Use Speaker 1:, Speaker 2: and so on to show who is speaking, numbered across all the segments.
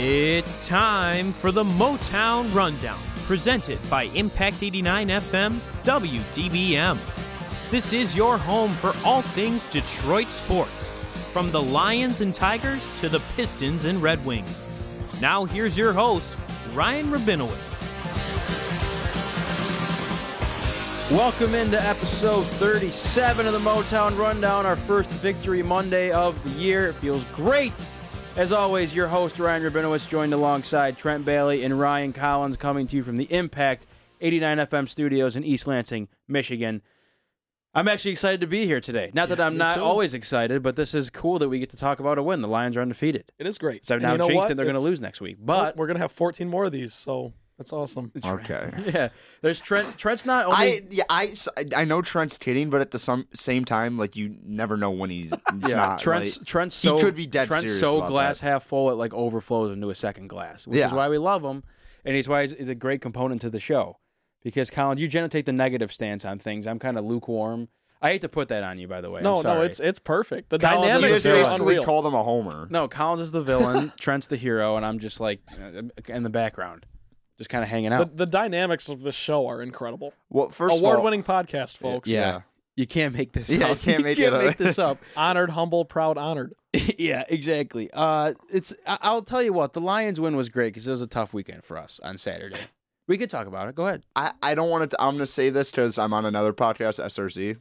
Speaker 1: It's time for the Motown Rundown, presented by Impact 89 FM WDBM. This is your home for all things Detroit sports, from the Lions and Tigers to the Pistons and Red Wings. Now, here's your host, Ryan Rabinowitz.
Speaker 2: Welcome into episode 37 of the Motown Rundown, our first victory Monday of the year. It feels great. As always, your host, Ryan Rabinowitz, joined alongside Trent Bailey and Ryan Collins, coming to you from the Impact 89 FM studios in East Lansing, Michigan. I'm actually excited to be here today. Not that I'm
Speaker 3: me
Speaker 2: not
Speaker 3: too.
Speaker 2: always excited, but this is cool that we get to talk about a win. The Lions are undefeated.
Speaker 3: It is great.
Speaker 2: So
Speaker 3: And
Speaker 2: now
Speaker 3: you know
Speaker 2: jinxed
Speaker 3: what?
Speaker 2: and they're going to
Speaker 3: It's- Oh,
Speaker 2: lose next week. But
Speaker 3: we're gonna have 14 more of these, so that's awesome.
Speaker 4: Okay.
Speaker 2: yeah, there's Trent. Trent's not only
Speaker 4: I yeah I, I know Trent's kidding, but at the some, same time, like you never know when he's it's not.
Speaker 2: Trent's
Speaker 4: like-
Speaker 2: Trent's
Speaker 4: he
Speaker 2: so
Speaker 4: could be dead
Speaker 2: Trent's
Speaker 4: serious
Speaker 2: so
Speaker 4: about
Speaker 2: glass
Speaker 4: that.
Speaker 2: half full it like overflows into a second glass, which is
Speaker 4: Yeah.
Speaker 2: why we love him, and he's why he's, he's a great component to the show. Because Colin, you generally take the negative stance on things. I'm kind of lukewarm. I hate to put that on you, by the way. I'm
Speaker 3: No, no,
Speaker 2: sorry.
Speaker 3: it's it's perfect. The
Speaker 2: Dynamic
Speaker 4: You
Speaker 3: dynamic
Speaker 2: is
Speaker 3: is
Speaker 4: just
Speaker 2: They're
Speaker 4: basically
Speaker 3: unreal.
Speaker 4: called him a homer.
Speaker 2: no. Collins is the villain. Trent's the hero, and I'm just like uh, in the background, just kind of hanging
Speaker 3: the,
Speaker 2: out.
Speaker 3: the dynamics of this show are incredible.
Speaker 4: Well, first of all-
Speaker 3: Award-winning podcast, folks.
Speaker 4: yeah.
Speaker 2: You can't make this
Speaker 4: Yeah,
Speaker 2: up.
Speaker 4: you can't make it up.
Speaker 2: this up.
Speaker 3: Honored, humble, proud, honored.
Speaker 2: yeah, exactly. Uh, it's I- I'll tell you what, the Lions win was great because it was a tough weekend for us on Saturday. We could talk about it. Go ahead.
Speaker 4: I, I don't want to. I'm going to say this because I'm on another podcast, SRC.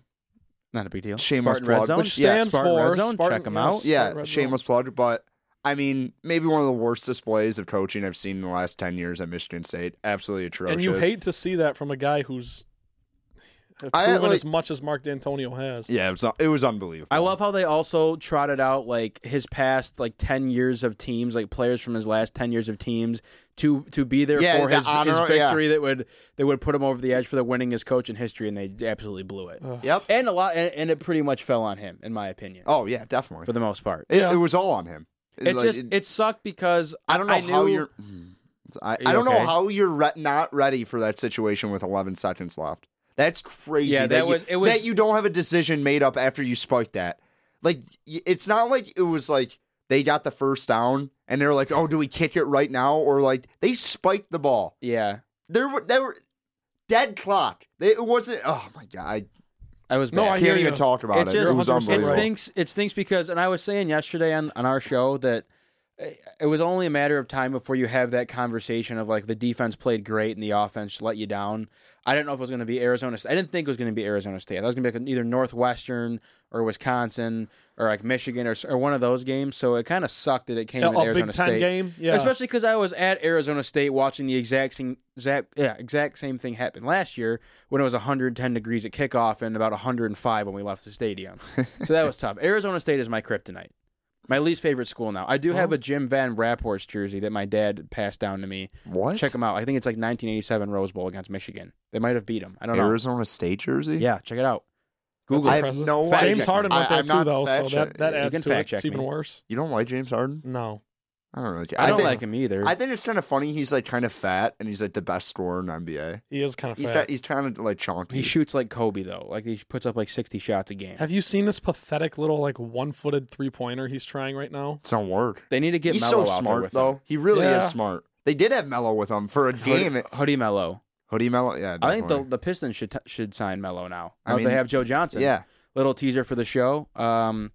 Speaker 2: Not a big deal.
Speaker 4: Shameless
Speaker 2: Spartan
Speaker 4: plug.
Speaker 2: Red Zone.
Speaker 4: Which
Speaker 2: yeah,
Speaker 3: stands
Speaker 2: Spartan Red
Speaker 3: for
Speaker 2: Zone.
Speaker 3: Spartan-
Speaker 2: Check them
Speaker 3: yes.
Speaker 2: out.
Speaker 3: Red
Speaker 4: Yeah,
Speaker 3: Zone.
Speaker 4: shameless plug, but I mean, maybe one of the worst displays of coaching I've seen in the last ten years at Michigan State. Absolutely atrocious.
Speaker 3: And you hate to see that from a guy who's proven
Speaker 4: I, like-
Speaker 3: as much as Mark D'Antonio has.
Speaker 4: Yeah, it was it was unbelievable.
Speaker 2: I love how they also trotted out like his past like ten years of teams, like players from his last ten years of teams to to be there
Speaker 4: Yeah,
Speaker 2: for
Speaker 4: the
Speaker 2: his, his
Speaker 4: honor-
Speaker 2: victory that would that would put him over the edge for the winningest coach in history, and they absolutely blew it.
Speaker 4: Yep.
Speaker 2: And a lot, and, and it pretty much fell on him, in my opinion,
Speaker 4: Oh yeah, definitely.
Speaker 2: for the most part.
Speaker 4: It,
Speaker 3: Yeah.
Speaker 4: it was all on him.
Speaker 2: It
Speaker 4: Like,
Speaker 2: just it sucked because
Speaker 4: I don't know how
Speaker 2: knew-
Speaker 4: you're. Mm. I,
Speaker 2: you
Speaker 4: I don't
Speaker 2: okay?
Speaker 4: know how you're re- not ready for that situation with 11 seconds left. That's crazy.
Speaker 2: Yeah, that
Speaker 4: you,
Speaker 2: was- it was-
Speaker 4: that you don't have a decision made up after you spiked that. Like y- it's not like it was like they got the first down and they're like, oh, do we kick it right now or like they spiked the ball.
Speaker 2: Yeah,
Speaker 4: There were there were dead clock. They, it wasn't. Oh my god, I
Speaker 2: I was
Speaker 3: No,
Speaker 2: bad.
Speaker 3: I
Speaker 4: can't
Speaker 3: hear
Speaker 4: even
Speaker 3: you.
Speaker 4: talk about
Speaker 2: It
Speaker 4: it.
Speaker 2: just-
Speaker 4: it was
Speaker 3: 100%
Speaker 2: it
Speaker 4: unbelievable.
Speaker 2: stinks. It stinks because, and I was saying yesterday on, on our show that it it was only a matter of time before you have that conversation of like the defense played great and the offense let you down. I didn't know if it was going to be Arizona. State. I didn't think it was going to be Arizona State. I thought it was going to be like either Northwestern or Wisconsin or like Michigan or, s- or one of those games. So it kind of sucked that it came
Speaker 3: A,
Speaker 2: to
Speaker 3: a
Speaker 2: Arizona
Speaker 3: oh, Big Ten
Speaker 2: State.
Speaker 3: game. Yeah.
Speaker 2: Especially because I was at Arizona State watching the exact same exact, yeah, exact same thing happen last year when it was 110 degrees at kickoff and about 105 when we left the stadium. so that was tough. Arizona State is my kryptonite. My least favorite school now. I do have a Jim Van Rapport's jersey that my dad passed down to me.
Speaker 4: What?
Speaker 2: Check them out. I think it's like 1987 Rose Bowl against Michigan. They might have beat them. I don't
Speaker 4: Arizona State jersey.
Speaker 2: know. Yeah, check it out.
Speaker 3: That's
Speaker 2: Google
Speaker 4: I
Speaker 2: it.
Speaker 4: have
Speaker 3: impressive.
Speaker 4: no
Speaker 2: Fact
Speaker 3: James
Speaker 2: check.
Speaker 4: idea.
Speaker 3: Harden went
Speaker 4: I-
Speaker 3: there
Speaker 4: I'm
Speaker 3: too,
Speaker 4: not
Speaker 3: though, so
Speaker 4: fact
Speaker 3: that,
Speaker 4: check-
Speaker 3: that
Speaker 2: You can
Speaker 3: adds to
Speaker 2: fact
Speaker 3: it.
Speaker 2: check
Speaker 3: It's even
Speaker 2: me.
Speaker 3: worse.
Speaker 4: You don't like James Harden?
Speaker 3: No.
Speaker 4: I don't really. Care.
Speaker 2: I don't
Speaker 4: think,
Speaker 2: like him either.
Speaker 4: I think it's kind of funny. He's like kind of fat, and he's like the best scorer in the NBA.
Speaker 3: He is kind of
Speaker 4: He's
Speaker 3: fat.
Speaker 4: got, he's kind of like chunky.
Speaker 2: he shoots like Kobe though. Like he puts up like 60 shots a game.
Speaker 3: Have you seen this pathetic little like one-footed three-pointer he's trying right now?
Speaker 4: It's not work.
Speaker 2: They need to get
Speaker 4: he's
Speaker 2: Melo
Speaker 4: so
Speaker 2: out there
Speaker 4: smart
Speaker 2: with
Speaker 4: though.
Speaker 2: him.
Speaker 4: He really
Speaker 3: Yeah.
Speaker 4: is smart. They did have Mello with him for a game.
Speaker 2: Hoodie, Hoodie Mello.
Speaker 4: Hoodie Mello, yeah.
Speaker 2: I think the,
Speaker 4: definitely.
Speaker 2: the Pistons should t- should sign Melo now.
Speaker 4: I
Speaker 2: Now that they
Speaker 4: mean,
Speaker 2: have Joe Johnson.
Speaker 4: yeah.
Speaker 2: Little teaser for the show. Um,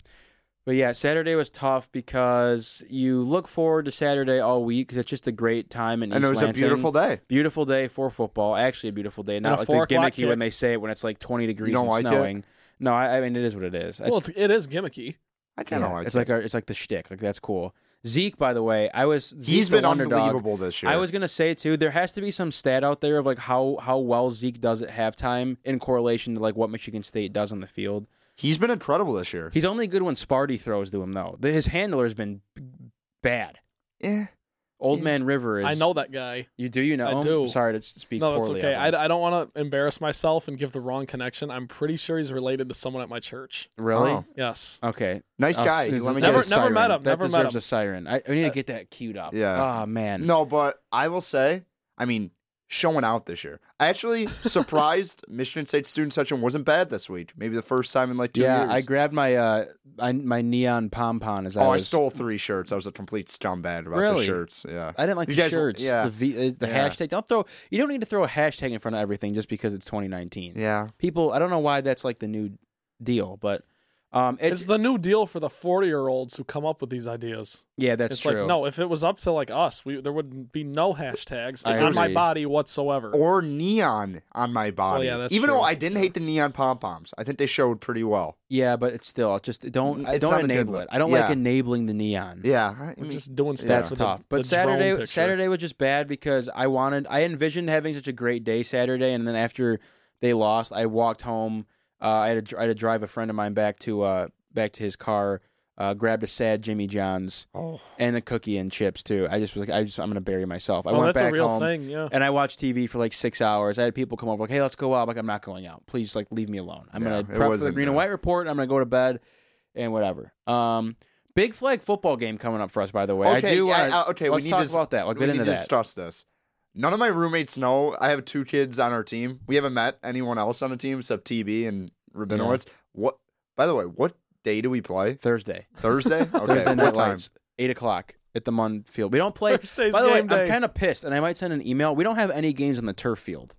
Speaker 2: but yeah, Saturday was tough because you look forward to Saturday all week 'cause it's just a great time in
Speaker 4: And
Speaker 2: East
Speaker 4: it was a
Speaker 2: Lansing.
Speaker 4: beautiful day.
Speaker 2: Beautiful day for football. Actually, a beautiful day.
Speaker 3: a
Speaker 2: Not like
Speaker 3: four
Speaker 2: the
Speaker 3: o'clock
Speaker 2: gimmicky
Speaker 3: kick.
Speaker 2: when they say it when it's like 20 degrees
Speaker 4: don't
Speaker 2: and
Speaker 4: like it?
Speaker 2: snowing. No, I, I mean it is what it is.
Speaker 3: Well, it's, it is gimmicky.
Speaker 4: I kind of like.
Speaker 2: it's
Speaker 4: it.
Speaker 2: like our, it's like the shtick. Like that's cool. Zeke, by the way, I was Zeke's
Speaker 4: he's been
Speaker 2: the underdog.
Speaker 4: unbelievable this year.
Speaker 2: I was gonna say too, there has to be some stat out there of like how how well Zeke does at halftime in correlation to like what Michigan State does on the field.
Speaker 4: He's been incredible this year.
Speaker 2: He's only good when Sparty throws to him though. The- His handler's been b- bad.
Speaker 4: Yeah.
Speaker 2: Old man River is.
Speaker 3: I know that guy.
Speaker 2: you do. You know.
Speaker 3: I
Speaker 2: him?
Speaker 3: do.
Speaker 2: Sorry to speak
Speaker 3: No, that's
Speaker 2: poorly.
Speaker 3: okay.
Speaker 2: of him.
Speaker 3: I, I don't want to embarrass myself and give the wrong connection. I'm pretty sure he's related to someone at my church.
Speaker 2: really.
Speaker 4: Oh.
Speaker 3: Yes.
Speaker 2: Okay.
Speaker 4: Nice
Speaker 2: Oh,
Speaker 4: guy.
Speaker 2: so
Speaker 4: He let
Speaker 2: that
Speaker 4: me get
Speaker 3: Never-
Speaker 4: his-
Speaker 2: deserves a
Speaker 3: never met
Speaker 2: siren.
Speaker 3: him,
Speaker 2: That
Speaker 3: never met
Speaker 2: deserves
Speaker 3: him. Uh,
Speaker 2: a siren. I, I need to get that queued up.
Speaker 4: Yeah.
Speaker 2: Oh man.
Speaker 4: No, but I will say. I mean, showing out this year. Actually, surprised Michigan State student section wasn't bad this week. Maybe the first time in like two
Speaker 2: yeah,
Speaker 4: years.
Speaker 2: I grabbed my uh I, my neon pom pom as I
Speaker 4: Oh, I
Speaker 2: was.
Speaker 4: stole three shirts. I was a complete scumbag about the
Speaker 2: Really?
Speaker 4: shirts. Yeah.
Speaker 2: I didn't like
Speaker 4: You
Speaker 2: the
Speaker 4: guys-
Speaker 2: shirts.
Speaker 4: yeah.
Speaker 2: the v, uh, the
Speaker 4: Yeah.
Speaker 2: hashtag. Don't throw. You don't need to throw a hashtag in front of everything just because it's 2019.
Speaker 4: yeah.
Speaker 2: People, I don't know why that's like the new deal, but um, it's,
Speaker 3: It's the new deal for the 40 year olds who come up with these ideas.
Speaker 2: yeah, that's
Speaker 3: it's
Speaker 2: true.
Speaker 3: like, no, if it was up to like us, we, there would be no hashtags
Speaker 2: I
Speaker 3: on my
Speaker 2: agree.
Speaker 3: body whatsoever.
Speaker 4: Or neon on my body.
Speaker 3: Oh, yeah, that's
Speaker 4: Even
Speaker 3: true.
Speaker 4: though I didn't hate the neon pom poms, I think they showed pretty well.
Speaker 2: Yeah, but it's still just don't I
Speaker 4: It's
Speaker 2: don't
Speaker 4: not a good
Speaker 2: enable
Speaker 4: look.
Speaker 2: it. I don't like
Speaker 4: Yeah.
Speaker 2: enabling the neon.
Speaker 4: Yeah. I
Speaker 3: We're
Speaker 4: mean,
Speaker 3: just doing stuff.
Speaker 2: That's
Speaker 3: with the-
Speaker 2: tough.
Speaker 3: the
Speaker 2: but
Speaker 3: drone
Speaker 2: Saturday
Speaker 3: picture.
Speaker 2: Saturday was just bad because I wanted I envisioned having such a great day Saturday, and then after they lost, I walked home. Uh, I had to dr- I had to drive a friend of mine back to uh, back to his car. Uh, grabbed a sad Jimmy John's
Speaker 4: oh.
Speaker 2: and a cookie and chips too. I just was like, I just I'm gonna bury myself. I
Speaker 3: Oh,
Speaker 2: went
Speaker 3: that's
Speaker 2: back
Speaker 3: a real
Speaker 2: home
Speaker 3: thing. Yeah.
Speaker 2: and I watched TV for like six hours. I had people come over like, "Hey, let's go out." I'm like, I'm not going out. Please, like, leave me alone. I'm
Speaker 4: Yeah,
Speaker 2: gonna
Speaker 4: it
Speaker 2: prep for the
Speaker 4: wasn't,
Speaker 2: green and
Speaker 4: uh,
Speaker 2: white report. I'm gonna go to bed, and whatever. Um, big flag football game coming up for us, by the way. I
Speaker 4: Okay,
Speaker 2: do.
Speaker 4: yeah,
Speaker 2: wanna-
Speaker 4: uh, okay, we
Speaker 2: let's
Speaker 4: need
Speaker 2: talk
Speaker 4: to s-
Speaker 2: about that. We'll
Speaker 4: we
Speaker 2: get
Speaker 4: need
Speaker 2: into
Speaker 4: to
Speaker 2: that.
Speaker 4: discuss this. None of my roommates know I have two kids on our team. We haven't met anyone else on the team except TB and Rabinowitz. What? By the way, what day do we play?
Speaker 2: Thursday,
Speaker 4: Thursday. Okay.
Speaker 2: Thursday night
Speaker 4: what time?
Speaker 2: lights, eight o'clock at the Munn Field. We don't play.
Speaker 3: Thursday's
Speaker 2: by the way,
Speaker 3: game
Speaker 2: I'm
Speaker 3: day.
Speaker 2: kind of pissed, and I might send an email. We don't have any games on the turf field.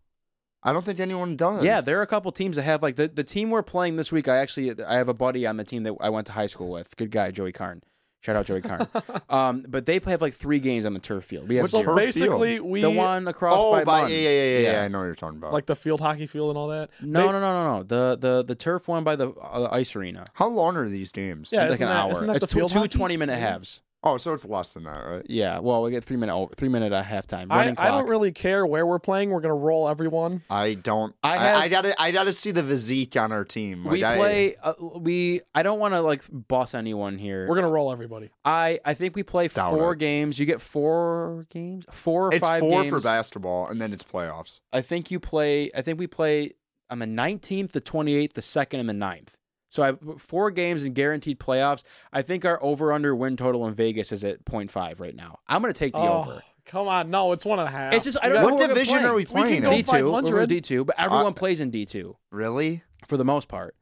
Speaker 4: I don't think anyone does.
Speaker 2: Yeah, there are a couple teams that have like the, the team we're playing this week. I actually I have a buddy on the team that I went to high school with. Good guy, Joey Karn. Shout out Joey Karn. um, but they play have like three games on the turf field. We have
Speaker 4: What's the
Speaker 2: zero.
Speaker 4: turf
Speaker 3: Basically, we
Speaker 2: the one across
Speaker 4: Oh,
Speaker 2: by,
Speaker 4: by-
Speaker 2: Munn.
Speaker 4: yeah, yeah, yeah, yeah, yeah. I know what you're talking about.
Speaker 3: like the field hockey field and all that.
Speaker 2: No,
Speaker 3: They-
Speaker 2: no, no, no, no. The the the turf one by the uh, ice arena.
Speaker 4: how long are these games?
Speaker 3: Yeah,
Speaker 2: It's like
Speaker 3: isn't
Speaker 2: an
Speaker 3: that-
Speaker 2: hour.
Speaker 3: isn't that
Speaker 2: it's
Speaker 3: the field
Speaker 2: two, two
Speaker 3: hockey?
Speaker 2: 20 minute halves.
Speaker 4: Oh, so it's less than that, right?
Speaker 2: Yeah. Well, we get three minute over, three minute at halftime.
Speaker 3: I,
Speaker 2: Running clock.
Speaker 3: I don't really care where we're playing. We're gonna roll everyone.
Speaker 4: I don't.
Speaker 2: I
Speaker 4: I,
Speaker 2: have-
Speaker 4: I gotta. I gotta see the physique on our team.
Speaker 2: we
Speaker 4: Like, Oh I-
Speaker 2: play. Uh, we. I don't want to like boss anyone here.
Speaker 3: We're gonna roll everybody.
Speaker 2: I. I think we play
Speaker 4: Doubt
Speaker 2: four
Speaker 4: it.
Speaker 2: games. You get four games. Four or
Speaker 4: it's
Speaker 2: five
Speaker 4: four
Speaker 2: games.
Speaker 4: for basketball, and then it's playoffs.
Speaker 2: I think you play. I think we play on the nineteenth, the twenty eighth, the second, and the 9th. So I four games and guaranteed playoffs. I think our over under win total in Vegas is at 0.5 right now. I'm going to take the
Speaker 3: oh,
Speaker 2: over.
Speaker 3: come on! No, it's one and a half.
Speaker 2: It's just I
Speaker 3: We
Speaker 2: don't know
Speaker 3: got-
Speaker 4: What
Speaker 2: who we're gonna
Speaker 4: division
Speaker 2: play.
Speaker 4: are we
Speaker 3: We can
Speaker 4: playing?
Speaker 3: go
Speaker 4: in?
Speaker 2: D two. We're going
Speaker 3: 500.
Speaker 2: D two, but everyone
Speaker 4: Uh,
Speaker 2: plays in D two
Speaker 4: Really?
Speaker 2: for the most part.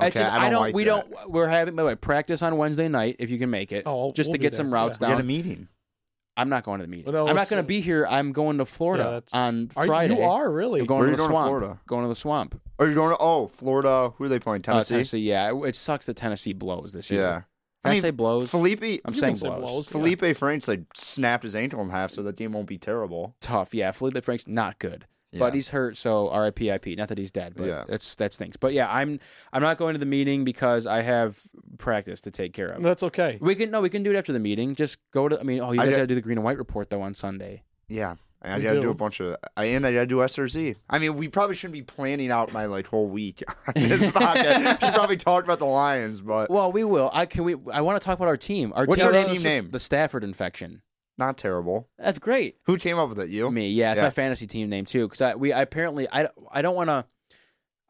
Speaker 4: Okay,
Speaker 2: it's just,
Speaker 4: I don't like
Speaker 2: we
Speaker 4: that.
Speaker 2: don't. We're having by the way practice on Wednesday night if you can make it.
Speaker 3: Oh,
Speaker 2: just
Speaker 3: we'll
Speaker 2: to
Speaker 3: be
Speaker 2: get some
Speaker 3: there.
Speaker 2: routes
Speaker 4: We
Speaker 2: down.
Speaker 4: got a meeting.
Speaker 2: I'm not going to the meeting.
Speaker 3: Well, no,
Speaker 2: I'm not
Speaker 3: let's-
Speaker 2: going to be here. I'm going to
Speaker 3: Yeah,
Speaker 2: Florida
Speaker 3: that's-
Speaker 2: on
Speaker 3: Are you-
Speaker 2: Friday.
Speaker 3: You are really.
Speaker 2: I'm going
Speaker 4: Where
Speaker 2: to
Speaker 4: are
Speaker 2: the
Speaker 4: you going to
Speaker 2: swamp.
Speaker 4: Florida?
Speaker 2: Going to the swamp.
Speaker 4: Are you going to? Oh, Florida. Who are they playing?
Speaker 2: Uh,
Speaker 4: Tennessee.
Speaker 2: Tennessee, yeah. It, it sucks that Tennessee blows this year.
Speaker 4: Yeah.
Speaker 2: Can I,
Speaker 4: I mean,
Speaker 2: say blows.
Speaker 4: Felipe.
Speaker 2: I'm
Speaker 3: You
Speaker 2: saying
Speaker 3: can say
Speaker 2: blows.
Speaker 3: blows. yeah.
Speaker 4: Felipe Franks like snapped his ankle in half, so that game won't be terrible.
Speaker 2: Tough, yeah. Felipe Frank's not good, but he's hurt, so R.I.P. I.P. Not that he's dead, but
Speaker 4: Yeah.
Speaker 2: that's that stinks. But yeah, I'm I'm not going to the meeting because I have practice to take care of.
Speaker 3: That's okay.
Speaker 2: We can no, we can do it after the meeting. Just go to. I mean, oh, you
Speaker 4: I
Speaker 2: guys
Speaker 4: got-
Speaker 2: got to do the green and white report though on Sunday.
Speaker 4: yeah. I
Speaker 3: We
Speaker 4: gotta do.
Speaker 3: do.
Speaker 4: a bunch of, I and I gotta do SRZ. I mean, we probably shouldn't be planning out my like whole week on this podcast. Should probably talk about the Lions, but
Speaker 2: Well, we will. I can we. I want to talk about our team. Our
Speaker 4: What's
Speaker 2: team,
Speaker 4: our
Speaker 2: is
Speaker 4: team
Speaker 2: just
Speaker 4: name?
Speaker 2: The Stafford infection.
Speaker 4: not terrible.
Speaker 2: That's great.
Speaker 4: Who came up with it? You?
Speaker 2: Me, yeah, it's
Speaker 4: Yeah.
Speaker 2: my fantasy team name too. Because I we I apparently I I don't want to.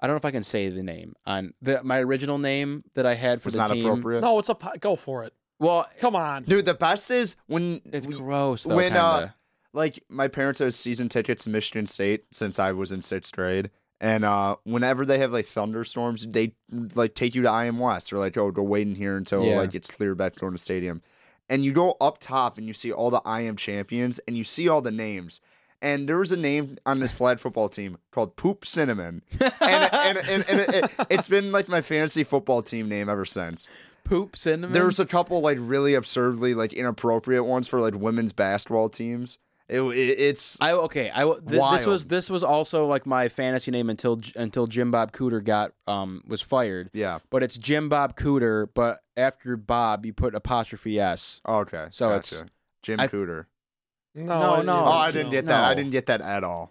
Speaker 2: I don't know if I can say the name on the my original name that I had for
Speaker 4: was
Speaker 2: the
Speaker 4: not
Speaker 2: team.
Speaker 4: appropriate.
Speaker 3: No, it's a po- go for it.
Speaker 2: Well,
Speaker 3: Come on.
Speaker 4: Dude, the best is when
Speaker 2: it's
Speaker 4: we-
Speaker 2: gross though.
Speaker 4: when, uh,
Speaker 2: kinda.
Speaker 4: like my parents have season tickets to Michigan State since I was in sixth grade. And uh, whenever they have like thunderstorms, they like take you to IM West or like, oh, go wait in here until
Speaker 2: Yeah.
Speaker 4: like it's clear back going to the stadium. And you go up top and you see all the IM champions and you see all the names. And there was a name on this flag football team called Poop Cinnamon. And, and, and, and it, it's been like my fantasy football team name ever since.
Speaker 2: poop cinnamon.
Speaker 4: There's a couple like really absurdly like inappropriate ones for like women's basketball teams. It, it- it's
Speaker 2: I okay. I will- th- this
Speaker 4: Wild.
Speaker 2: was this was also like my fantasy name until J- until Jim Bob Cooter got um was fired.
Speaker 4: yeah.
Speaker 2: But it's Jim Bob Cooter, but after Bob you put apostrophe s.
Speaker 4: Oh, okay.
Speaker 2: So
Speaker 4: Gotcha.
Speaker 2: it's-
Speaker 4: Jim
Speaker 2: I-
Speaker 4: Cooter.
Speaker 2: No,
Speaker 3: No,
Speaker 2: no.
Speaker 4: Oh, I didn't
Speaker 3: no.
Speaker 4: get that. I
Speaker 2: No.
Speaker 4: didn't get that at all.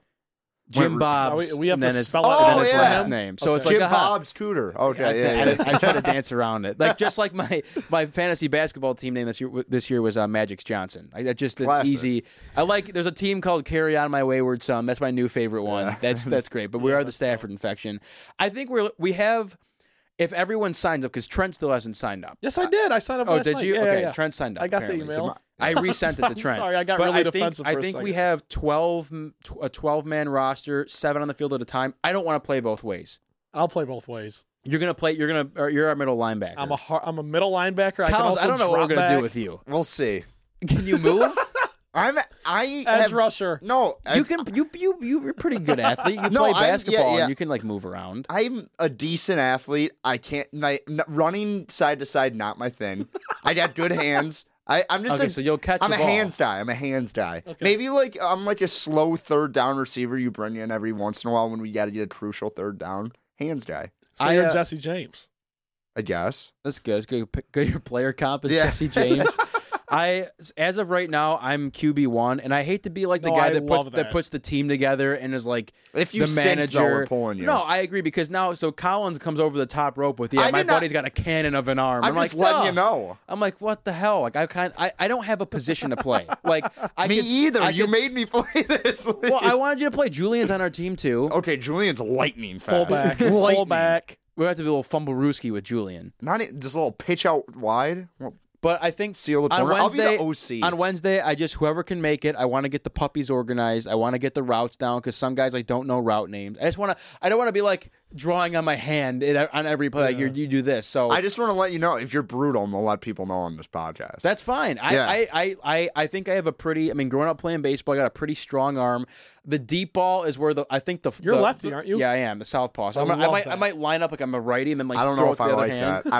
Speaker 2: Jim
Speaker 4: Wait,
Speaker 2: Bob.
Speaker 3: oh, we- we have
Speaker 2: and
Speaker 3: to
Speaker 2: then it's-
Speaker 3: spell it
Speaker 2: and then
Speaker 4: Oh,
Speaker 2: it's
Speaker 4: yeah.
Speaker 2: last name. So it's
Speaker 3: Okay.
Speaker 2: like
Speaker 4: Jim
Speaker 2: aha.
Speaker 4: Bob's Cooter. Okay.
Speaker 2: I,
Speaker 4: yeah, yeah,
Speaker 2: I, I try to dance around it, like just like my my fantasy basketball team name this year. This year was uh, Magic's Johnson. I, I just an
Speaker 4: Classic.
Speaker 2: easy. I like. There's a team called Carry On My Wayward Son. That's my new favorite one.
Speaker 4: Yeah.
Speaker 2: That's that's great. But we are the Stafford infection. I think we're we have. If everyone signs up, because Trent still hasn't signed up.
Speaker 3: Yes, I did. I signed up.
Speaker 2: Oh,
Speaker 3: last
Speaker 2: did
Speaker 3: night.
Speaker 2: you?
Speaker 3: Yeah, yeah,
Speaker 2: okay,
Speaker 3: yeah.
Speaker 2: Trent signed up.
Speaker 3: I got the
Speaker 2: apparently.
Speaker 3: email.
Speaker 2: Demi- I resent it to
Speaker 3: I'm
Speaker 2: Trent.
Speaker 3: sorry, I got
Speaker 2: but
Speaker 3: really
Speaker 2: I think,
Speaker 3: defensive
Speaker 2: I
Speaker 3: for a
Speaker 2: think we
Speaker 3: second.
Speaker 2: have 12, m- tw- a 12 man roster, seven on the field at a time. I don't want to play both ways.
Speaker 3: I'll play both ways.
Speaker 2: You're gonna play. You're gonna. Or you're our middle linebacker.
Speaker 3: I'm a har- I'm a middle linebacker. I can
Speaker 2: Collins,
Speaker 3: also
Speaker 2: I don't know what we're
Speaker 3: drop
Speaker 2: gonna do
Speaker 3: back.
Speaker 2: with you.
Speaker 4: We'll see.
Speaker 2: Can you move?
Speaker 4: I'm I
Speaker 3: edge
Speaker 4: have,
Speaker 3: rusher.
Speaker 4: no.
Speaker 2: you
Speaker 4: I,
Speaker 2: can. You you you're a pretty good athlete. You
Speaker 4: No,
Speaker 2: play
Speaker 4: I'm- yeah,
Speaker 2: basketball
Speaker 4: yeah.
Speaker 2: and you can like move around.
Speaker 4: I'm a decent athlete. I can't my, n- running side to side. Not my thing. I got good hands. I, I'm just
Speaker 2: Okay,
Speaker 4: a,
Speaker 2: so you'll catch.
Speaker 4: I'm
Speaker 2: the
Speaker 4: a
Speaker 2: ball.
Speaker 4: hands guy. I'm a hands guy. Maybe like I'm like a slow third down receiver you bring in every once in a while when we got to get a crucial third down. Hands guy,
Speaker 3: So
Speaker 2: I,
Speaker 3: you're
Speaker 2: uh,
Speaker 3: Jesse James.
Speaker 4: I guess.
Speaker 2: That's good. That's good. Pick- good. Your player comp is
Speaker 4: Yeah.
Speaker 2: Jesse James. I, as of right now, I'm QB one, and I hate to be like the
Speaker 3: No,
Speaker 2: guy
Speaker 3: I
Speaker 2: that puts
Speaker 3: love
Speaker 2: that
Speaker 3: that.
Speaker 2: puts the team together and is like
Speaker 4: If you
Speaker 2: the
Speaker 4: stink,
Speaker 2: manager.
Speaker 4: though, we're pulling you.
Speaker 2: No, I agree because now so Collins comes over the top rope with yeah,
Speaker 4: I
Speaker 2: my
Speaker 4: did not-
Speaker 2: buddy's got a cannon of an arm.
Speaker 4: I'm,
Speaker 2: I'm
Speaker 4: just
Speaker 2: like,
Speaker 4: letting you
Speaker 2: "No."
Speaker 4: know.
Speaker 2: I'm like, what the hell? Like I kind I, I don't have a position to play. Like I
Speaker 4: me
Speaker 2: could s-
Speaker 4: either.
Speaker 2: I
Speaker 4: you
Speaker 2: could
Speaker 4: made
Speaker 2: s-
Speaker 4: me play this. League.
Speaker 2: Well, I wanted you to play. Julian's on our team too.
Speaker 4: okay, Julian's lightning fast.
Speaker 3: Fullback.
Speaker 4: lightning.
Speaker 3: Fullback.
Speaker 2: We have to be a little fumble rooski with Julian.
Speaker 4: Not even, just a little pitch out wide. Well,
Speaker 2: But I think
Speaker 4: Seal the
Speaker 2: on
Speaker 4: corner. I'll be the
Speaker 2: Wednesday,
Speaker 4: OC.
Speaker 2: On Wednesday, I just whoever can make it. I want to get the puppies organized. I want to get the routes down because some guys like don't know route names. I just want to. I don't want to be like drawing on my hand in, on every play. Like you you do this. So
Speaker 4: I just want to let you know if you're brutal, I'm gonna let people know on this podcast.
Speaker 2: That's fine. I,
Speaker 4: Yeah.
Speaker 2: I, I, I, I think I have a pretty. I mean, growing up playing baseball, I got a pretty strong arm. The deep ball is where the I think the
Speaker 3: You're
Speaker 2: the-
Speaker 3: lefty, aren't you?
Speaker 2: Yeah, I am. The southpaw. So
Speaker 3: I
Speaker 2: I'm, I
Speaker 3: love
Speaker 2: might I
Speaker 3: that.
Speaker 2: might line up like I'm a righty and then like
Speaker 4: I don't
Speaker 2: throw
Speaker 4: know
Speaker 2: with
Speaker 4: if
Speaker 2: the
Speaker 4: I
Speaker 2: other
Speaker 4: like
Speaker 2: hand.
Speaker 4: that. I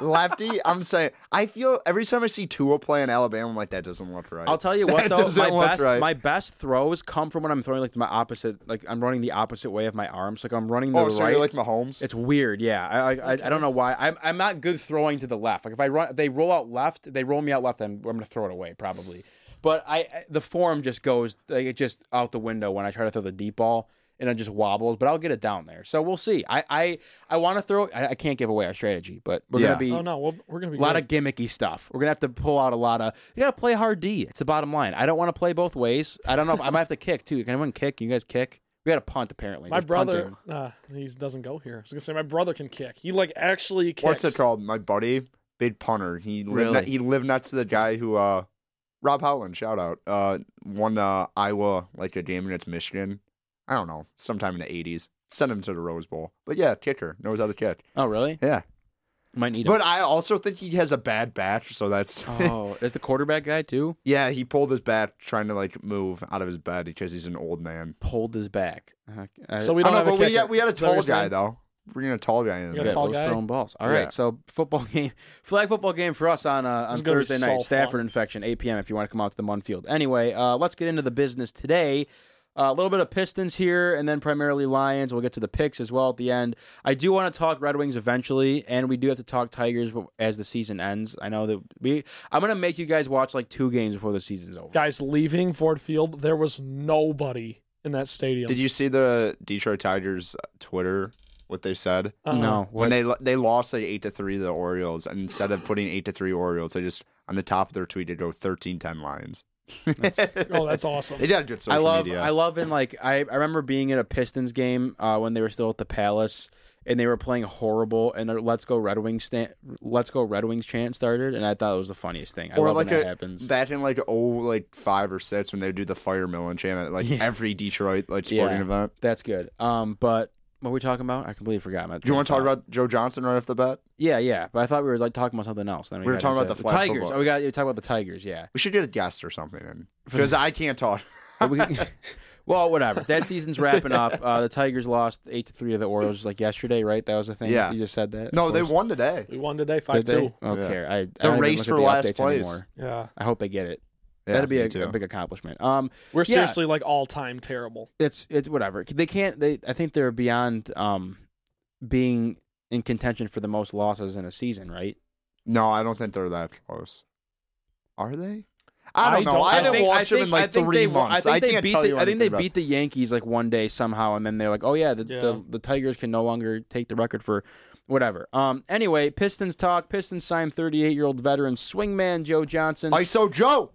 Speaker 4: know. Lefty, I'm saying I feel every time I see Tua play in Alabama, I'm like that doesn't look right.
Speaker 2: I'll tell you what
Speaker 4: That
Speaker 2: though,
Speaker 4: doesn't
Speaker 2: my
Speaker 4: look
Speaker 2: best
Speaker 4: right.
Speaker 2: my best throws come from when I'm throwing like my opposite, like I'm running the opposite way of my arms. Like I'm running the
Speaker 4: oh,
Speaker 2: right.
Speaker 4: so you're like Mahomes?
Speaker 2: It's weird, yeah. I I, I I don't know why. I'm I'm not good throwing to the left. Like if I run, if they roll out left. They roll me out left. I'm I'm gonna throw it away probably. But I I- the form just goes like it just out the window when I try to throw the deep ball and it just wobbles. But I'll get it down there. So we'll see. I I, I want to throw. I, I can't give away our strategy, but we're
Speaker 4: Yeah.
Speaker 2: gonna be
Speaker 3: Oh no, we'll, we're gonna be
Speaker 2: a lot
Speaker 3: good.
Speaker 2: of gimmicky stuff. We're gonna have to pull out a lot of. You gotta play hard D. It's the bottom line. I don't want to play both ways. I don't know. if I might have to kick too. Can anyone kick? Can you guys kick? We got to punt apparently.
Speaker 3: My
Speaker 2: There's
Speaker 3: brother,
Speaker 2: punting.
Speaker 3: uh, he doesn't go here. I was gonna say my brother can kick. He like actually kicks.
Speaker 4: What's it called? My buddy, big punter. He lived
Speaker 2: Really?
Speaker 4: ne- he lived next to the guy who uh Rob Howland, shout out. Uh won uh Iowa like a game against Michigan. I don't know, sometime in the eighties. Sent him to the Rose Bowl. But yeah, kicker. Knows how to kick.
Speaker 2: Oh really?
Speaker 4: Yeah.
Speaker 2: Might need.
Speaker 4: But I also think he has a bad back, so that's
Speaker 2: Oh, is the quarterback guy too?
Speaker 4: yeah, he pulled his back trying to like move out of his bed because he's an old man.
Speaker 2: Pulled his back. Uh, I-
Speaker 3: So we
Speaker 4: I
Speaker 3: don't
Speaker 4: don't
Speaker 3: have
Speaker 4: know,
Speaker 3: a
Speaker 4: but we
Speaker 3: kicker.
Speaker 4: got we had a
Speaker 3: Is that what
Speaker 4: tall
Speaker 3: you're
Speaker 4: guy
Speaker 3: saying?
Speaker 4: though. We're gonna tall guy in
Speaker 3: We got a
Speaker 4: the mix.
Speaker 3: tall
Speaker 2: those
Speaker 3: guy.
Speaker 2: throwing balls. All right,
Speaker 4: Yeah.
Speaker 2: so football game, flag football game for us on uh, on
Speaker 3: This is gonna be
Speaker 2: Thursday
Speaker 3: so
Speaker 2: night.
Speaker 3: fun.
Speaker 2: Stafford infection, 8 p.m. If you want to come out to the Munn Field. Anyway, uh, let's get into the business today. Uh, a little bit of Pistons here, and then primarily Lions. We'll get to the picks as well at the end. I do want to talk Red Wings eventually, and we do have to talk Tigers as the season ends. I know that we. I'm gonna make you guys watch like two games before the season's over.
Speaker 3: Guys leaving Ford Field, there was nobody in that stadium.
Speaker 4: Did you see the Detroit Tigers Twitter? What they said?
Speaker 3: Uh-uh.
Speaker 2: No, what?
Speaker 4: when they lo- they lost like eight to three to the Orioles, and instead of putting eight to three Orioles, they just on the top of their tweet they go 13-10 Lions.
Speaker 3: Oh, that's awesome.
Speaker 4: They did good social
Speaker 2: I love,
Speaker 4: media.
Speaker 2: I love, in like I, I remember being at a Pistons game uh, when they were still at the Palace, and they were playing horrible, and their "Let's Go Red Wings" stand, "Let's Go Red Wings" chant started, and I thought it was the funniest thing. I
Speaker 4: or
Speaker 2: love
Speaker 4: like
Speaker 2: when that
Speaker 4: a-
Speaker 2: happens.
Speaker 4: back in like oh like five or six when they do the fire melon chant at like every Detroit like sporting
Speaker 2: Yeah.
Speaker 4: event.
Speaker 2: That's good. Um, but what were we talking about? I completely forgot.
Speaker 4: Do you want to talk about Joe Johnson right off the bat?
Speaker 2: Yeah, yeah. But I thought we were like talking about something else. Then
Speaker 4: We were
Speaker 2: got
Speaker 4: talking
Speaker 2: into
Speaker 4: about the flag
Speaker 2: Tigers.
Speaker 4: football.
Speaker 2: Oh, we got to talk about the Tigers. Yeah.
Speaker 4: We should get a guest or something in because I can't talk.
Speaker 2: But we- well, whatever. That season's wrapping up. Uh, the Tigers lost eight to three to the Orioles like yesterday, right? That was the thing.
Speaker 4: Yeah.
Speaker 2: You just said that.
Speaker 4: No, they
Speaker 2: Orioles-
Speaker 4: won today.
Speaker 3: We won today, five
Speaker 2: Did they?
Speaker 3: two.
Speaker 2: Okay. I, I
Speaker 4: The
Speaker 2: don't even look at
Speaker 4: race for
Speaker 2: the
Speaker 4: last
Speaker 2: updates
Speaker 4: place.
Speaker 2: Anymore.
Speaker 3: Yeah,
Speaker 2: I hope they get it.
Speaker 4: Yeah,
Speaker 2: That'd be
Speaker 4: me
Speaker 2: a,
Speaker 4: too.
Speaker 2: a big accomplishment. Um,
Speaker 3: we're
Speaker 2: Yeah.
Speaker 3: seriously like all time terrible.
Speaker 2: it's it's whatever. They can't. They I think they're beyond um being in contention for the most losses in a season, right?
Speaker 4: No, I don't think they're that close. Are they? I don't
Speaker 3: I
Speaker 4: know.
Speaker 3: don't-
Speaker 4: I
Speaker 3: I
Speaker 4: haven't
Speaker 3: think-
Speaker 4: watched them in like three
Speaker 2: they, won-
Speaker 4: months.
Speaker 2: I
Speaker 4: I,
Speaker 2: think they
Speaker 4: can't
Speaker 2: beat
Speaker 4: tell
Speaker 2: the,
Speaker 4: you.
Speaker 2: I think they
Speaker 4: anything about-
Speaker 2: beat the Yankees like one day somehow, and then they're like, oh yeah, the,
Speaker 3: Yeah.
Speaker 2: the the Tigers can no longer take the record for whatever. Um, anyway, Pistons talk. Pistons signed 38 year old veteran swingman Joe Johnson.
Speaker 4: ISO Joe.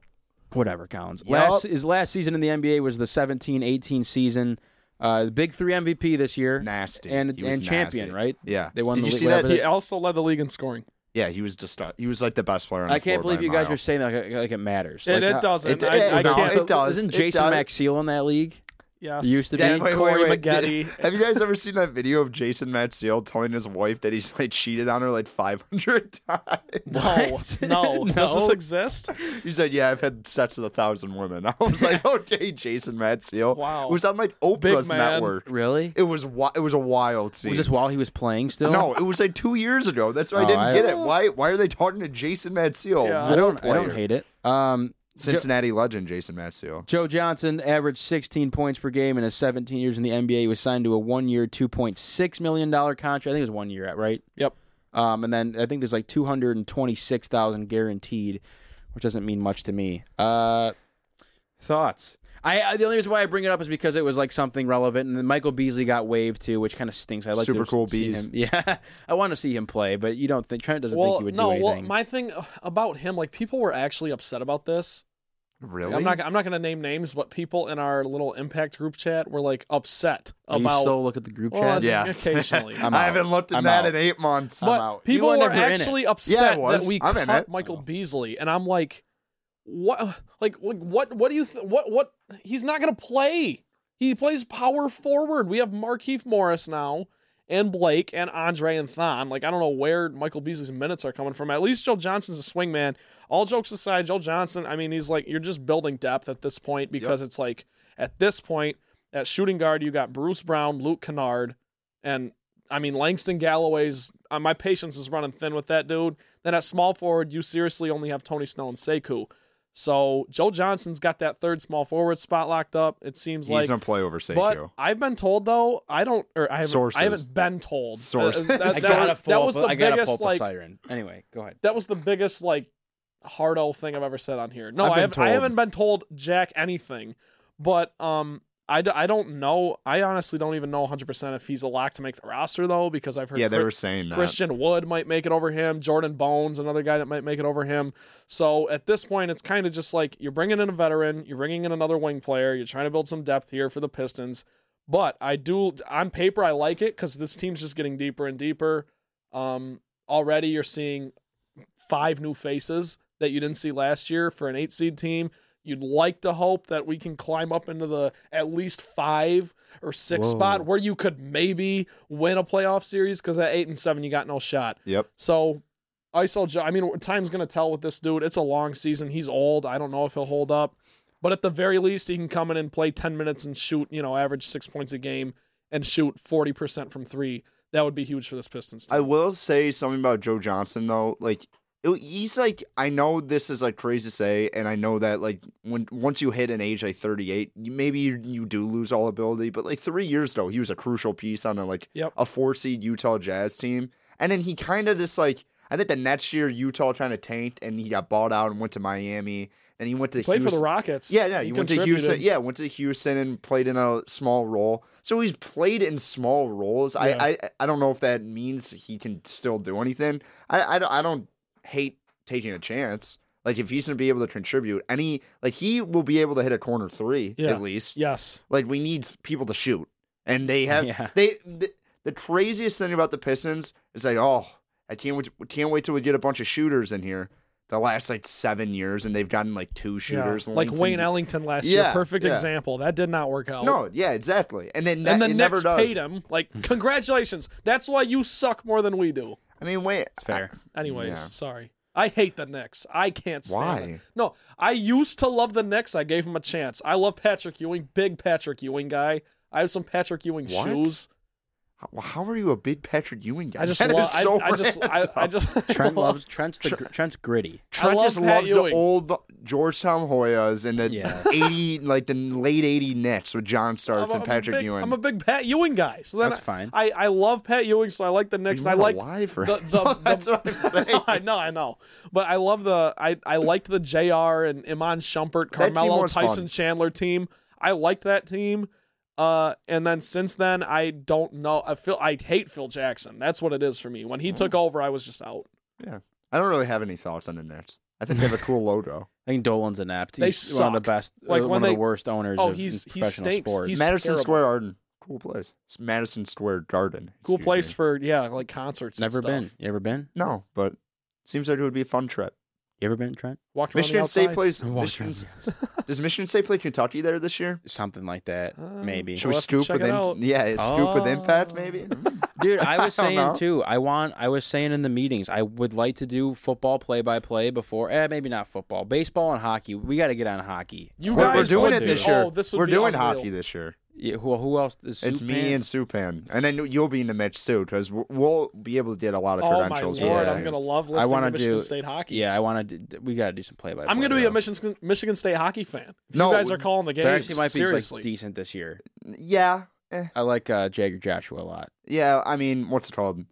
Speaker 2: whatever counts.
Speaker 4: Yup.
Speaker 2: Last his last season in the NBA was the 17-18 season. Uh, the big three MVP this year
Speaker 4: Nasty.
Speaker 2: and
Speaker 4: He was
Speaker 2: and champion,
Speaker 4: nasty.
Speaker 2: right?
Speaker 4: Yeah.
Speaker 2: They won
Speaker 4: Did
Speaker 2: the
Speaker 4: you
Speaker 2: league-
Speaker 4: see that?
Speaker 2: whatever
Speaker 3: He
Speaker 2: This-
Speaker 3: also led the league in scoring.
Speaker 4: Yeah, he was just he was like the best player. on
Speaker 2: I
Speaker 4: the
Speaker 2: can't
Speaker 4: floor
Speaker 2: believe
Speaker 4: by a
Speaker 2: you guys
Speaker 4: mile.
Speaker 2: are saying that like, like it matters.
Speaker 3: It,
Speaker 2: Like, uh,
Speaker 3: it
Speaker 4: how-
Speaker 3: doesn't.
Speaker 4: it-
Speaker 3: I,
Speaker 4: it-
Speaker 3: I
Speaker 4: no,
Speaker 3: can't.
Speaker 4: it does.
Speaker 2: Isn't
Speaker 4: It
Speaker 2: Jason
Speaker 4: does.
Speaker 2: Maxiel in that league?
Speaker 3: yes.
Speaker 2: Used to be
Speaker 4: Yeah, wait,
Speaker 2: Corey
Speaker 4: wait, wait.
Speaker 2: Maggette.
Speaker 3: Maggette.
Speaker 4: Have you guys ever seen that video of Jason Matziel telling his wife that he's like cheated on her like 500 times?
Speaker 3: No,
Speaker 2: What?
Speaker 3: no. Does this
Speaker 2: No.
Speaker 3: exist?
Speaker 4: He said, "Yeah, I've had sex with a thousand women." I was like, "Okay, Jason Matziel."
Speaker 3: Wow.
Speaker 4: it was on like
Speaker 3: Big
Speaker 4: Oprah's
Speaker 3: man.
Speaker 4: network.
Speaker 2: Really?
Speaker 4: It was wi- it was a wild scene.
Speaker 2: Was this while he was playing still?
Speaker 4: no, it was like two years ago. That's why I
Speaker 2: Oh,
Speaker 4: didn't
Speaker 2: I-
Speaker 4: get it. Why why are they talking to Jason Matziel?
Speaker 3: Yeah.
Speaker 2: I don't. I don't
Speaker 4: player.
Speaker 2: hate it. Um,
Speaker 4: Cincinnati legend Jason Matziel.
Speaker 2: Joe Johnson averaged 16 points per game in his 17 years in the NBA. He was signed to a one-year, 2.6 million dollar contract. I think it was one year, right?
Speaker 3: Yep.
Speaker 2: Um, and then I think there's like 226,000 guaranteed, which doesn't mean much to me. Uh, thoughts? I, I the only reason why I bring it up is because it was like something relevant, and then Michael Beasley got waived too, which kind of stinks. I like
Speaker 4: Super
Speaker 2: to
Speaker 4: cool
Speaker 2: see
Speaker 4: Bees.
Speaker 2: him. Yeah, I want to see him play, but you don't think Trent doesn't
Speaker 3: well,
Speaker 2: think he would do
Speaker 3: no.
Speaker 2: anything.
Speaker 3: Well, my thing about him, like people were actually upset about this.
Speaker 4: Really?
Speaker 3: I'm not. I'm not going to name names, but people in our little impact group chat were like upset
Speaker 2: Are you
Speaker 3: about.
Speaker 2: still look at the group
Speaker 3: Well,
Speaker 2: chat?
Speaker 3: I-
Speaker 4: yeah.
Speaker 3: occasionally.
Speaker 4: I
Speaker 2: I'm out.
Speaker 4: haven't looked at
Speaker 2: I'm
Speaker 4: that
Speaker 2: out.
Speaker 4: in eight months.
Speaker 3: but
Speaker 2: I'm out. You
Speaker 3: people
Speaker 2: were
Speaker 3: were
Speaker 2: never in it.
Speaker 3: actually upset that
Speaker 4: was.
Speaker 3: we
Speaker 4: I'm in
Speaker 3: cut
Speaker 4: it.
Speaker 3: Michael Beasley, and I'm like, what? Like, like what? What do you? Th- what? What? He's not going to play. He plays power forward. We have Markeith Morris now, and Blake, and Andre, and Thon. Like, I don't know where Michael Beasley's minutes are coming from. At least Joe Johnson's a swing man. All jokes aside, Joe Johnson. I mean, he's like you're just building depth at this point because it's like at this point at shooting guard you got Bruce Brown, Luke Kennard, and I mean, Langston Galloway's uh, my patience is running thin with that dude. Then at small forward, you seriously only have Tony Snell and Sekou. So Joe Johnson's got that third small forward spot locked up. It seems
Speaker 4: He's
Speaker 3: like.
Speaker 4: gonna play over Seiko.
Speaker 3: but I've been told though I don't or I haven't,
Speaker 4: Sources.
Speaker 3: I haven't been told.
Speaker 4: Sources.
Speaker 3: that-
Speaker 4: I
Speaker 2: I
Speaker 3: that-
Speaker 2: gotta
Speaker 3: that,
Speaker 2: pull up-
Speaker 3: was the
Speaker 2: I gotta pull
Speaker 3: biggest
Speaker 2: up a
Speaker 3: like
Speaker 2: siren. Anyway, go ahead.
Speaker 3: that was the biggest like hardo thing I've ever said on here. No,
Speaker 4: I've
Speaker 3: I
Speaker 4: been
Speaker 3: haven't, I
Speaker 4: told.
Speaker 3: haven't been told jack anything, but um, I, d- I don't know. I honestly don't even know 100 percent if he's a lock to make the roster though because I've heard
Speaker 4: yeah, they
Speaker 3: Chris-
Speaker 4: were saying that.
Speaker 3: Christian Wood might make it over him. Jordan Bones, another guy that might make it over him. So at this point, it's kind of just like you're bringing in a veteran, you're bringing in another wing player, you're trying to build some depth here for the Pistons. But I do, on paper, I like it because this team's just getting deeper and deeper. Um, already, you're seeing five new faces that you didn't see last year for an eight seed team. You'd like to hope that we can climb up into the at least five or six
Speaker 2: Whoa.
Speaker 3: spot where you could maybe win a playoff series because at eight and seven you got no shot.
Speaker 4: Yep.
Speaker 3: So ISO, Jo- I mean, time's gonna tell with this dude. It's a long season. He's old. I don't know if he'll hold up, but at the very least, he can come in and play ten minutes and shoot, you know, average six points a game and shoot forty percent from three. That would be huge for this Pistons. Team.
Speaker 4: I will say something about Joe Johnson though. Like it- he's like I know this is like crazy to say, and I know that like when once you hit an age like 38, you- maybe you, you do lose all ability. But like three years though, he was a crucial piece on a like
Speaker 3: Yep.
Speaker 4: a four seed Utah Jazz team, and then he kind of just like I think the next year Utah trying to taint, and he got bought out and went to Miami, and he went to
Speaker 3: Play for the
Speaker 4: Houston-
Speaker 3: Rockets.
Speaker 4: yeah, yeah.
Speaker 3: He
Speaker 4: You went to
Speaker 3: contributed.
Speaker 4: Houston. Yeah, went to Houston and played in a small role. So he's played in small roles.
Speaker 3: Yeah.
Speaker 4: I, I I don't know if that means he can still do anything. I I don't, I don't hate taking a chance. Like if he's gonna be able to contribute, any like he will be able to hit a corner three
Speaker 3: Yeah.
Speaker 4: at least.
Speaker 3: Yes.
Speaker 4: Like we need people to shoot, and they have
Speaker 2: Yeah.
Speaker 4: they. The, the craziest thing about the Pistons is like, oh, I can't wait, can't wait till we get a bunch of shooters in here. The last like seven years, and they've gotten like two shooters,
Speaker 3: Yeah. like
Speaker 4: Langston-
Speaker 3: Wayne Ellington last year.
Speaker 4: Yeah,
Speaker 3: Perfect
Speaker 4: yeah.
Speaker 3: example. That did not work out.
Speaker 4: No, yeah, exactly. And then that,
Speaker 3: and the
Speaker 4: it
Speaker 3: Knicks
Speaker 4: never does.
Speaker 3: paid him. Like, congratulations. That's why you suck more than we do.
Speaker 4: I mean, wait,
Speaker 2: Fair.
Speaker 3: Anyways,
Speaker 4: Yeah.
Speaker 3: sorry. I hate the Knicks. I can't stand
Speaker 4: Why?
Speaker 3: it. No, I used to love the Knicks. I gave him a chance. I love Patrick Ewing. Big Patrick Ewing guy. I have some Patrick Ewing
Speaker 4: What?
Speaker 3: shoes.
Speaker 4: how, how are you a big Patrick Ewing guy?
Speaker 3: I just
Speaker 4: That is
Speaker 3: love.
Speaker 4: so
Speaker 3: I, I just. I,
Speaker 4: random.
Speaker 3: I just.
Speaker 2: Trent
Speaker 3: I love-
Speaker 2: loves Trent's the, gr- Trent's gritty.
Speaker 4: Trent
Speaker 3: love
Speaker 4: just
Speaker 3: Pat
Speaker 4: loves
Speaker 3: Ewing.
Speaker 4: the old Georgetown Hoyas and the
Speaker 2: Yeah.
Speaker 4: eighty, like the late eighty Nets with John Starks
Speaker 3: I'm a-
Speaker 4: and Patrick
Speaker 3: I'm a big,
Speaker 4: Ewing.
Speaker 3: I'm a big Pat Ewing guy. So then
Speaker 2: That's
Speaker 3: I-
Speaker 2: fine.
Speaker 3: I, I love Pat Ewing, so I like the Knicks.
Speaker 4: He's
Speaker 3: and I
Speaker 4: not
Speaker 3: like
Speaker 4: alive
Speaker 3: the,
Speaker 4: right
Speaker 3: the,
Speaker 4: now.
Speaker 3: the-
Speaker 4: That's what I'm saying.
Speaker 3: I know, I know, but I love the I I liked the Jr. and Iman Shumpert,
Speaker 4: That team
Speaker 3: Carmelo
Speaker 4: was fun.
Speaker 3: Tyson Chandler team. I liked that team. Uh, and then since then, I don't know. I feel I hate Phil Jackson. That's what it is for me. When he
Speaker 4: Mm.
Speaker 3: took over, I was just out.
Speaker 4: I don't really have any thoughts on the Nets. I think they have a cool logo.
Speaker 2: I think Dolan's an apt.
Speaker 3: They
Speaker 2: He's one of the
Speaker 3: suck.
Speaker 2: best,
Speaker 3: Like,
Speaker 2: uh,
Speaker 3: when
Speaker 2: one of
Speaker 3: they-
Speaker 2: the worst owners.
Speaker 3: Oh,
Speaker 2: of
Speaker 3: he's-
Speaker 2: in
Speaker 3: he
Speaker 2: professional
Speaker 3: stinks.
Speaker 2: sports.
Speaker 3: He's-
Speaker 4: Madison
Speaker 3: terrible.
Speaker 4: Square Garden, cool place. It's Madison Square Garden,
Speaker 3: Cool
Speaker 4: excuse
Speaker 3: place
Speaker 4: me.
Speaker 3: for yeah, like concerts. and
Speaker 2: never
Speaker 3: stuff.
Speaker 2: been. You ever been?
Speaker 4: no, but Seems like it would be a fun trip.
Speaker 2: You ever been to Trent?
Speaker 3: Walked around the
Speaker 4: Michigan State
Speaker 3: outside.
Speaker 4: plays.
Speaker 2: I walked
Speaker 4: Michigan,
Speaker 2: around
Speaker 4: does Michigan State play Kentucky there this year?
Speaker 2: Something like that,
Speaker 3: Uh,
Speaker 2: maybe.
Speaker 4: Should
Speaker 3: We'll
Speaker 4: we
Speaker 3: have to
Speaker 4: scoop
Speaker 3: check
Speaker 4: with
Speaker 3: it out.
Speaker 4: in, yeah, scoop with impact
Speaker 2: Oh.
Speaker 4: maybe?
Speaker 2: Dude, I was
Speaker 4: I don't
Speaker 2: saying
Speaker 4: know.
Speaker 2: too. I want. I was saying in the meetings, I would like to do football play by play before. Eh, maybe not football, baseball and hockey. We got to get on hockey.
Speaker 3: You
Speaker 4: We're,
Speaker 3: guys
Speaker 4: we're doing
Speaker 3: would
Speaker 4: it
Speaker 3: be-
Speaker 4: this year.
Speaker 3: Oh, this would
Speaker 4: we're
Speaker 3: be
Speaker 4: doing
Speaker 3: unreal.
Speaker 4: hockey this year.
Speaker 2: Yeah, who, who else? Is
Speaker 4: It's
Speaker 2: Soup
Speaker 4: me
Speaker 2: Man?
Speaker 4: and Supan, and then you'll be in the Mitch too, because we'll be able to get a lot of
Speaker 3: Oh my
Speaker 4: credentials.
Speaker 3: lord,
Speaker 4: for this
Speaker 3: I'm
Speaker 4: game.
Speaker 3: gonna love
Speaker 2: I
Speaker 3: listening
Speaker 2: want to
Speaker 3: to Michigan
Speaker 2: do
Speaker 3: State hockey.
Speaker 2: Yeah, I want to. We got to do some play by.
Speaker 3: I'm gonna be a Michigan Michigan State hockey fan. If
Speaker 4: No,
Speaker 3: you guys are calling the games,
Speaker 2: They actually might be like,
Speaker 3: seriously.
Speaker 2: decent this year.
Speaker 4: Yeah, eh,
Speaker 2: I like uh, Jagger Joshua a lot.
Speaker 4: yeah. I mean, what's it called?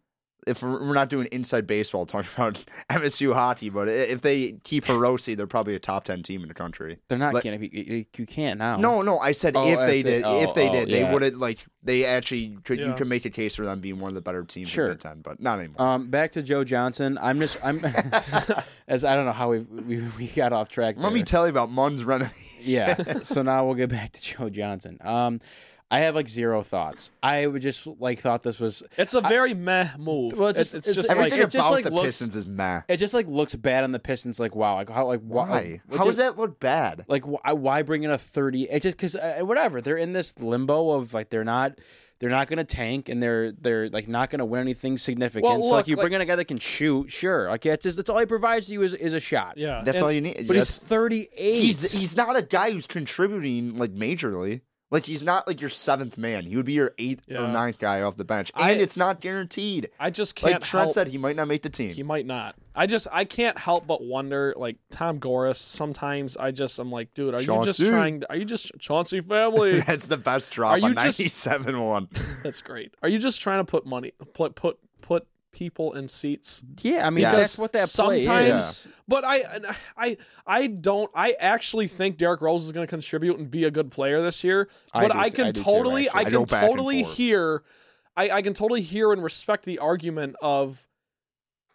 Speaker 4: If we're we're not doing inside baseball, talking about MSU hockey, but i- if they keep Hiroshi, they're probably a top ten team in the country.
Speaker 2: They're not
Speaker 4: Like-
Speaker 2: gonna be. You, you can't now.
Speaker 4: No, no, I said
Speaker 2: Oh,
Speaker 4: if
Speaker 2: if
Speaker 4: they
Speaker 2: they-
Speaker 4: did,
Speaker 2: oh,
Speaker 4: if they
Speaker 2: oh,
Speaker 4: did,
Speaker 2: yeah.
Speaker 4: they wouldn't like. They actually could. You
Speaker 3: Yeah.
Speaker 4: could make a case for them being one of the better teams
Speaker 2: Sure.
Speaker 4: in Big Ten, but not anymore.
Speaker 2: Um, back to Joe Johnson. I'm just. I'm. as I don't know how we we, we got off track.
Speaker 4: Let me
Speaker 2: there.
Speaker 4: tell you about Munn's renovation.
Speaker 2: yeah. So now we'll get back to Joe Johnson. Um, I have like zero thoughts. I would just like thought this was.
Speaker 3: it's a very meh move.
Speaker 2: Well,
Speaker 3: it's,
Speaker 2: just-
Speaker 3: it's
Speaker 2: it's
Speaker 3: just
Speaker 2: like-
Speaker 3: like
Speaker 4: Everything
Speaker 2: it just,
Speaker 4: about
Speaker 2: like,
Speaker 4: the
Speaker 2: looks-
Speaker 4: Pistons is meh.
Speaker 2: It just like looks bad on the Pistons. Like wow, like how like wha-
Speaker 4: Why?
Speaker 2: like,
Speaker 4: How
Speaker 2: just-
Speaker 4: does that look bad?
Speaker 2: Like why, why bring in a thirty? It just because uh, whatever they're in this limbo of like they're not. They're not going to tank, and they're they're like not going to win anything significant.
Speaker 3: Well,
Speaker 2: so like
Speaker 3: look,
Speaker 2: you bring
Speaker 3: like-
Speaker 2: in a guy that can shoot, sure. Like that's just that's all he provides you is, is a shot.
Speaker 3: yeah.
Speaker 4: That's
Speaker 3: And-
Speaker 4: all you need.
Speaker 2: but he's
Speaker 4: That's-
Speaker 2: thirty eight.
Speaker 4: he's he's not a guy who's contributing like majorly. Like he's not like your seventh man. He would be your eighth or
Speaker 3: Yeah.
Speaker 4: ninth guy off the bench, and
Speaker 3: I-
Speaker 4: it's not guaranteed.
Speaker 3: I just can't
Speaker 4: Like Trent
Speaker 3: help.
Speaker 4: said, he might not make the team.
Speaker 3: he might not. I just I can't help but wonder. Like Tom Goris, sometimes I just I'm like, dude, are you
Speaker 4: Chauncey.
Speaker 3: just trying? To, are you just Chauncey family?
Speaker 4: That's the best
Speaker 3: Are
Speaker 4: drop
Speaker 3: you
Speaker 4: on
Speaker 3: just-
Speaker 4: ninety-seven one.
Speaker 3: That's great. Are you just trying to put money put put put people in seats?
Speaker 2: yeah. I mean
Speaker 4: Because
Speaker 2: that's what that play
Speaker 3: sometimes-
Speaker 2: is.
Speaker 3: But I I I don't I actually think Derrick Rose is going to contribute and be a good player this year.
Speaker 2: I
Speaker 3: But
Speaker 2: do-
Speaker 3: I, can
Speaker 2: I do too,
Speaker 3: totally
Speaker 2: actually.
Speaker 4: I
Speaker 3: I
Speaker 4: go
Speaker 3: can
Speaker 4: back and
Speaker 3: totally
Speaker 4: forth.
Speaker 3: hear I, I can totally hear and respect the argument of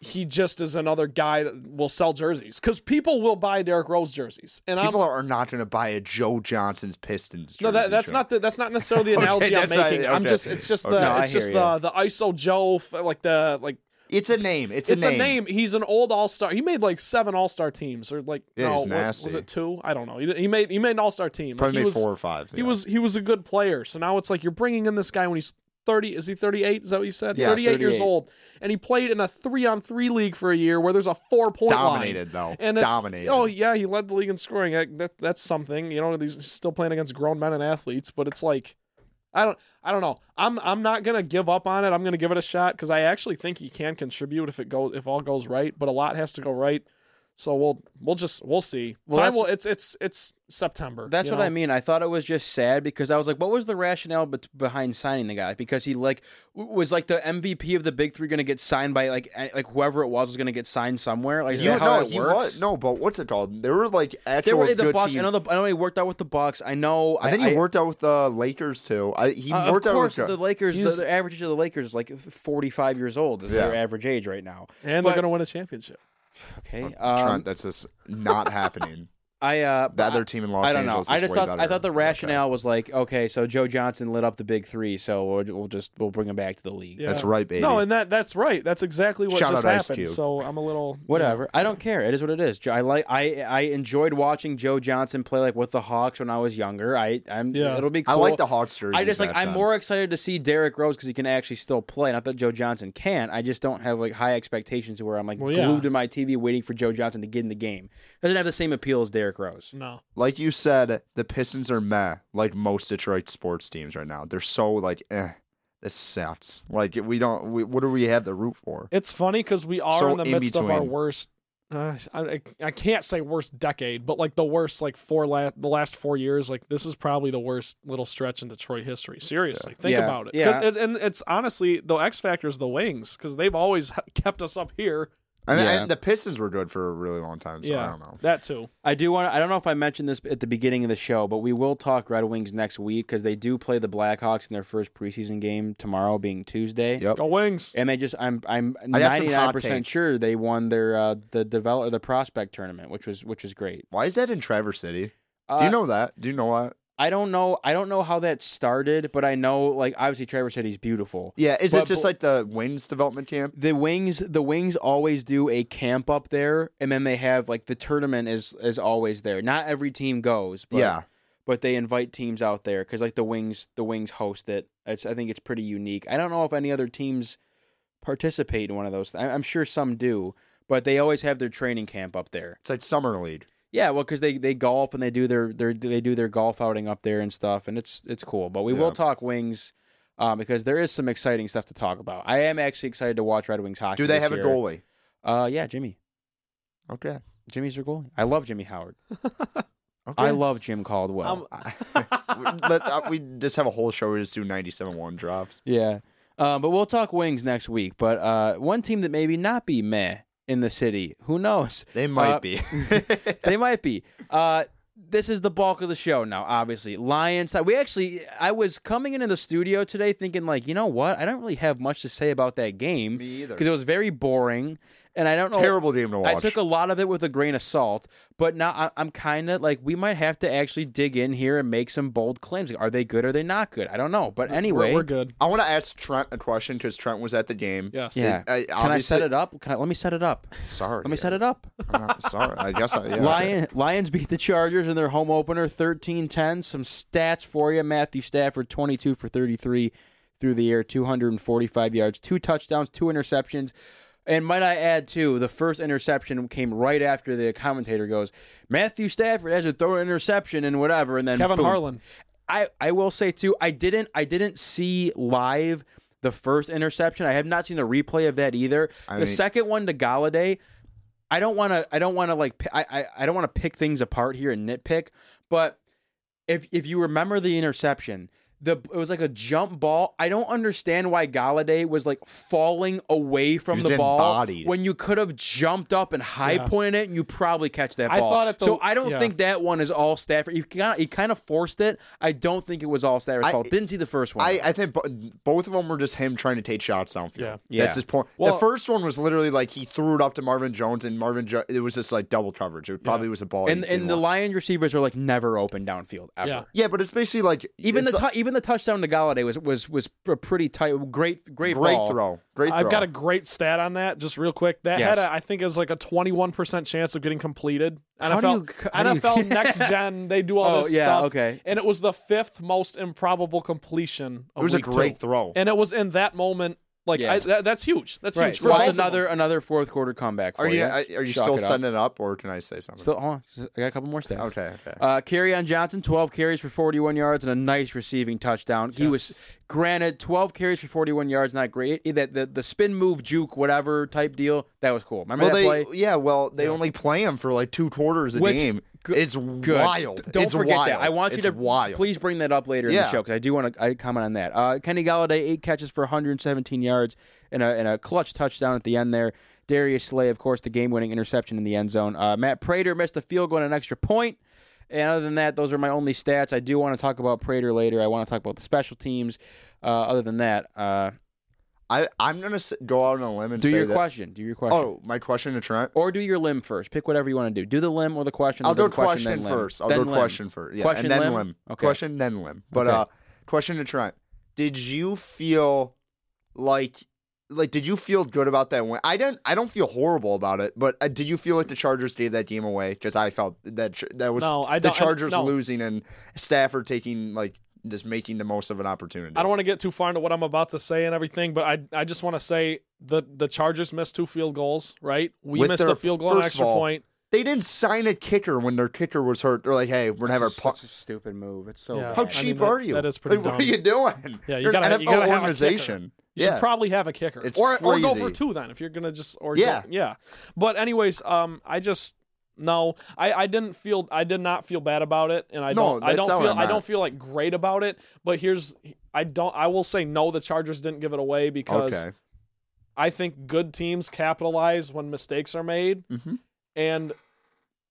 Speaker 3: he just is another guy that will sell jerseys because people will buy Derrick Rose jerseys, and
Speaker 4: People
Speaker 3: I'm.
Speaker 4: are not going to buy a Joe Johnson's Pistons.
Speaker 3: No, that,
Speaker 4: jersey,
Speaker 3: that's
Speaker 4: Trent.
Speaker 3: not the, that's not necessarily the
Speaker 4: Okay,
Speaker 3: analogy I'm
Speaker 4: that's not-
Speaker 3: making. I'm
Speaker 4: okay.
Speaker 3: just it's just
Speaker 4: Okay.
Speaker 3: the
Speaker 2: No, I
Speaker 3: it's just
Speaker 2: hear ya.
Speaker 3: the the ISO Joe f- like the like
Speaker 4: It's a name. It's,
Speaker 3: it's a name. He's an old All Star. He made like seven All Star teams, or like no,
Speaker 4: Yeah, he's
Speaker 3: what- was
Speaker 4: nasty.
Speaker 3: it two? I don't know. He, he made he made an All Star team. Like,
Speaker 4: Probably
Speaker 3: he
Speaker 4: made
Speaker 3: was,
Speaker 4: four or five.
Speaker 3: He
Speaker 4: yeah.
Speaker 3: was he was a good player. So now it's like you're bringing in this guy when he's thirty. Is he thirty eight? Is that what you said?
Speaker 4: Yeah,
Speaker 3: thirty eight years
Speaker 2: 38.
Speaker 3: old, and he played in a three on three league for a year where there's a four point
Speaker 4: dominated though.
Speaker 3: And it's,
Speaker 4: dominated.
Speaker 3: Oh yeah, he led the league in scoring. That, that- that's something. You know, he's still playing against grown men and athletes, but it's like, I don't, I don't know. I'm, I'm not gonna give up on it. I'm gonna give it a shot because I actually think he can contribute if it goes, if all goes right. But a lot has to go right. So we'll, we'll just, we'll see.
Speaker 2: Well,
Speaker 3: Time
Speaker 2: that's-
Speaker 3: will. It's, it's, it's September.
Speaker 2: That's
Speaker 3: you
Speaker 2: what
Speaker 3: know?
Speaker 2: I mean. I thought it was just sad because I was like, what was the rationale bet behind signing the guy? Because he like w- was like the MVP of the big three going to get signed by like a- like whoever it was was going to get signed somewhere. Like is
Speaker 4: You
Speaker 2: that how
Speaker 4: know,
Speaker 2: it
Speaker 4: he
Speaker 2: works?
Speaker 4: was no, but what's it called? There were like
Speaker 2: they
Speaker 4: actual
Speaker 2: were the
Speaker 4: good
Speaker 2: Bucks.
Speaker 4: teams.
Speaker 2: I know the I know he worked out with the Bucks. I know.
Speaker 4: I think he worked out with the Lakers too. I, he
Speaker 2: uh,
Speaker 4: worked
Speaker 2: of
Speaker 4: out with
Speaker 2: course, the Lakers. The,
Speaker 3: He's-
Speaker 2: the average age of the Lakers is like forty-five years old. Is their
Speaker 4: Yeah.
Speaker 2: average age right now?
Speaker 3: And
Speaker 2: But-
Speaker 3: they're gonna win a championship.
Speaker 2: Okay.
Speaker 4: Trent.
Speaker 2: Um,
Speaker 4: That's just not happening.
Speaker 2: I uh,
Speaker 4: The
Speaker 2: but I-
Speaker 4: other team in Los
Speaker 2: I don't know.
Speaker 4: Angeles.
Speaker 2: I
Speaker 4: is
Speaker 2: just
Speaker 4: way
Speaker 2: thought I
Speaker 4: better.
Speaker 2: thought the
Speaker 4: Okay.
Speaker 2: rationale was like, okay, so Joe Johnson lit up the big three, so we'll, we'll just we'll bring him back to the league.
Speaker 3: Yeah.
Speaker 4: That's right, baby.
Speaker 3: No, and that, that's right. That's exactly what
Speaker 4: Shout
Speaker 3: just
Speaker 4: out Ice
Speaker 3: happened.
Speaker 4: Cube.
Speaker 3: So I'm a little
Speaker 2: Whatever. I don't care. It is what it is. Jo- I like. I I enjoyed watching Joe Johnson play like with the Hawks when I was younger. I I'm.
Speaker 3: Yeah.
Speaker 2: It'll be. Cool.
Speaker 4: I like the Hawks jerseys.
Speaker 2: I just like.
Speaker 4: back
Speaker 2: I'm
Speaker 4: then.
Speaker 2: more excited to see Derrick Rose because he can actually still play. Not that Joe Johnson can. I just don't have like high expectations where I'm like
Speaker 3: Well, yeah.
Speaker 2: glued to my TV waiting for Joe Johnson to get in the game. Doesn't have the same appeal as Derrick Rose.
Speaker 3: No.
Speaker 4: like you said. The Pistons are meh, like most Detroit sports teams right now. They're so like eh. This sucks. Like we don't. We, what do we have to root for?
Speaker 3: It's funny because we are
Speaker 4: So
Speaker 3: in the
Speaker 4: in
Speaker 3: midst of our
Speaker 4: between.
Speaker 3: worst. Uh, I I- I can't say worst decade, but like the worst like four last the last four years, like this is probably the worst little stretch in Detroit history. Seriously, think
Speaker 2: Yeah.
Speaker 3: about it. 'Cause
Speaker 2: Yeah.
Speaker 3: it- and it's honestly the X factor is the wings because they've always h- kept us up here.
Speaker 4: And,
Speaker 2: Yeah.
Speaker 4: and the Pistons were good for a really long time. So
Speaker 3: yeah,
Speaker 4: I don't know.
Speaker 3: that too.
Speaker 2: I do want. I don't know if I mentioned this at the beginning of the show, but we will talk Red Wings next week because they do play the Blackhawks in their first preseason game tomorrow, being Tuesday.
Speaker 4: Yep.
Speaker 3: Go wings.
Speaker 2: And they just, I'm, I'm
Speaker 4: I got
Speaker 2: ninety
Speaker 4: some
Speaker 2: nine
Speaker 4: hot
Speaker 2: percent
Speaker 4: takes.
Speaker 2: sure they won their uh, the develop the prospect tournament, which was which was great.
Speaker 4: Why is that in Traverse City?
Speaker 2: Uh,
Speaker 4: Do you know that? Do you know what?
Speaker 2: I don't know. I don't know how that started, but I know like obviously Trevor said he's beautiful.
Speaker 4: Yeah, is
Speaker 2: But-
Speaker 4: it just
Speaker 2: but-
Speaker 4: like the Wings development camp?
Speaker 2: The wings, the wings always do a camp up there, and then they have like the tournament is is always there. Not every team goes, but
Speaker 4: yeah,
Speaker 2: but they invite teams out there because like the wings the wings host it it's i think it's pretty unique i don't know if any other teams participate in one of those I- i'm sure some do but they always have their training camp up there
Speaker 4: it's like summer league.
Speaker 2: yeah well because they, they golf and they do their, their they do their golf outing up there and stuff and it's it's cool but we
Speaker 4: Yeah.
Speaker 2: will talk wings um, because there is some exciting stuff to talk about i am actually excited to watch red wings hockey
Speaker 4: Do they
Speaker 2: this
Speaker 4: have a
Speaker 2: year.
Speaker 4: goalie?
Speaker 2: uh yeah jimmy
Speaker 4: Okay,
Speaker 2: jimmy's their goalie i love jimmy howard
Speaker 4: okay.
Speaker 2: i love jim caldwell
Speaker 3: Um,
Speaker 4: we, let, uh, we just have a whole show. where We just do ninety-seven one drops.
Speaker 2: Yeah. Um, but we'll talk wings next week. But uh, one team that maybe not be meh in the city, who knows?
Speaker 4: They might
Speaker 2: Uh,
Speaker 4: be.
Speaker 2: They might be. Uh, this is the bulk of the show now, obviously. Lions. We actually, I was coming into the studio today thinking, like, you know what? I don't really have much to say about that game
Speaker 4: Me either.
Speaker 2: because it was very boring. And I don't know.
Speaker 4: Terrible game to watch.
Speaker 2: I took a lot of it with a grain of salt, but now I, I'm kind of like we might have to actually dig in here and make some bold claims. Like, are they good? Are they not good? I don't know. But anyway,
Speaker 3: we're, we're good.
Speaker 4: I want to ask Trent a question because Trent was at the game.
Speaker 3: Yes.
Speaker 2: Yeah.
Speaker 4: I-
Speaker 2: Can I set
Speaker 4: obviously-
Speaker 2: it up? Can I, let me set it up.
Speaker 4: Sorry.
Speaker 2: Let me set it up.
Speaker 4: I'm sorry. I guess I. Yeah.
Speaker 2: Lion, Lions beat the Chargers in their home opener 13 10. Some stats for you. Matthew Stafford, 22 for 33 through the air, 245 yards, two touchdowns, two interceptions. And might I add, too, the first interception came right after the commentator goes, Matthew Stafford has to throw an interception and whatever. And then
Speaker 3: Kevin
Speaker 2: boom.
Speaker 3: Harlan.
Speaker 2: I, I will say too, I didn't I didn't see live the first interception. I have not seen a replay of that either.
Speaker 4: I
Speaker 2: the
Speaker 4: mean-
Speaker 2: second one to Galladay, I don't want to I don't want to like pi- I, I I don't want to pick things apart here and nitpick, but if if you remember the interception, the it was like a jump ball. I don't understand why Galladay was like falling away from
Speaker 4: was
Speaker 2: the
Speaker 4: getting
Speaker 2: ball
Speaker 4: bodied.
Speaker 2: when you could have jumped up and high
Speaker 3: Yeah.
Speaker 2: pointed it, and you probably catch that
Speaker 3: I
Speaker 2: ball.
Speaker 3: thought at the-
Speaker 2: so I don't
Speaker 3: yeah.
Speaker 2: think that one is all Stafford. He kind of he kind of forced it. I don't think it was all Stafford's
Speaker 4: I-
Speaker 2: fault. Didn't see the first one.
Speaker 4: I, I think bo- both of them were just him trying to take shots downfield.
Speaker 3: Yeah.
Speaker 2: Yeah.
Speaker 4: That's his point.
Speaker 2: Well-
Speaker 4: the first one was literally like he threw it up to Marvin Jones, and Marvin jo- it was just like double coverage. It probably was a ball. he
Speaker 2: and
Speaker 4: didn't
Speaker 2: and the
Speaker 4: want.
Speaker 2: Lion receivers are like never open downfield ever.
Speaker 3: Yeah.
Speaker 4: yeah, but it's basically like
Speaker 2: Even
Speaker 4: it's
Speaker 2: the tu- even the touchdown to Galladay was was was a pretty tight, great
Speaker 4: a
Speaker 2: great
Speaker 4: great
Speaker 2: ball.
Speaker 4: throw, great throw.
Speaker 3: I've got a great stat on that, just real quick. That
Speaker 2: Yes.
Speaker 3: had, a, I think, is like a 21% chance of getting completed.
Speaker 2: How
Speaker 3: NFL,
Speaker 2: do you- how do you-
Speaker 3: NFL Next Gen, they do all
Speaker 2: Oh,
Speaker 3: this
Speaker 2: yeah,
Speaker 3: stuff.
Speaker 2: okay.
Speaker 3: And it was the fifth most improbable completion. Of
Speaker 4: It was a
Speaker 3: week
Speaker 4: great
Speaker 3: two.
Speaker 4: throw.
Speaker 3: And it was in that moment. Like
Speaker 2: Yes.
Speaker 3: I, that, that's huge. That's
Speaker 2: Right,
Speaker 3: huge.
Speaker 2: so
Speaker 3: for
Speaker 2: that's
Speaker 3: both of them.
Speaker 2: another another fourth quarter comeback for
Speaker 4: are you
Speaker 2: you.
Speaker 4: I- are you
Speaker 2: Chalk
Speaker 4: still
Speaker 2: it up.
Speaker 4: setting it up, or can I say something?
Speaker 2: Still, hold on. I got a couple more stats.
Speaker 4: okay, okay.
Speaker 2: Uh, carry on Johnson, 12 carries for 41 yards and a nice receiving touchdown. He was granted 12 carries for 41 yards, not great. It- That the, the spin move, juke, whatever type deal, that was cool. Remember
Speaker 4: well,
Speaker 2: that
Speaker 4: they
Speaker 2: play?
Speaker 4: yeah, well they only play him for like two quarters a
Speaker 2: Which-
Speaker 4: game.
Speaker 2: go-
Speaker 4: it's
Speaker 2: Good.
Speaker 4: wild.
Speaker 2: D- Don't
Speaker 4: it's
Speaker 2: forget
Speaker 4: wild.
Speaker 2: that. I want you
Speaker 4: It's
Speaker 2: to
Speaker 4: wild.
Speaker 2: please bring that up later in the
Speaker 4: Yeah.
Speaker 2: show because I do want to I comment on that. Uh, Kenny Galladay eight catches for 117 yards and a and a clutch touchdown at the end there. Darius Slay, of course, the game-winning interception in the end zone. Uh, Matt Prater missed a field goal and an extra point. And other than that, those are my only stats. I do want to talk about Prater later. I want to talk about the special teams. Uh, other than that, uh,
Speaker 4: I I'm gonna s- go out on a limb and
Speaker 2: do
Speaker 4: say
Speaker 2: your
Speaker 4: that.
Speaker 2: question. Do your question.
Speaker 4: Oh, my question to Trent.
Speaker 2: Or do your limb first. Pick whatever you want to do. Do the limb or the question.
Speaker 4: I'll
Speaker 2: then
Speaker 4: go
Speaker 2: the
Speaker 4: question,
Speaker 2: then limb.
Speaker 4: first. I'll
Speaker 2: Then
Speaker 4: go
Speaker 2: limb.
Speaker 4: question first. Yeah,
Speaker 2: Question,
Speaker 4: and then
Speaker 2: limb?
Speaker 4: limb.
Speaker 2: Okay.
Speaker 4: Question then limb. But
Speaker 2: Okay.
Speaker 4: uh, question to Trent: Did you feel like like did you feel good about that win? I didn't. I don't feel horrible about it. But uh, did you feel like the Chargers gave that game away? Because I felt that ch- that was
Speaker 3: No, I
Speaker 4: the
Speaker 3: don't- I-
Speaker 4: Chargers
Speaker 3: no.
Speaker 4: losing and Stafford taking like just making the most of an opportunity.
Speaker 3: I don't want to get too far into what I'm about to say and everything, but I I just want to say the the Chargers missed two field goals, right? We
Speaker 4: With
Speaker 3: missed
Speaker 4: their-
Speaker 3: a field goal, and an
Speaker 4: first of
Speaker 3: extra
Speaker 4: all,
Speaker 3: point.
Speaker 4: They didn't sign a kicker when their kicker was hurt. They're like, hey, we're gonna have our
Speaker 2: It's such
Speaker 4: punt.
Speaker 2: a stupid move. It's so
Speaker 3: Yeah.
Speaker 4: How
Speaker 3: I
Speaker 2: bad.
Speaker 3: cheap
Speaker 4: cheap
Speaker 3: mean, that-
Speaker 4: are you?
Speaker 3: that is pretty
Speaker 4: Like, what are
Speaker 3: dumb.
Speaker 4: you doing?
Speaker 3: Yeah, you
Speaker 4: You're
Speaker 3: gotta- you
Speaker 4: an NFL
Speaker 3: gotta have a kicker.
Speaker 4: organization.
Speaker 3: You
Speaker 4: yeah.
Speaker 3: should probably have a kicker,
Speaker 4: It's
Speaker 3: or or go
Speaker 4: crazy.
Speaker 3: for two then if you're gonna just or
Speaker 4: Yeah.
Speaker 3: go- yeah. But anyways, um, I just no, I I didn't feel I did not feel bad about it, and I
Speaker 4: No,
Speaker 3: don't I
Speaker 4: that's
Speaker 3: don't
Speaker 4: how
Speaker 3: feel
Speaker 4: I'm
Speaker 3: I
Speaker 4: at.
Speaker 3: don't feel like great about it. But here's I don't I will say no, the Chargers didn't give it away because
Speaker 4: okay.
Speaker 3: I think good teams capitalize when mistakes are made.
Speaker 4: Mhm.
Speaker 3: And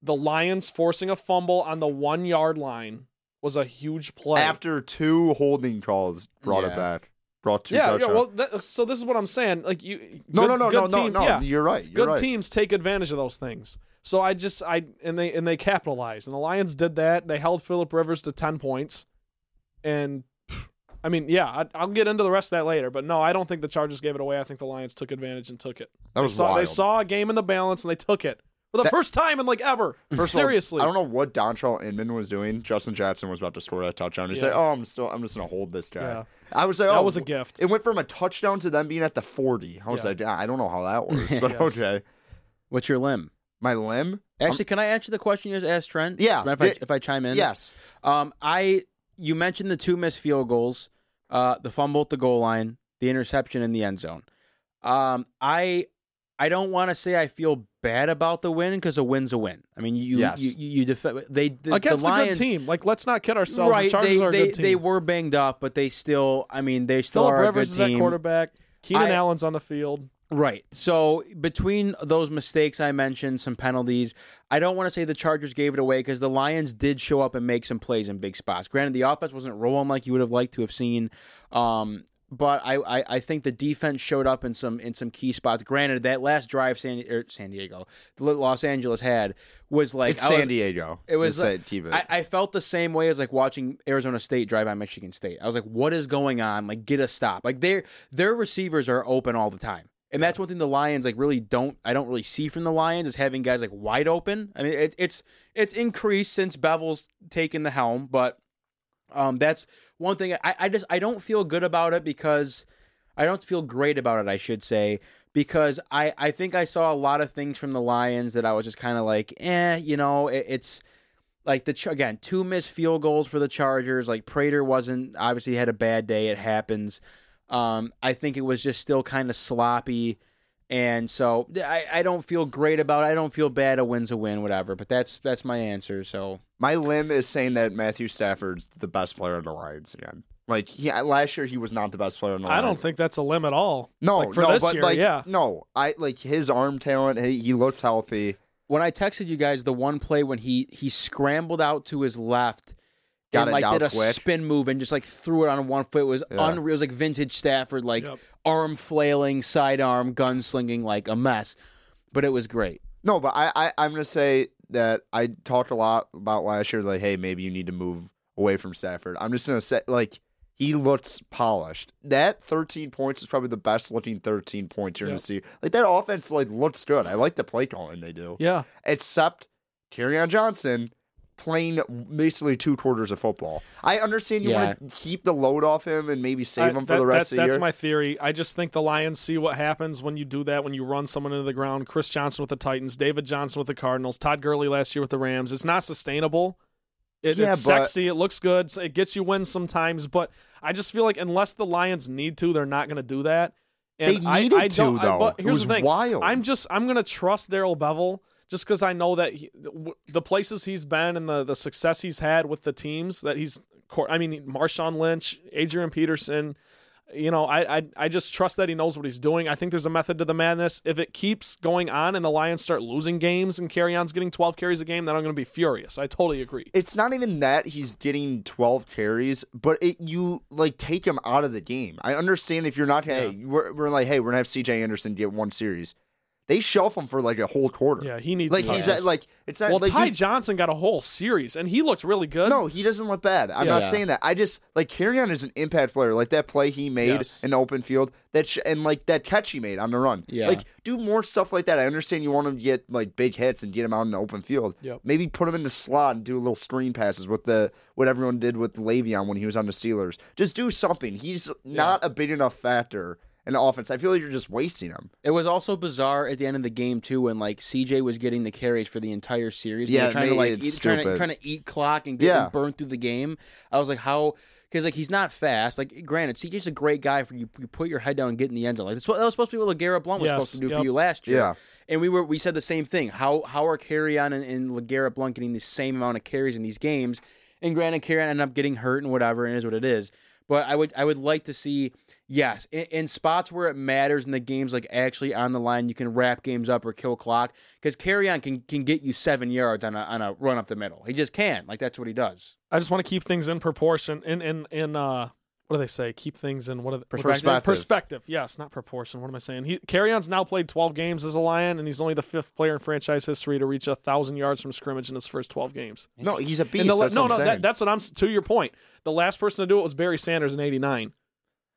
Speaker 3: the Lions forcing a fumble on the one yard line was a huge play.
Speaker 4: After two holding calls brought it
Speaker 2: Yeah.
Speaker 4: back. brought two
Speaker 3: yeah, yeah.
Speaker 4: touchdowns.
Speaker 3: Well, that, so this is what I'm saying. Like you,
Speaker 4: no,
Speaker 3: good-
Speaker 4: no, no, no,
Speaker 3: good
Speaker 4: no,
Speaker 3: team-
Speaker 4: no.
Speaker 3: yeah.
Speaker 4: You're right. You're
Speaker 3: good
Speaker 4: right.
Speaker 3: teams take advantage of those things. So I just I and they and they capitalized and the Lions did that. They held Philip Rivers to ten points, and I mean yeah, I, I'll get into the rest of that later. But no, I don't think the Chargers gave it away. I think the Lions took advantage and took it.
Speaker 4: That was
Speaker 3: they saw, They
Speaker 4: wild.
Speaker 3: saw a game in the balance and they took it for the
Speaker 4: That-
Speaker 3: first time in like ever.
Speaker 4: First of all,
Speaker 3: Seriously,
Speaker 4: I don't know what Dontrell Inman was doing. Justin Jackson was about to score that touchdown. He said,
Speaker 3: Yeah.
Speaker 4: "Oh, I'm still, I'm just gonna hold this guy."
Speaker 3: Yeah.
Speaker 4: I was like,
Speaker 3: that
Speaker 4: "Oh,
Speaker 3: was a gift.
Speaker 4: It went from a touchdown to them being at the 40. I was like, "Yeah, I don't know how that works, but
Speaker 3: Yes.
Speaker 4: okay.
Speaker 2: What's your limb?
Speaker 4: My limb? Um,
Speaker 2: Actually, can I answer the question you just asked, Trent?
Speaker 4: Yeah.
Speaker 2: Mind if I,
Speaker 4: Yeah.
Speaker 2: if I chime in,
Speaker 4: Yes.
Speaker 2: Um, I you mentioned the two missed field goals, uh, the fumble at the goal line, the interception in the end zone. Um, I I don't want to say I feel bad about the win because a win's a win. I mean, you
Speaker 4: Yes.
Speaker 2: you, you, you def- they the,
Speaker 3: Against
Speaker 2: the
Speaker 3: a
Speaker 2: Lions,
Speaker 3: good team, like let's not kid ourselves.
Speaker 2: right?
Speaker 3: the Chargers
Speaker 2: they
Speaker 3: are a
Speaker 2: they,
Speaker 3: good team.
Speaker 2: they were banged up, but they still. I mean, they still
Speaker 3: Philip
Speaker 2: are
Speaker 3: Rivers
Speaker 2: a
Speaker 3: is
Speaker 2: good team.
Speaker 3: that quarterback. Keenan
Speaker 2: I-
Speaker 3: Allen's on the field.
Speaker 2: Right. So between those mistakes I mentioned, some penalties, I don't want to say the Chargers gave it away because the Lions did show up and make some plays in big spots. Granted, the offense wasn't rolling like you would have liked to have seen, um, but I, I, I think the defense showed up in some in some key spots. Granted, that last drive San er, San Diego, Los Angeles had was like
Speaker 4: it's
Speaker 2: I was-
Speaker 4: San Diego.
Speaker 2: it was
Speaker 4: Just
Speaker 2: like-
Speaker 4: say- keep it.
Speaker 2: I, I felt the same way as like watching Arizona State drive by Michigan State. I was like, what is going on? Like, get a stop. Like their their receivers are open all the time. And that's one thing the Lions like really don't I don't really see from the Lions is having guys like wide open. I mean it, it's it's increased since Bevel's taken the helm, but um that's one thing I, I just I don't feel good about it because I don't feel great about it, I should say, because I, I think I saw a lot of things from the Lions that I was just kind of like, eh, you know, it, it's like the Ch- again two missed field goals for the Chargers. Like Prater wasn't obviously had a bad day. It happens. Um, I think it was just still kind of sloppy, and so I, I don't feel great about. it. I don't feel bad. A win's a win, whatever. But that's that's my answer. So
Speaker 4: My limb is saying that Matthew Stafford's the best player on the Lions again. Like he, last year, he was not the best player on the
Speaker 3: I
Speaker 4: Lions.
Speaker 3: don't think that's a limb at all.
Speaker 4: No,
Speaker 3: like, for
Speaker 4: no,
Speaker 3: this
Speaker 4: but
Speaker 3: year,
Speaker 4: like,
Speaker 3: yeah.
Speaker 4: no, I like his arm talent. He, he looks healthy.
Speaker 2: when I texted you guys the one play when he he scrambled out to his left.
Speaker 4: Got
Speaker 2: and
Speaker 4: it
Speaker 2: like
Speaker 4: down
Speaker 2: did a
Speaker 4: quick.
Speaker 2: spin move and just like threw it on one foot. It was
Speaker 4: Yeah.
Speaker 2: unreal. It was like vintage Stafford, like
Speaker 3: Yep.
Speaker 2: arm flailing, sidearm, gun slinging, like a mess. But it was great.
Speaker 4: No, but I, I, I'm gonna say that I talked a lot about last year. Like, hey, maybe you need to move away from Stafford. I'm just gonna say, like, he looks polished. That 13 points is probably the best looking 13 points you're gonna
Speaker 3: Yep.
Speaker 4: see. Like that offense, like looks good. I like the play calling they do,
Speaker 3: Yeah.
Speaker 4: except Tyrion Johnson playing basically two quarters of football. I understand you
Speaker 2: Yeah.
Speaker 4: want to keep the load off him and maybe save
Speaker 3: I-
Speaker 4: him for
Speaker 3: that-
Speaker 4: the rest
Speaker 3: that-
Speaker 4: of the
Speaker 3: That's
Speaker 4: year.
Speaker 3: my theory. I just think the Lions see what happens when you do that, when you run someone into the ground. Chris Johnson with the Titans, David Johnson with the Cardinals, Todd Gurley last year with the Rams. It's not sustainable. It,
Speaker 4: Yeah,
Speaker 3: it's
Speaker 4: but-
Speaker 3: sexy. It looks good. so It gets you wins sometimes, but I just feel like unless the Lions need to, they're not going to do that. And
Speaker 4: They
Speaker 3: I-
Speaker 4: needed
Speaker 3: I, don't,
Speaker 4: to,
Speaker 3: I- but
Speaker 4: though. It
Speaker 3: here's
Speaker 4: was
Speaker 3: the thing.
Speaker 4: wild.
Speaker 3: I'm just I'm going to trust Daryl Bevel just because I know that he, w- the places he's been and the the success he's had with the teams that he's. cor- I mean, Marshawn Lynch, Adrian Peterson, you know, I, I I just trust that he knows what he's doing. I think there's a method to the madness. If it keeps going on and the Lions start losing games and carry on's getting 12 carries a game, then I'm going to be furious. I totally agree.
Speaker 4: it's not even that he's getting 12 carries, but it you like take him out of the game. I understand if you're not gonna, hey, we're, we're like, hey, we're gonna have CJ Anderson get one series. They shelf him for like a whole quarter.
Speaker 3: Yeah, he needs
Speaker 4: like
Speaker 3: touches.
Speaker 4: he's at, like it's not
Speaker 3: well,
Speaker 4: like
Speaker 3: Ty
Speaker 4: he-
Speaker 3: Johnson got a whole series and he looked really good.
Speaker 4: no, he doesn't look bad. I'm
Speaker 2: Yeah.
Speaker 4: not saying that. I just like carry on is an impact player. Like that play he made
Speaker 3: Yes.
Speaker 4: in the open field, that sh- and like that catch he made on the run.
Speaker 2: Yeah.
Speaker 4: like do more stuff like that. I understand you want him to get like big hits and get him out in the open field.
Speaker 3: Yep.
Speaker 4: maybe put him in the slot and do little screen passes with the what everyone did with Le'Veon when he was on the Steelers. Just do something. He's not a big enough factor in the offense. I feel like you're just wasting him.
Speaker 2: It was also bizarre at the end of the game too, when like CJ was getting the carries for the entire series. and
Speaker 4: Yeah,
Speaker 2: they're
Speaker 4: it
Speaker 2: trying to
Speaker 4: made
Speaker 2: like
Speaker 4: it
Speaker 2: eat, trying to
Speaker 4: stupid.
Speaker 2: trying to eat clock and get
Speaker 4: Yeah.
Speaker 2: and burn through the game. I was like, how? Because like he's not fast. Like granted, CJ's a great guy for you. You put your head down and get in the end zone. Like that's what that was supposed to be what Legarrette Blunt was
Speaker 3: Yes,
Speaker 2: supposed to do
Speaker 3: yep.
Speaker 2: for you last year.
Speaker 4: Yeah.
Speaker 2: And we were we said the same thing. How how are Carrion and, and Legarrette Blunt getting the same amount of carries in these games? And granted, Carrion ended up getting hurt and whatever, and it is what it is. But I would I would like to see yes in, in spots where it matters and the game's like actually on the line. You can wrap games up or kill clock because Carrion can can get you seven yards on a on a run up the middle. He just can like that's what he does.
Speaker 3: I just want to keep things in proportion in in in uh what do they say? Keep things in what are the,
Speaker 4: Perspective.
Speaker 3: perspective. Perspective. Yes, not proportion. What am I saying? He Carrion's now played 12 games as a Lion, and he's only the fifth player in franchise history to reach a thousand yards from scrimmage in his first 12 games.
Speaker 4: No, he's a beast.
Speaker 3: And the,
Speaker 4: that's
Speaker 3: no,
Speaker 4: what I'm
Speaker 3: no,
Speaker 4: saying.
Speaker 3: that, that's what I'm. s- To your point, the last person to do it was Barry Sanders in '89.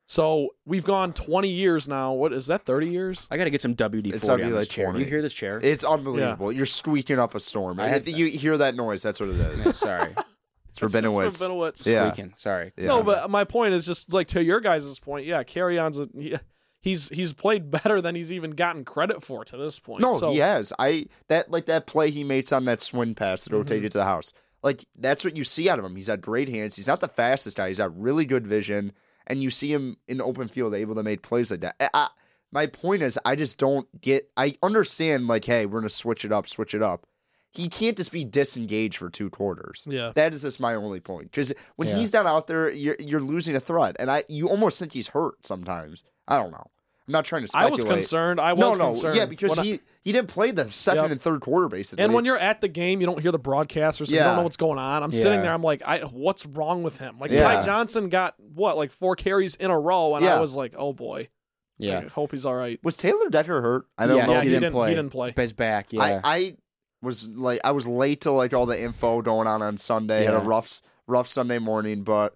Speaker 3: So we've gone 20 years now. What is that? 30 years?
Speaker 2: I got to get some WD
Speaker 4: It's
Speaker 2: forty on
Speaker 4: WD-40.
Speaker 2: this chair. Do you hear this chair?
Speaker 4: it's unbelievable. You're squeaking up a storm.
Speaker 2: I
Speaker 4: I
Speaker 2: had
Speaker 4: think you hear that noise. That's what it is.
Speaker 2: Sorry,
Speaker 4: It's Rabinowitz.
Speaker 3: Rabinowitz.
Speaker 4: Yeah.
Speaker 2: Squeaking. Sorry.
Speaker 4: Yeah.
Speaker 3: No, but my point is just like to your guys' point. Yeah, carry on's a, he, he's he's played better than he's even gotten credit for to this point.
Speaker 4: No,
Speaker 3: so,
Speaker 4: he has. I that like that play he makes on that swing pass that will
Speaker 3: Mm-hmm.
Speaker 4: take you to the house. Like that's what you see out of him. He's got great hands. He's not the fastest guy. He's got really good vision, and you see him in open field able to make plays like that. I, I, my point is, I just don't get. I understand like, hey, we're gonna switch it up, switch it up. He can't just be disengaged for two quarters.
Speaker 3: Yeah.
Speaker 4: that is just my only point. Because when
Speaker 2: Yeah.
Speaker 4: he's not out there, you're you're losing a threat, and I you almost think he's hurt sometimes. I don't know. I'm not trying to
Speaker 3: I
Speaker 4: speculate.
Speaker 3: was concerned. I
Speaker 4: No,
Speaker 3: was
Speaker 4: no,
Speaker 3: concerned.
Speaker 4: yeah, because
Speaker 3: When I-
Speaker 4: he he didn't play the second
Speaker 3: Yep.
Speaker 4: and third quarter basically.
Speaker 3: and when you're at the game, you don't hear the broadcasters. So You
Speaker 4: Yeah.
Speaker 3: don't know what's going on. I'm sitting
Speaker 2: Yeah.
Speaker 3: there. I'm like, I, what's wrong with him? Like
Speaker 4: Yeah.
Speaker 3: Ty Johnson got what like four carries in a row, and
Speaker 4: Yeah.
Speaker 3: I was like, oh boy.
Speaker 2: Yeah.
Speaker 3: I hope he's all right.
Speaker 4: was Taylor Decker hurt? I don't
Speaker 2: Yeah,
Speaker 4: know.
Speaker 3: yeah,
Speaker 4: if
Speaker 2: he
Speaker 3: he,
Speaker 2: didn't
Speaker 3: didn't.
Speaker 2: play.
Speaker 3: He didn't play.
Speaker 2: His back. Yeah.
Speaker 4: I, I was like I was late to like all the info going on on Sunday. Had a
Speaker 2: Yeah.
Speaker 4: rough rough Sunday morning, but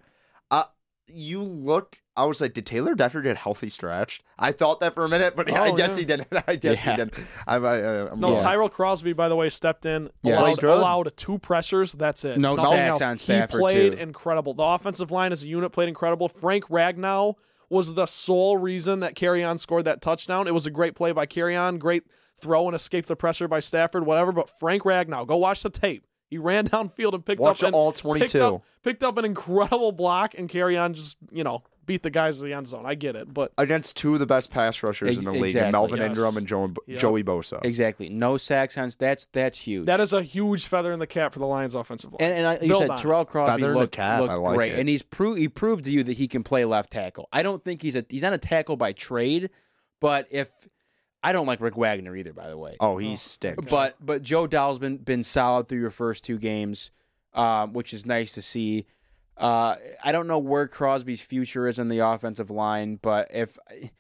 Speaker 4: uh, you look. I was like, did Taylor Decker get healthy stretched? I thought that for a minute, but I
Speaker 3: Oh,
Speaker 4: guess
Speaker 3: yeah.
Speaker 4: he didn't. I guess
Speaker 2: Yeah.
Speaker 4: he didn't. I, I, I, I'm
Speaker 3: No,
Speaker 4: wrong.
Speaker 3: Tyrell Crosby, by the way, stepped in,
Speaker 2: Yes.
Speaker 4: Played
Speaker 3: allowed,
Speaker 4: good.
Speaker 3: allowed two pressures. That's it.
Speaker 2: No
Speaker 3: Nothing
Speaker 2: sacks
Speaker 3: else.
Speaker 2: on Stafford,
Speaker 3: He played
Speaker 2: too.
Speaker 3: incredible. The offensive line as a unit played incredible. Frank Ragnow was the sole reason that Carrion scored that touchdown. It was a great play by Carrion, great throw and escape the pressure by Stafford, whatever. But Frank Ragnow, go watch the tape. He ran downfield and picked
Speaker 4: Watch
Speaker 3: up an,
Speaker 4: all
Speaker 3: picked
Speaker 4: 22.
Speaker 3: up, picked up an incredible block, and Carrion just you know beat the guys in the end zone. I get it, but
Speaker 4: against two of the best pass rushers
Speaker 2: E-
Speaker 4: in the league,
Speaker 2: exactly.
Speaker 4: Melvin
Speaker 3: Yes.
Speaker 4: Ingram and Joey,
Speaker 3: Yep.
Speaker 4: Joey Bosa.
Speaker 2: exactly. No sacks on. That's that's huge.
Speaker 3: Oh. that is a huge feather in the cap for the Lions' offensive line.
Speaker 2: And, and I, you
Speaker 3: Build
Speaker 2: said
Speaker 3: on it.
Speaker 2: Terrell Crosby
Speaker 4: Feather in the
Speaker 2: looked,
Speaker 4: cap,
Speaker 2: looked
Speaker 4: I like
Speaker 2: great,
Speaker 4: it.
Speaker 2: and he's pro- he proved to you that he can play left tackle. I don't think he's a he's not a tackle by trade, but if I don't like Rick Wagner either, by the way.
Speaker 4: Oh, he stinks.
Speaker 2: But but Joe Dow's been been solid through your first two games, um, which is nice to see. Uh, I don't know where Crosby's future is in the offensive line, but if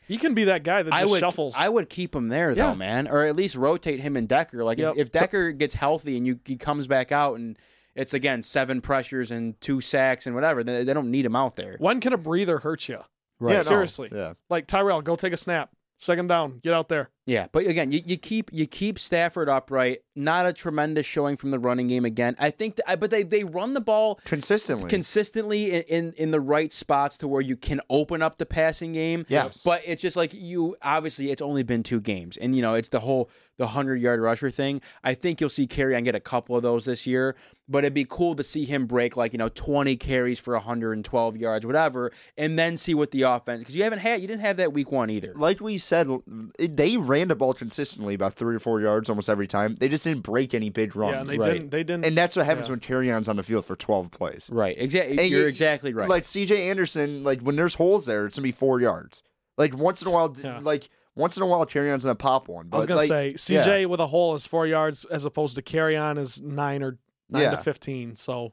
Speaker 3: he can be that guy that
Speaker 2: I
Speaker 3: just
Speaker 2: would
Speaker 3: shuffles.
Speaker 2: I would keep him there though,
Speaker 3: Yeah.
Speaker 2: man, or at least rotate him and Decker. Like
Speaker 3: Yep.
Speaker 2: if, if Decker gets healthy and you he comes back out and it's again seven pressures and two sacks and whatever, they, they don't need him out there.
Speaker 3: when can a breather hurt you?
Speaker 4: Yeah, no.
Speaker 3: Seriously.
Speaker 4: Yeah.
Speaker 3: Like Tyrell, go take a snap. Second down, get out there.
Speaker 2: Yeah, but again, you, you keep you keep Stafford upright. Not a tremendous showing from the running game again. I think, th- I- but they they run the ball
Speaker 4: Consistently.
Speaker 2: consistently in, in in the right spots to where you can open up the passing game.
Speaker 4: Yes.
Speaker 2: But it's just like you obviously it's only been two games and you know it's the whole the 100-yard rusher thing. I think you'll see Carry on get a couple of those this year, but it'd be cool to see him break like, you know, 20 carries for 112 yards whatever and then see what the offense cuz you haven't had you didn't have that week 1 either.
Speaker 4: like we said, l- it- they ran the ball consistently about three or four yards almost every time. They just didn't break any big runs.
Speaker 3: Yeah, and they
Speaker 2: Right.
Speaker 3: didn't. They didn't.
Speaker 4: And that's what happens when carry on's on the field for 12 plays.
Speaker 2: Right. Exactly.
Speaker 4: And
Speaker 2: You're
Speaker 4: you-
Speaker 2: exactly right.
Speaker 4: Like CJ Anderson, like when there's holes there, it's going to be four yards. Like once in a while,
Speaker 3: Yeah.
Speaker 4: like once in a while, carry on's going to pop one. But
Speaker 3: I was gonna
Speaker 4: like,
Speaker 3: say
Speaker 4: yeah.
Speaker 3: CJ with a hole is four yards as opposed to carry on is nine or nine
Speaker 4: Yeah.
Speaker 3: to fifteen. So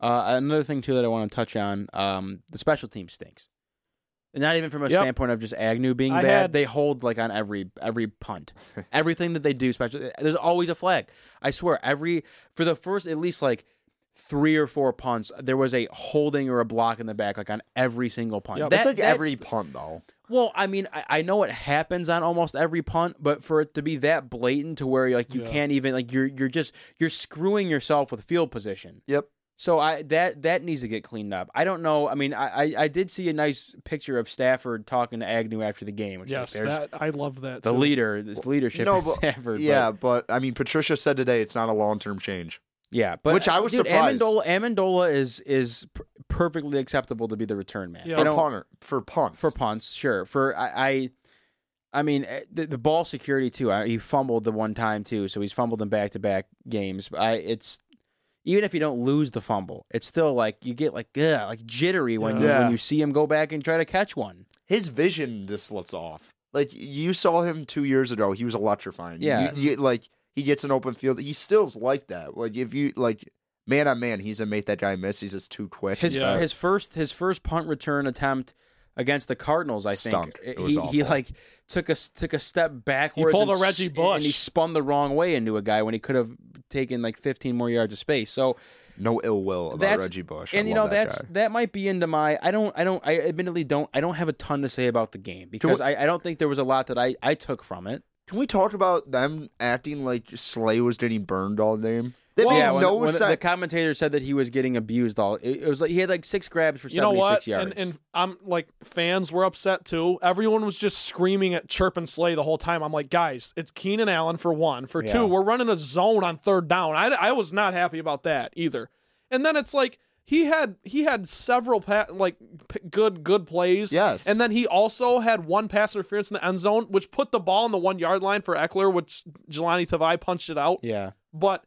Speaker 2: Uh, another thing too that I want to touch on: um, the special team stinks. Not even from a
Speaker 3: Yep.
Speaker 2: standpoint of just Agnew being
Speaker 3: I
Speaker 2: bad.
Speaker 3: had-
Speaker 2: They hold like on every every punt, everything that they do. Special, eh, there's always a flag. I swear, every for the first at least like three or four punts, there was a holding or a block in the back, like on every single punt.
Speaker 3: Yep.
Speaker 4: That's
Speaker 2: That-
Speaker 4: like
Speaker 2: that's-
Speaker 4: every punt, though.
Speaker 2: well, I mean, I, I know it happens on almost every punt, but for it to be that blatant to where like you
Speaker 3: Yeah.
Speaker 2: can't even like you're you're just you're screwing yourself with field position.
Speaker 4: Yep.
Speaker 2: So I that that needs to get cleaned up. I don't know. I mean, I I, I did see a nice picture of Stafford talking to Agnew after the game. Which
Speaker 3: yes,
Speaker 2: is, like, there's
Speaker 3: that I loved that.
Speaker 2: the
Speaker 3: too.
Speaker 2: leader, this leadership
Speaker 4: No,
Speaker 2: of
Speaker 4: but-
Speaker 2: Stafford.
Speaker 4: yeah,
Speaker 2: but,
Speaker 4: but I mean, Patricia said today it's not a long term change.
Speaker 2: yeah, but
Speaker 4: Which I was
Speaker 2: dude,
Speaker 4: surprised.
Speaker 2: Amendola, Amendola is is per- perfectly acceptable to be the return man.
Speaker 3: Yeah.
Speaker 2: I
Speaker 4: For,
Speaker 2: don't-
Speaker 4: punter, for punts.
Speaker 2: for punts, sure. For I. I I mean eh, the, the ball security too. I, he fumbled the one time too, so he's fumbled in back to back games. But I, it's even if you don't lose the fumble, it's still like you get like ugh, like jittery when you
Speaker 4: Yeah.
Speaker 2: when you see him go back and try to catch one.
Speaker 4: his vision just looks off. Like you saw him two years ago, he was electrifying.
Speaker 2: Yeah.
Speaker 4: You- you- like he gets an open field. He still's like that. Like if you like, man on man, he's a mate that guy miss. He's just too quick.
Speaker 2: His
Speaker 3: Yeah.
Speaker 2: his first his first punt return attempt against the Cardinals, I think, eh,
Speaker 4: Stunk. It was
Speaker 2: he he
Speaker 4: awful.
Speaker 2: like took a s- took a step backwards.
Speaker 3: pulled
Speaker 2: and
Speaker 3: a Reggie
Speaker 2: s-
Speaker 3: Bush.
Speaker 2: and he spun the wrong way into a guy when he could have taken like 15 more yards of space. So
Speaker 4: no ill will about
Speaker 2: that's
Speaker 4: Reggie Bush. I
Speaker 2: and you know
Speaker 4: love that
Speaker 2: that's
Speaker 4: guy.
Speaker 2: that might be into my. I don't I don't I admittedly don't I don't have a ton to say about the game because I, I don't think there was a lot that I I took from it.
Speaker 4: Can we talk about them acting like Slay was getting burned all game? That made
Speaker 2: when,
Speaker 4: no
Speaker 2: when the-
Speaker 4: sense.
Speaker 2: the commentator said that he was getting abused all. It, it was like he had like six grabs for
Speaker 3: You know
Speaker 2: 76
Speaker 3: what?
Speaker 2: yards.
Speaker 3: And, and I'm like, fans were upset too. Everyone was just screaming at Chirp and Slay the whole time. I'm like, guys, it's Keenan Allen for one. For
Speaker 2: Yeah.
Speaker 3: two, we're running a zone on third down. I, I was not happy about that either. And then it's like he had he had several pa- like p- good good plays.
Speaker 4: Yes.
Speaker 3: And then he also had one pass interference in the end zone, which put the ball in the one yard line for Eckler, which Jelani Tavai punched it out
Speaker 2: yeah.
Speaker 3: but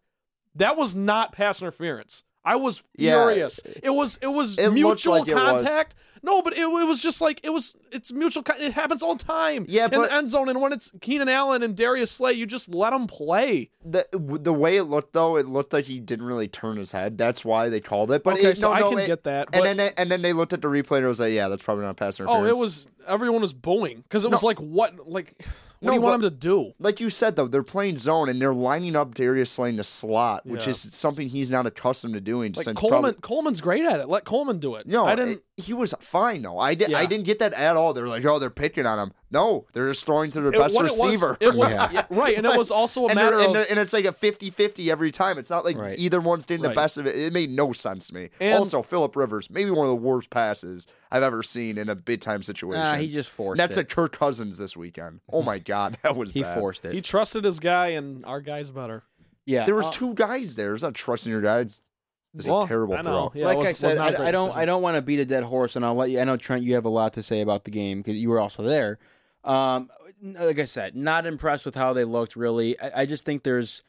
Speaker 3: that was not pass interference. I was
Speaker 4: Yeah.
Speaker 3: furious. It was it was
Speaker 4: It looked
Speaker 3: mutual
Speaker 4: like it was.
Speaker 3: contact. No, but it, it was just like it was it's mutual. Con- it happens all the time.
Speaker 4: Yeah,
Speaker 3: in
Speaker 4: but-
Speaker 3: the end zone, and when it's Keenan Allen and Darius Slay, you just let them play.
Speaker 4: the, the way it looked though, it looked like he didn't really turn his head. That's why they called it. But
Speaker 3: okay,
Speaker 4: it,
Speaker 3: so
Speaker 4: no,
Speaker 3: I
Speaker 4: no,
Speaker 3: can
Speaker 4: it-
Speaker 3: get that.
Speaker 4: And
Speaker 3: but-
Speaker 4: then they, and then they looked at the replay and was like, yeah, that's probably not a pass interference.
Speaker 3: oh, it was everyone was booing because it was like what like what
Speaker 4: No,
Speaker 3: do you want
Speaker 4: but-
Speaker 3: him to do?
Speaker 4: like you said though, they're playing zone and they're lining up Darius Slay in the slot, which
Speaker 3: Yeah.
Speaker 4: is something he's not accustomed to doing
Speaker 3: Like
Speaker 4: since
Speaker 3: Coleman,
Speaker 4: probably.
Speaker 3: Coleman's great at it. Let Coleman do it.
Speaker 4: No,
Speaker 3: I didn't.
Speaker 4: it- he was fine though. I did. I
Speaker 3: Yeah.
Speaker 4: didn't get that at all. They're like, oh, they're picking on him. No, they're just throwing to their
Speaker 3: it-
Speaker 4: best
Speaker 3: what
Speaker 4: receiver.
Speaker 3: It was, it was
Speaker 2: Yeah.
Speaker 3: yeah, right, and it was also a
Speaker 4: and,
Speaker 3: matter
Speaker 4: they're- and
Speaker 3: of
Speaker 4: they're- and it's like a 50-50 every time. It's not like
Speaker 2: Right.
Speaker 4: either one's doing the
Speaker 3: Right.
Speaker 4: best of it. It made no sense to me.
Speaker 3: And-
Speaker 4: also, Philip Rivers, maybe one of the worst passes I've ever seen in a big time situation.
Speaker 2: Nah, he just forced
Speaker 4: And that's
Speaker 2: it.
Speaker 4: a Kirk Cousins this weekend. Oh my god, that was
Speaker 2: he
Speaker 4: bad.
Speaker 2: forced it.
Speaker 3: he trusted his guy, and our guy's better.
Speaker 2: yeah.
Speaker 4: There was
Speaker 2: uh,
Speaker 4: two guys there. It's not trusting your guys. It's
Speaker 3: Well,
Speaker 4: a terrible
Speaker 3: I
Speaker 4: throw.
Speaker 3: know. Yeah, it
Speaker 2: like
Speaker 3: was-
Speaker 2: I
Speaker 3: was
Speaker 2: said,
Speaker 3: not a
Speaker 2: I,
Speaker 3: great
Speaker 2: I don't
Speaker 3: decision.
Speaker 2: I don't want to beat a dead horse, and I'll let you. I know Trent, you have a lot to say about the game because you were also there. Um, like I said, not impressed with how they looked. Really, I, I just think there's.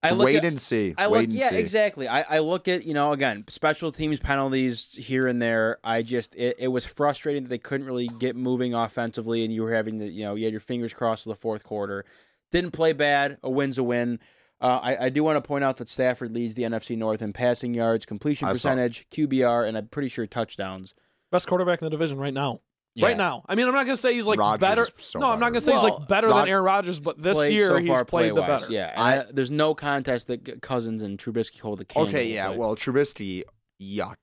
Speaker 2: I look
Speaker 4: Wait
Speaker 2: at,
Speaker 4: and see.
Speaker 2: I
Speaker 4: Wait
Speaker 2: look,
Speaker 4: and
Speaker 2: yeah,
Speaker 4: see.
Speaker 2: exactly. I, I look at you know again special teams penalties here and there. I just it, it was frustrating that they couldn't really get moving offensively, and you were having to you know you had your fingers crossed for the fourth quarter. Didn't play bad. A win's a win. Uh, I, I do want to point out that Stafford leads the NFC North in passing yards, completion
Speaker 4: I saw.
Speaker 2: percentage, QBR, and I'm pretty sure touchdowns.
Speaker 3: best quarterback in the division right now.
Speaker 2: Yeah.
Speaker 3: Right now. I mean, I'm not gonna say he's like
Speaker 4: Rodgers
Speaker 3: better.
Speaker 4: is so
Speaker 3: no, I'm not
Speaker 4: better.
Speaker 3: gonna say he's
Speaker 2: Well,
Speaker 3: like better
Speaker 4: Rod-
Speaker 3: than Aaron Rodgers, but this
Speaker 2: Play
Speaker 3: year
Speaker 2: so
Speaker 3: he's
Speaker 2: far,
Speaker 3: played the
Speaker 2: play-wise,
Speaker 3: better.
Speaker 2: Yeah, and I- there's no contest that G- Cousins and Trubisky hold the candle.
Speaker 4: Okay, yeah.
Speaker 2: but-
Speaker 4: Well, Trubisky, yuck,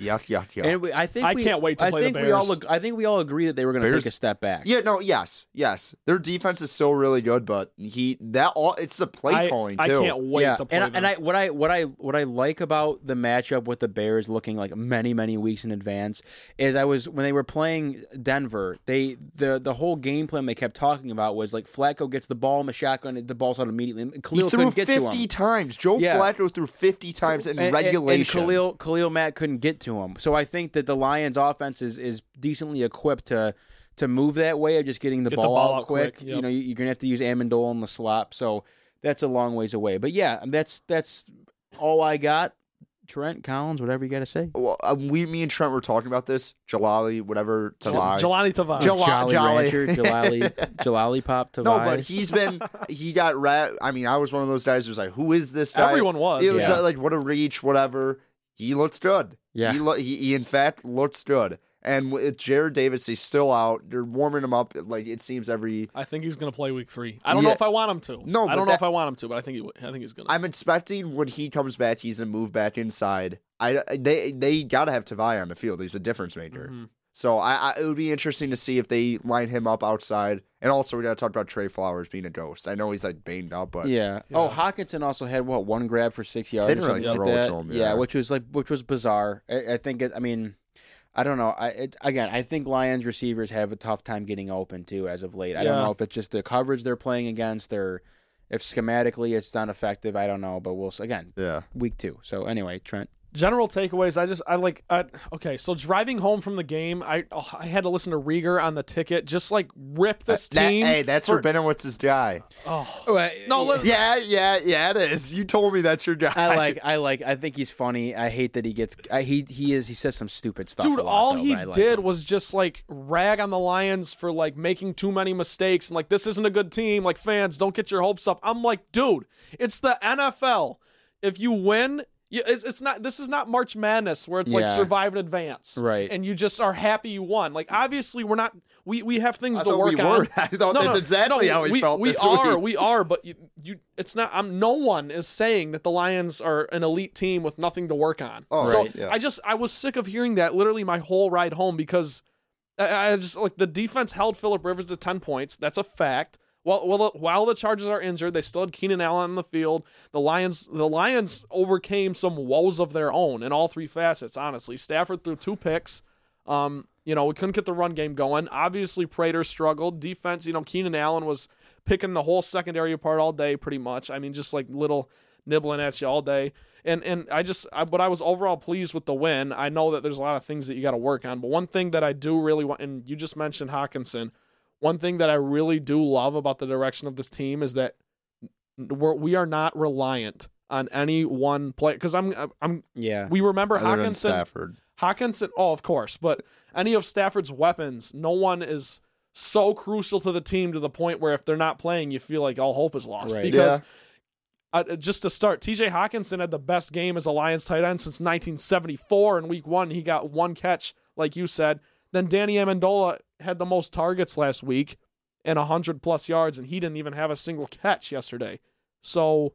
Speaker 4: yuck, yuck, yuck.
Speaker 2: and we, I think
Speaker 3: I
Speaker 2: we-
Speaker 3: can't wait to
Speaker 2: I
Speaker 3: play the
Speaker 2: think We all,
Speaker 3: Bears.
Speaker 2: ag- I think we all agree that they were going to
Speaker 4: Bears-
Speaker 2: take a step back.
Speaker 4: Yeah, no, yes, yes. Their defense is so really good, but he that all it's the play
Speaker 3: I,
Speaker 4: calling too.
Speaker 3: I can't wait to play.
Speaker 2: and, I-
Speaker 3: them.
Speaker 2: and I what I what I what I like about the matchup with the Bears looking like many many weeks in advance is I was when they were playing Denver they the the whole game plan they kept talking about was like Flacco gets the ball in the shotgun and the ball's out immediately and
Speaker 4: He
Speaker 2: Khalil
Speaker 4: threw
Speaker 2: couldn't get to
Speaker 4: fifty
Speaker 2: him
Speaker 4: times. Joe
Speaker 2: Yeah.
Speaker 4: Flacco threw fifty times in
Speaker 2: And- and-
Speaker 4: regulation.
Speaker 2: and Khalil Khalil Mack couldn't get to him so I think that the Lions offense is is decently equipped to. To move that way of just getting the,
Speaker 3: Get the
Speaker 2: ball,
Speaker 3: ball
Speaker 2: out,
Speaker 3: out
Speaker 2: quick,
Speaker 3: quick,
Speaker 2: you
Speaker 3: yep.
Speaker 2: know, you- you're gonna have to use Amendola in the slot. So that's a long ways away. But yeah, that's that's all I got. Trent Collins, whatever you got to say.
Speaker 4: well, uh, we, me and Trent were talking about this. Jalali, whatever. Jalali.
Speaker 3: Jelani Tavai.
Speaker 4: Jel- Jala-
Speaker 2: Jolly
Speaker 4: Jolly.
Speaker 2: Rancher, Jalali, Jalali Pop Tavai.
Speaker 4: no, but he's been he got rat. I mean, I was one of those guys who's like, who is this guy?
Speaker 3: Everyone was.
Speaker 4: It was
Speaker 2: Yeah.
Speaker 4: uh, like what a reach, whatever. He looks good.
Speaker 2: Yeah.
Speaker 4: he, lo- he, he in fact looks good. And with Jared Davis, he's still out. They're warming him up like it seems every
Speaker 3: I think he's gonna play week three. I don't
Speaker 4: Yeah.
Speaker 3: know if I want him to.
Speaker 4: No,
Speaker 3: I
Speaker 4: but
Speaker 3: don't know
Speaker 4: that-
Speaker 3: if I want him to, but I think he, w- I think he's gonna.
Speaker 4: I'm expecting when he comes back, he's a move back inside. I they they gotta have Tavai on the field. He's a difference maker.
Speaker 2: Mm-hmm.
Speaker 3: Mhm.
Speaker 4: So I, I it would be interesting to see if they line him up outside. And also we gotta talk about Trey Flowers being a ghost. I know he's like banged up, but
Speaker 2: yeah. Oh, Hawkinson also had what one grab for six yards.
Speaker 4: They didn't
Speaker 2: or
Speaker 4: really
Speaker 2: something
Speaker 4: throw it
Speaker 2: like
Speaker 4: to
Speaker 2: that.
Speaker 4: him,
Speaker 2: Yeah.
Speaker 4: yeah.
Speaker 2: which was like which was bizarre. I, I think it. I mean, I don't know. I it, again, I think Lions receivers have a tough time getting open too as of late. I don't
Speaker 3: Yeah.
Speaker 2: know if it's just the coverage they're playing against or if schematically it's not effective. I don't know, but we'll s- again
Speaker 4: yeah.
Speaker 2: week two. So anyway, Trent.
Speaker 3: general takeaways i just i like I, okay so driving home from the game i oh, i had to listen to rieger on the ticket just like rip this
Speaker 4: Uh, That-
Speaker 3: team
Speaker 4: hey, that's for Benowitz's guy.
Speaker 3: oh
Speaker 2: No,
Speaker 3: let-
Speaker 4: Yeah, yeah, yeah, it is. You told me that's your guy.
Speaker 2: I like, I like, I think he's funny. I hate that he gets, I, he he is, he says some stupid stuff.
Speaker 3: Dude,
Speaker 2: a lot,
Speaker 3: all
Speaker 2: though,
Speaker 3: he
Speaker 2: but I like
Speaker 3: did
Speaker 2: him.
Speaker 3: was just like rag on the Lions for like making too many mistakes and like this isn't a good team. Like fans, don't get your hopes up. I'm like, dude, it's the NFL. If you win, You, it's, it's not. This is not March Madness where it's like
Speaker 2: Yeah.
Speaker 3: survive and advance,
Speaker 2: Right.
Speaker 3: And you just are happy you won. Like obviously we're not. We we have things
Speaker 4: I
Speaker 3: to
Speaker 4: thought
Speaker 3: work
Speaker 4: we
Speaker 3: on.
Speaker 4: were. I thought that's exactly how he
Speaker 3: we,
Speaker 4: felt
Speaker 3: We
Speaker 4: this
Speaker 3: are,
Speaker 4: week.
Speaker 3: we are, but you, you it's not. I'm. No one is saying that the Lions are an elite team with nothing to work on.
Speaker 4: Oh,
Speaker 3: so
Speaker 4: right, yeah.
Speaker 3: I just I was sick of hearing that literally my whole ride home because I, I just like the defense held Philip Rivers to ten points. That's a fact. While while the, while the Chargers are injured, they still had Keenan Allen on the field. The Lions the Lions overcame some woes of their own in all three facets. Honestly, Stafford threw two picks. Um, you know, we couldn't get the run game going. Obviously, Prater struggled. Defense, you know, Keenan Allen was picking the whole secondary apart all day, pretty much. I mean, just like little nibbling at you all day. And and I just, I, but I was overall pleased with the win. I know that there's a lot of things that you got to work on, but one thing that I do really want, and you just mentioned Hawkinson, one thing that I really do love about the direction of this team is that we're, we are not reliant on any one player. Because I'm, I'm,
Speaker 2: Yeah.
Speaker 3: we remember
Speaker 4: Other than
Speaker 3: Hawkinson.
Speaker 4: Stafford.
Speaker 3: Hawkinson, oh, of course, but any of Stafford's weapons, no one is so crucial to the team to the point where if they're not playing, you feel like all hope is lost.
Speaker 2: Right.
Speaker 3: Because uh, just to start, TJ Hawkinson had the best game as a Lions tight end since 1974 in week one. He got one catch, like you said. Then Danny Amendola had the most targets last week and 100 plus yards, and he didn't even have a single catch yesterday. So,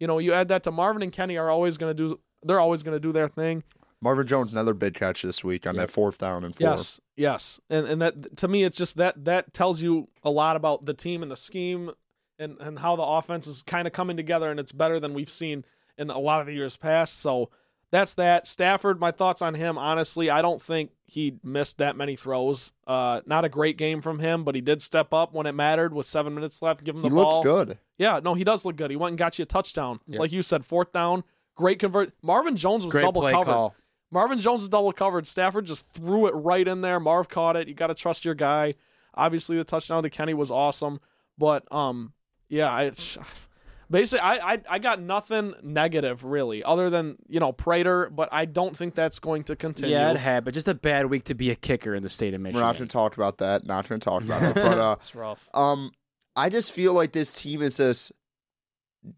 Speaker 3: you know, you add that to Marvin and Kenny are always going to do. They're always going to do their thing.
Speaker 4: Marvin Jones another big catch this week on that fourth down and four.
Speaker 3: Yes, yes, and and that to me, it's just that that tells you a lot about the team and the scheme, and and how the offense is kind of coming together, and it's better than we've seen in a lot of the years past. So that's that. Stafford, my thoughts on him. Honestly, I don't think he missed that many throws. Uh, not a great game from him, but he did step up when it mattered with seven minutes left. Give him
Speaker 4: He
Speaker 3: the
Speaker 4: looks
Speaker 3: ball.
Speaker 4: good.
Speaker 3: Yeah, no, he does look good. He went and got you a touchdown,
Speaker 2: Yeah.
Speaker 3: like you said, fourth down. Great convert. Marvin Jones was
Speaker 2: Great
Speaker 3: double
Speaker 2: play
Speaker 3: covered.
Speaker 2: call.
Speaker 3: Marvin Jones is double covered. Stafford just threw it right in there. Marv caught it. You got to trust your guy. Obviously, the touchdown to Kenny was awesome, but um, yeah, I basically I I, I got nothing negative really, other than you know Prater, but I don't think that's going to continue.
Speaker 2: Yeah, it had, but just a bad week to be a kicker in the state of
Speaker 4: We're not going
Speaker 2: Michigan.
Speaker 4: to talk about that. Not going to talk about it. But uh,
Speaker 3: it's rough.
Speaker 4: Um, I just feel like this team is just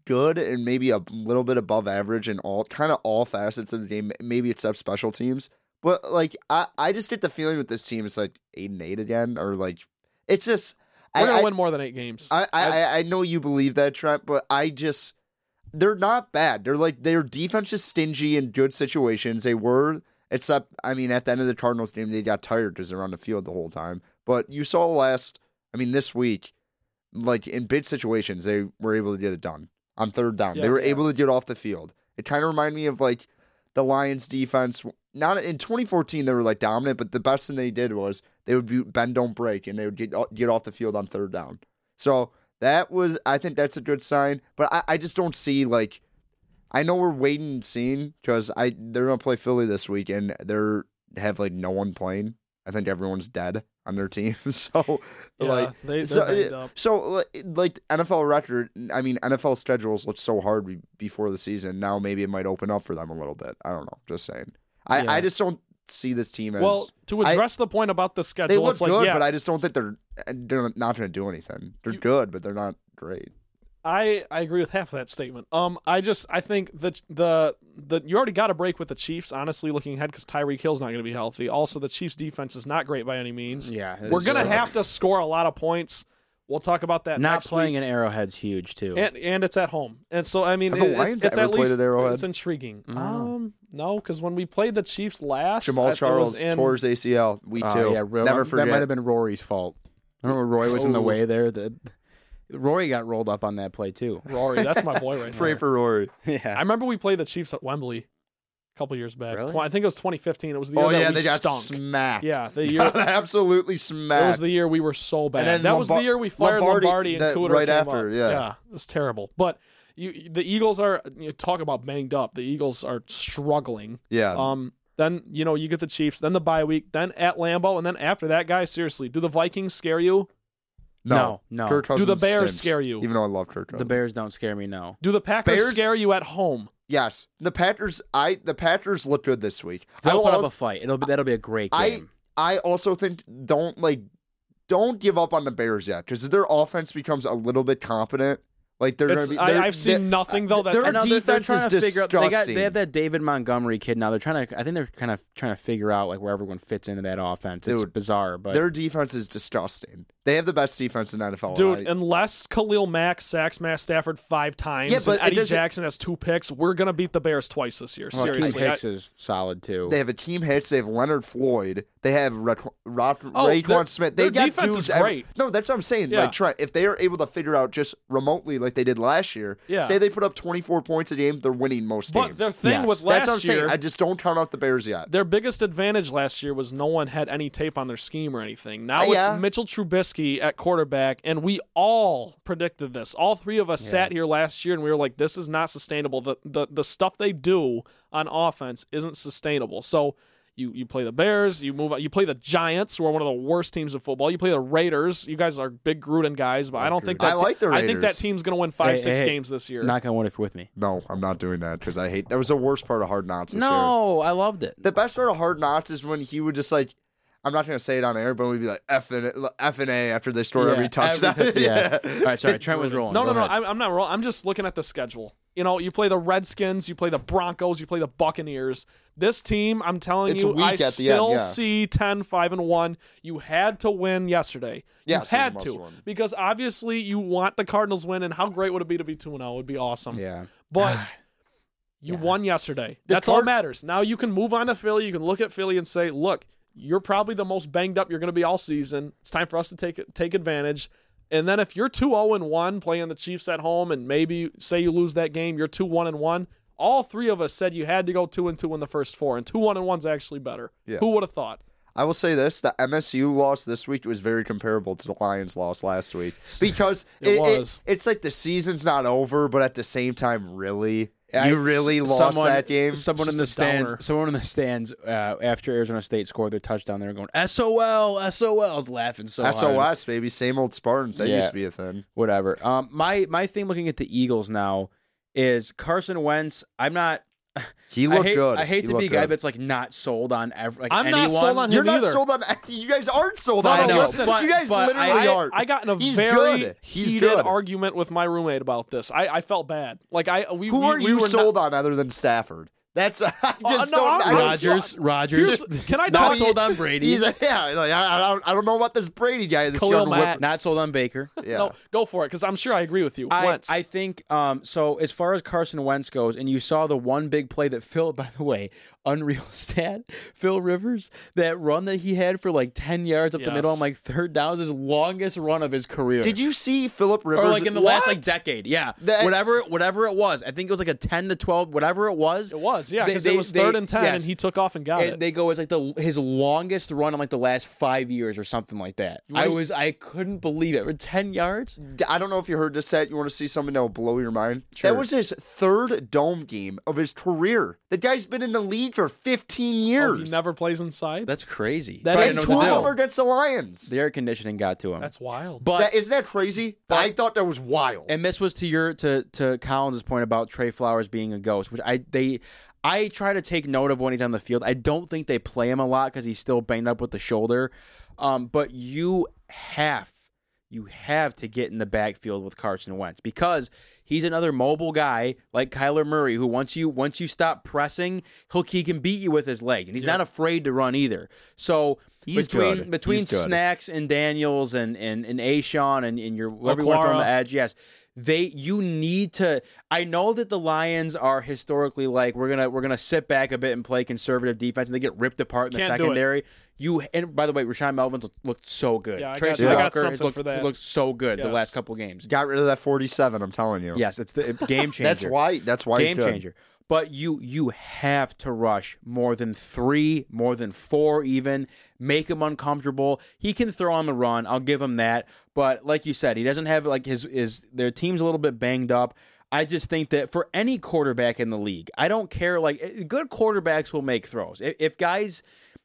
Speaker 4: good and maybe a little bit above average in all kind of all facets of the game, maybe except special teams. But like, I, I just get the feeling with this team, it's like eight and eight again, or like it's just I,
Speaker 3: We're gonna
Speaker 4: I-
Speaker 3: win more than eight games.
Speaker 4: I, I, I, I know you believe that, Trent, but I just they're not bad. They're like their defense is stingy in good situations. They were except I mean at the end of the Cardinals game they got tired because they're on the field the whole time. But you saw last I mean this week, like in big situations, they were able to get it done on third down. they
Speaker 3: Yeah.
Speaker 4: were able to get off the field. It kind of reminded me of like the Lions defense. Not in 2014 they were like dominant, but the best thing they did was they would be bend don't break and they would get get off the field on third down. So that was, I think that's a good sign. But I, I just don't see like, I know we're waiting and seeing because I they're gonna play Philly this week and they're have like no one playing. I think everyone's dead on their team. So
Speaker 3: Yeah,
Speaker 4: like.
Speaker 3: they,
Speaker 4: So,
Speaker 3: they're banged
Speaker 4: uh,
Speaker 3: up.
Speaker 4: so li- like NFL record, I mean NFL schedules looked so hard be- before the season. Now maybe it might open up for them a little bit. I don't know. Just saying. I,
Speaker 2: Yeah.
Speaker 4: I just don't see this team as
Speaker 3: Well, to
Speaker 4: I-
Speaker 3: address the point about the schedule,
Speaker 4: they look
Speaker 3: it's like
Speaker 4: good,
Speaker 3: yeah,
Speaker 4: but I just don't think they're eh, they're not going to do anything. They're
Speaker 3: You-
Speaker 4: good, but they're not great.
Speaker 3: I I agree with half of that statement. Um, I just I think the the the you already got a break with the Chiefs. Honestly, looking ahead because Tyreek Hill's not going to be healthy. Also, the Chiefs' defense is not great by any means.
Speaker 2: Yeah,
Speaker 3: We're gonna
Speaker 4: suck.
Speaker 3: have to score a lot of points. We'll talk about that.
Speaker 2: not
Speaker 3: next
Speaker 2: playing in
Speaker 3: week.
Speaker 2: Arrowhead's huge too.
Speaker 3: and and it's at home, and so I mean,
Speaker 4: Have the
Speaker 3: it- it's,
Speaker 4: Lions
Speaker 3: it's
Speaker 4: ever
Speaker 3: at
Speaker 4: played
Speaker 3: least
Speaker 4: at Arrowhead? Mm.
Speaker 3: it's intriguing.
Speaker 2: I don't know.
Speaker 3: Um, no, because when we played the Chiefs last, I-
Speaker 4: Jamal
Speaker 3: it
Speaker 4: Charles
Speaker 3: was in,
Speaker 4: tore his ACL. We
Speaker 2: Oh,
Speaker 4: too.
Speaker 2: yeah, Ro-
Speaker 4: Never
Speaker 2: that might have
Speaker 4: forget.
Speaker 2: been Rory's fault. Remember Roy was in the
Speaker 3: Oh.
Speaker 2: way there. The Rory got rolled up on that play too.
Speaker 3: Rory. That's my boy right
Speaker 4: Pray
Speaker 3: there.
Speaker 4: for Rory.
Speaker 3: I
Speaker 2: yeah,
Speaker 3: remember we played the Chiefs at Wembley a couple years back.
Speaker 2: Really?
Speaker 3: Tw- I think it was 2015. It was the year
Speaker 4: Oh
Speaker 3: that
Speaker 4: yeah,
Speaker 3: we
Speaker 4: they got
Speaker 3: stunk.
Speaker 4: smacked.
Speaker 3: Yeah, the year
Speaker 4: Got absolutely
Speaker 3: That was
Speaker 4: smacked.
Speaker 3: the year we were so bad.
Speaker 4: then
Speaker 3: that was the
Speaker 4: Lombard-
Speaker 3: year we fired
Speaker 4: Lombardi-
Speaker 3: Lombardi, and
Speaker 4: that-
Speaker 3: Cooter
Speaker 4: right
Speaker 3: came
Speaker 4: after,
Speaker 3: up.
Speaker 4: yeah.
Speaker 3: it was terrible. But you, the Eagles are you talk about banged up. The Eagles are struggling.
Speaker 4: yeah,
Speaker 3: Um, then you know you get the Chiefs, then the bye week, then at Lambeau, and then after that, guys, seriously, do the Vikings scare you?
Speaker 4: no,
Speaker 2: no, no.
Speaker 4: Kirk
Speaker 3: Do the
Speaker 4: Cousins
Speaker 3: Bears
Speaker 4: stinks,
Speaker 3: scare you?
Speaker 4: Even though I love Kirk Cousins.
Speaker 2: the Bears don't scare me. No,
Speaker 3: Do the Packers
Speaker 4: Bears-
Speaker 3: scare you at home?
Speaker 4: Yes, the Packers. I the Packers look good this week. I
Speaker 2: they'll
Speaker 4: will
Speaker 2: put up
Speaker 4: also-
Speaker 2: a fight. It'll be that'll be a great
Speaker 4: I-
Speaker 2: game.
Speaker 4: I also think don't like don't give up on the Bears yet because their offense becomes a little bit competent. Like they're
Speaker 3: It's-
Speaker 4: gonna be.
Speaker 3: I-
Speaker 4: they're-
Speaker 3: I've seen
Speaker 4: they-
Speaker 3: nothing, though, that-
Speaker 4: their
Speaker 3: I
Speaker 2: know, they're- they're
Speaker 4: defense
Speaker 2: trying
Speaker 4: is
Speaker 2: to figure out-
Speaker 4: disgusting.
Speaker 2: They, got, they have that David Montgomery kid now. They're trying to. I think they're kind of trying to figure out like where everyone fits into that offense. It's
Speaker 4: Dude,
Speaker 2: bizarre, but
Speaker 4: Their defense is disgusting. They have the best defense in NFL.
Speaker 3: Dude,
Speaker 4: right?
Speaker 3: unless Khalil Mack sacks Matt Stafford five times
Speaker 4: Yeah, but it
Speaker 3: and Eddie
Speaker 4: doesn't-
Speaker 3: Jackson has two picks, we're gonna beat the Bears twice this year.
Speaker 2: well, Akeem
Speaker 3: Seriously.
Speaker 2: Hicks
Speaker 3: I-
Speaker 2: is solid too.
Speaker 4: they have Akeem Hicks. They have Leonard Floyd. They have Raquan
Speaker 3: Oh, their-
Speaker 4: Raquan Smith. They
Speaker 3: their
Speaker 4: got
Speaker 3: defense is
Speaker 4: dudes every-
Speaker 3: great.
Speaker 4: no, that's what I'm saying.
Speaker 3: Yeah.
Speaker 4: Like, try if they are able to figure out just remotely, like they did last year.
Speaker 3: Yeah.
Speaker 4: Say they put up 24 points a game, they're winning most
Speaker 3: but
Speaker 4: games.
Speaker 3: their thing
Speaker 2: Yes.
Speaker 3: with last
Speaker 4: that's what I'm
Speaker 3: year
Speaker 4: saying. I just don't count out the Bears yet.
Speaker 3: their biggest advantage last year was no one had any tape on their scheme or anything. Now
Speaker 4: Uh,
Speaker 3: it's
Speaker 4: yeah.
Speaker 3: Mitchell Trubisky at quarterback, and we all predicted this. All three of us sat here last year and we were like, this is not sustainable. The the, the stuff they do on offense isn't sustainable. So you, you play the Bears, you move on, you play the Giants, who are one of the worst teams in football. You play the Raiders. You guys are big Gruden guys, but I don't think
Speaker 4: Gruden.
Speaker 3: that
Speaker 4: I like the
Speaker 3: I think that
Speaker 4: Raiders.
Speaker 3: team's gonna win five,
Speaker 2: Hey,
Speaker 3: six
Speaker 2: hey, hey.
Speaker 3: games this year.
Speaker 2: Knock on wood if you're with me.
Speaker 4: No, I'm not doing that because I hate. That was the worst part of Hard Knocks. This year.
Speaker 2: No, I loved it.
Speaker 4: The best part of Hard Knocks is when he would just like, I'm not gonna say it on air, but we'd be like F and F and A after they score
Speaker 2: Yeah,
Speaker 4: every touchdown.
Speaker 2: every touch- yeah. All right, sorry. Trent was rolling.
Speaker 3: No,
Speaker 2: Go
Speaker 3: no, no.
Speaker 2: ahead.
Speaker 3: I'm, I'm not wrong. I'm just looking at the schedule. You know, you play the Redskins, you play the Broncos, you play the Buccaneers. This team, I'm telling
Speaker 4: It's
Speaker 3: you,
Speaker 4: weak
Speaker 3: I
Speaker 4: at the end,
Speaker 3: still
Speaker 4: yeah.
Speaker 3: see 10, 5, and 1. You had to win yesterday.
Speaker 4: Yes, it
Speaker 3: you
Speaker 4: was a
Speaker 3: had
Speaker 4: must
Speaker 3: to.
Speaker 4: win.
Speaker 3: Because obviously you want the Cardinals win, and how great would it be to be 2 0? It would be awesome.
Speaker 2: Yeah.
Speaker 3: But you won yesterday.
Speaker 4: The
Speaker 3: That's all
Speaker 4: Card-
Speaker 3: that matters. Now you can move on to Philly. You can look at Philly and say, look, you're probably the most banged up you're going to be all season. It's time for us to take take advantage. And then if you're 2 0 and 1 playing the Chiefs at home and maybe say you lose that game, you're 2 1 and 1. All three of us said you had to go 2 and 2 in the first four, and 2 1 and 1's actually better.
Speaker 4: Yeah.
Speaker 3: Who would have thought?
Speaker 4: I will say this: the MSU loss this week was very comparable to the Lions' loss last week because
Speaker 3: It was.
Speaker 4: it's like the season's not over, but at the same time, really,
Speaker 2: I-
Speaker 4: you really
Speaker 2: s-
Speaker 4: lost
Speaker 2: someone-
Speaker 4: that game.
Speaker 2: Someone
Speaker 3: It's
Speaker 2: in the
Speaker 3: just a downer.
Speaker 2: stands. Someone in the stands uh, after Arizona State scored their touchdown. They were going SOL, SOL. I was laughing so hard.
Speaker 4: SOS, baby, same old Spartans. That
Speaker 2: Yeah.
Speaker 4: used to be a thing.
Speaker 2: Whatever. Um, my my thing looking at the Eagles now is Carson Wentz. I'm not.
Speaker 4: He
Speaker 2: I
Speaker 4: looked
Speaker 2: hate,
Speaker 4: good.
Speaker 2: I hate
Speaker 4: He
Speaker 2: to be a
Speaker 4: looked
Speaker 2: guy
Speaker 4: good.
Speaker 2: that's like not sold on every. Like
Speaker 3: I'm not
Speaker 2: anyone.
Speaker 3: sold on
Speaker 4: You're
Speaker 3: him
Speaker 4: not
Speaker 3: either.
Speaker 4: sold on. You guys aren't sold
Speaker 3: No,
Speaker 4: on.
Speaker 3: no,
Speaker 4: him.
Speaker 3: listen,
Speaker 2: but-
Speaker 4: you guys
Speaker 2: but I-
Speaker 4: literally are.
Speaker 3: I got in a
Speaker 4: He's
Speaker 3: very
Speaker 4: good. He's
Speaker 3: heated
Speaker 4: good.
Speaker 3: argument with my roommate about this. I, I felt bad. Like I, we,
Speaker 4: Who
Speaker 3: we,
Speaker 4: are
Speaker 3: we
Speaker 4: you
Speaker 3: were
Speaker 4: sold on other than Stafford? That's I just
Speaker 3: no,
Speaker 4: don't.
Speaker 3: I'm
Speaker 4: I don't-
Speaker 2: Rogers.
Speaker 3: Rodgers.
Speaker 2: Rogers.
Speaker 3: Here's- can I
Speaker 2: not
Speaker 3: tell you-
Speaker 2: sold on Brady.
Speaker 4: He's a, yeah. Like, I, I, don't, I don't know about this Brady guy. This
Speaker 3: Khalil
Speaker 4: young whip-
Speaker 3: Mack.
Speaker 2: not sold on Baker.
Speaker 4: Yeah.
Speaker 3: No, go for it because I'm sure I agree with you.
Speaker 2: I,
Speaker 3: Wentz.
Speaker 2: I think um, so. As far as Carson Wentz goes, and you saw the one big play that Phil, by the way, unreal stat, Phil Rivers, that run that he had for like ten yards up the middle
Speaker 3: Yes.
Speaker 2: on like third downs, his longest run of his career.
Speaker 4: Did you see Philip Rivers?
Speaker 2: Or Oh, like in the
Speaker 4: What?
Speaker 2: last like decade, yeah,
Speaker 4: That-
Speaker 2: whatever, whatever it was. I think it was like a ten to twelve, whatever it was.
Speaker 3: It was, yeah,
Speaker 2: They-
Speaker 3: because
Speaker 2: they-
Speaker 3: it was third
Speaker 2: they-
Speaker 3: and ten,
Speaker 2: yes.
Speaker 3: and he took off and got
Speaker 2: And
Speaker 3: it.
Speaker 2: they go as like the his longest run in like the last five years or something like that. I
Speaker 4: Right.
Speaker 2: was I couldn't believe it. For ten yards,
Speaker 4: I don't know if you heard this set. You want to see something that will blow your mind?
Speaker 2: Sure.
Speaker 4: That was his third dome game of his career. The guy's been in the league for 15
Speaker 3: Oh, he
Speaker 4: years.
Speaker 3: never plays inside.
Speaker 2: that's crazy.
Speaker 3: That
Speaker 2: Probably
Speaker 3: is
Speaker 4: and
Speaker 2: didn't know
Speaker 4: two
Speaker 2: what
Speaker 4: of
Speaker 2: to
Speaker 4: them
Speaker 2: do.
Speaker 4: are against the Lions.
Speaker 2: The air conditioning got to him.
Speaker 3: That's wild.
Speaker 2: but
Speaker 4: That, isn't that crazy? I thought that was wild.
Speaker 2: and this was to your to to Collins's point about Trey Flowers being a ghost, which I they I try to take note of when he's on the field. I don't think they play him a lot because he's still banged up with the shoulder. Um, but you have you have to get in the backfield with Carson Wentz because he's another mobile guy like Kyler Murray who once you once you stop pressing, he'll he can beat you with his leg and he's not afraid to run either. So
Speaker 4: He's
Speaker 2: between
Speaker 4: good.
Speaker 2: between
Speaker 4: He's good.
Speaker 2: Snacks and Daniels and and and Ashawn and and your whoever you want to throw on the
Speaker 3: Aquara.
Speaker 2: edge, yes. They you need to I know that the Lions are historically like we're gonna we're gonna sit back a bit and play conservative defense and they get ripped apart in the
Speaker 3: Can't do it.
Speaker 2: secondary. You and by the way, Rashawn Melvin looked- looked so good.
Speaker 3: Yeah, I
Speaker 2: Tracy
Speaker 4: got- I
Speaker 3: got
Speaker 2: Walker has
Speaker 3: something
Speaker 2: looked,
Speaker 3: for that.
Speaker 2: looked so good the
Speaker 3: Yes.
Speaker 2: last couple games.
Speaker 4: Got rid of that 47, I'm telling you.
Speaker 2: Yes, it's the game changer.
Speaker 4: That's why. That's why he's
Speaker 2: game
Speaker 4: good.
Speaker 2: changer. But you you have to rush more than three, more than four, even make him uncomfortable. He can throw on the run. I'll give him that. But like you said, he doesn't have like his is their team's a little bit banged up. I just think that for any quarterback in the league, I don't care. Like eh, good quarterbacks will make throws. If, if guys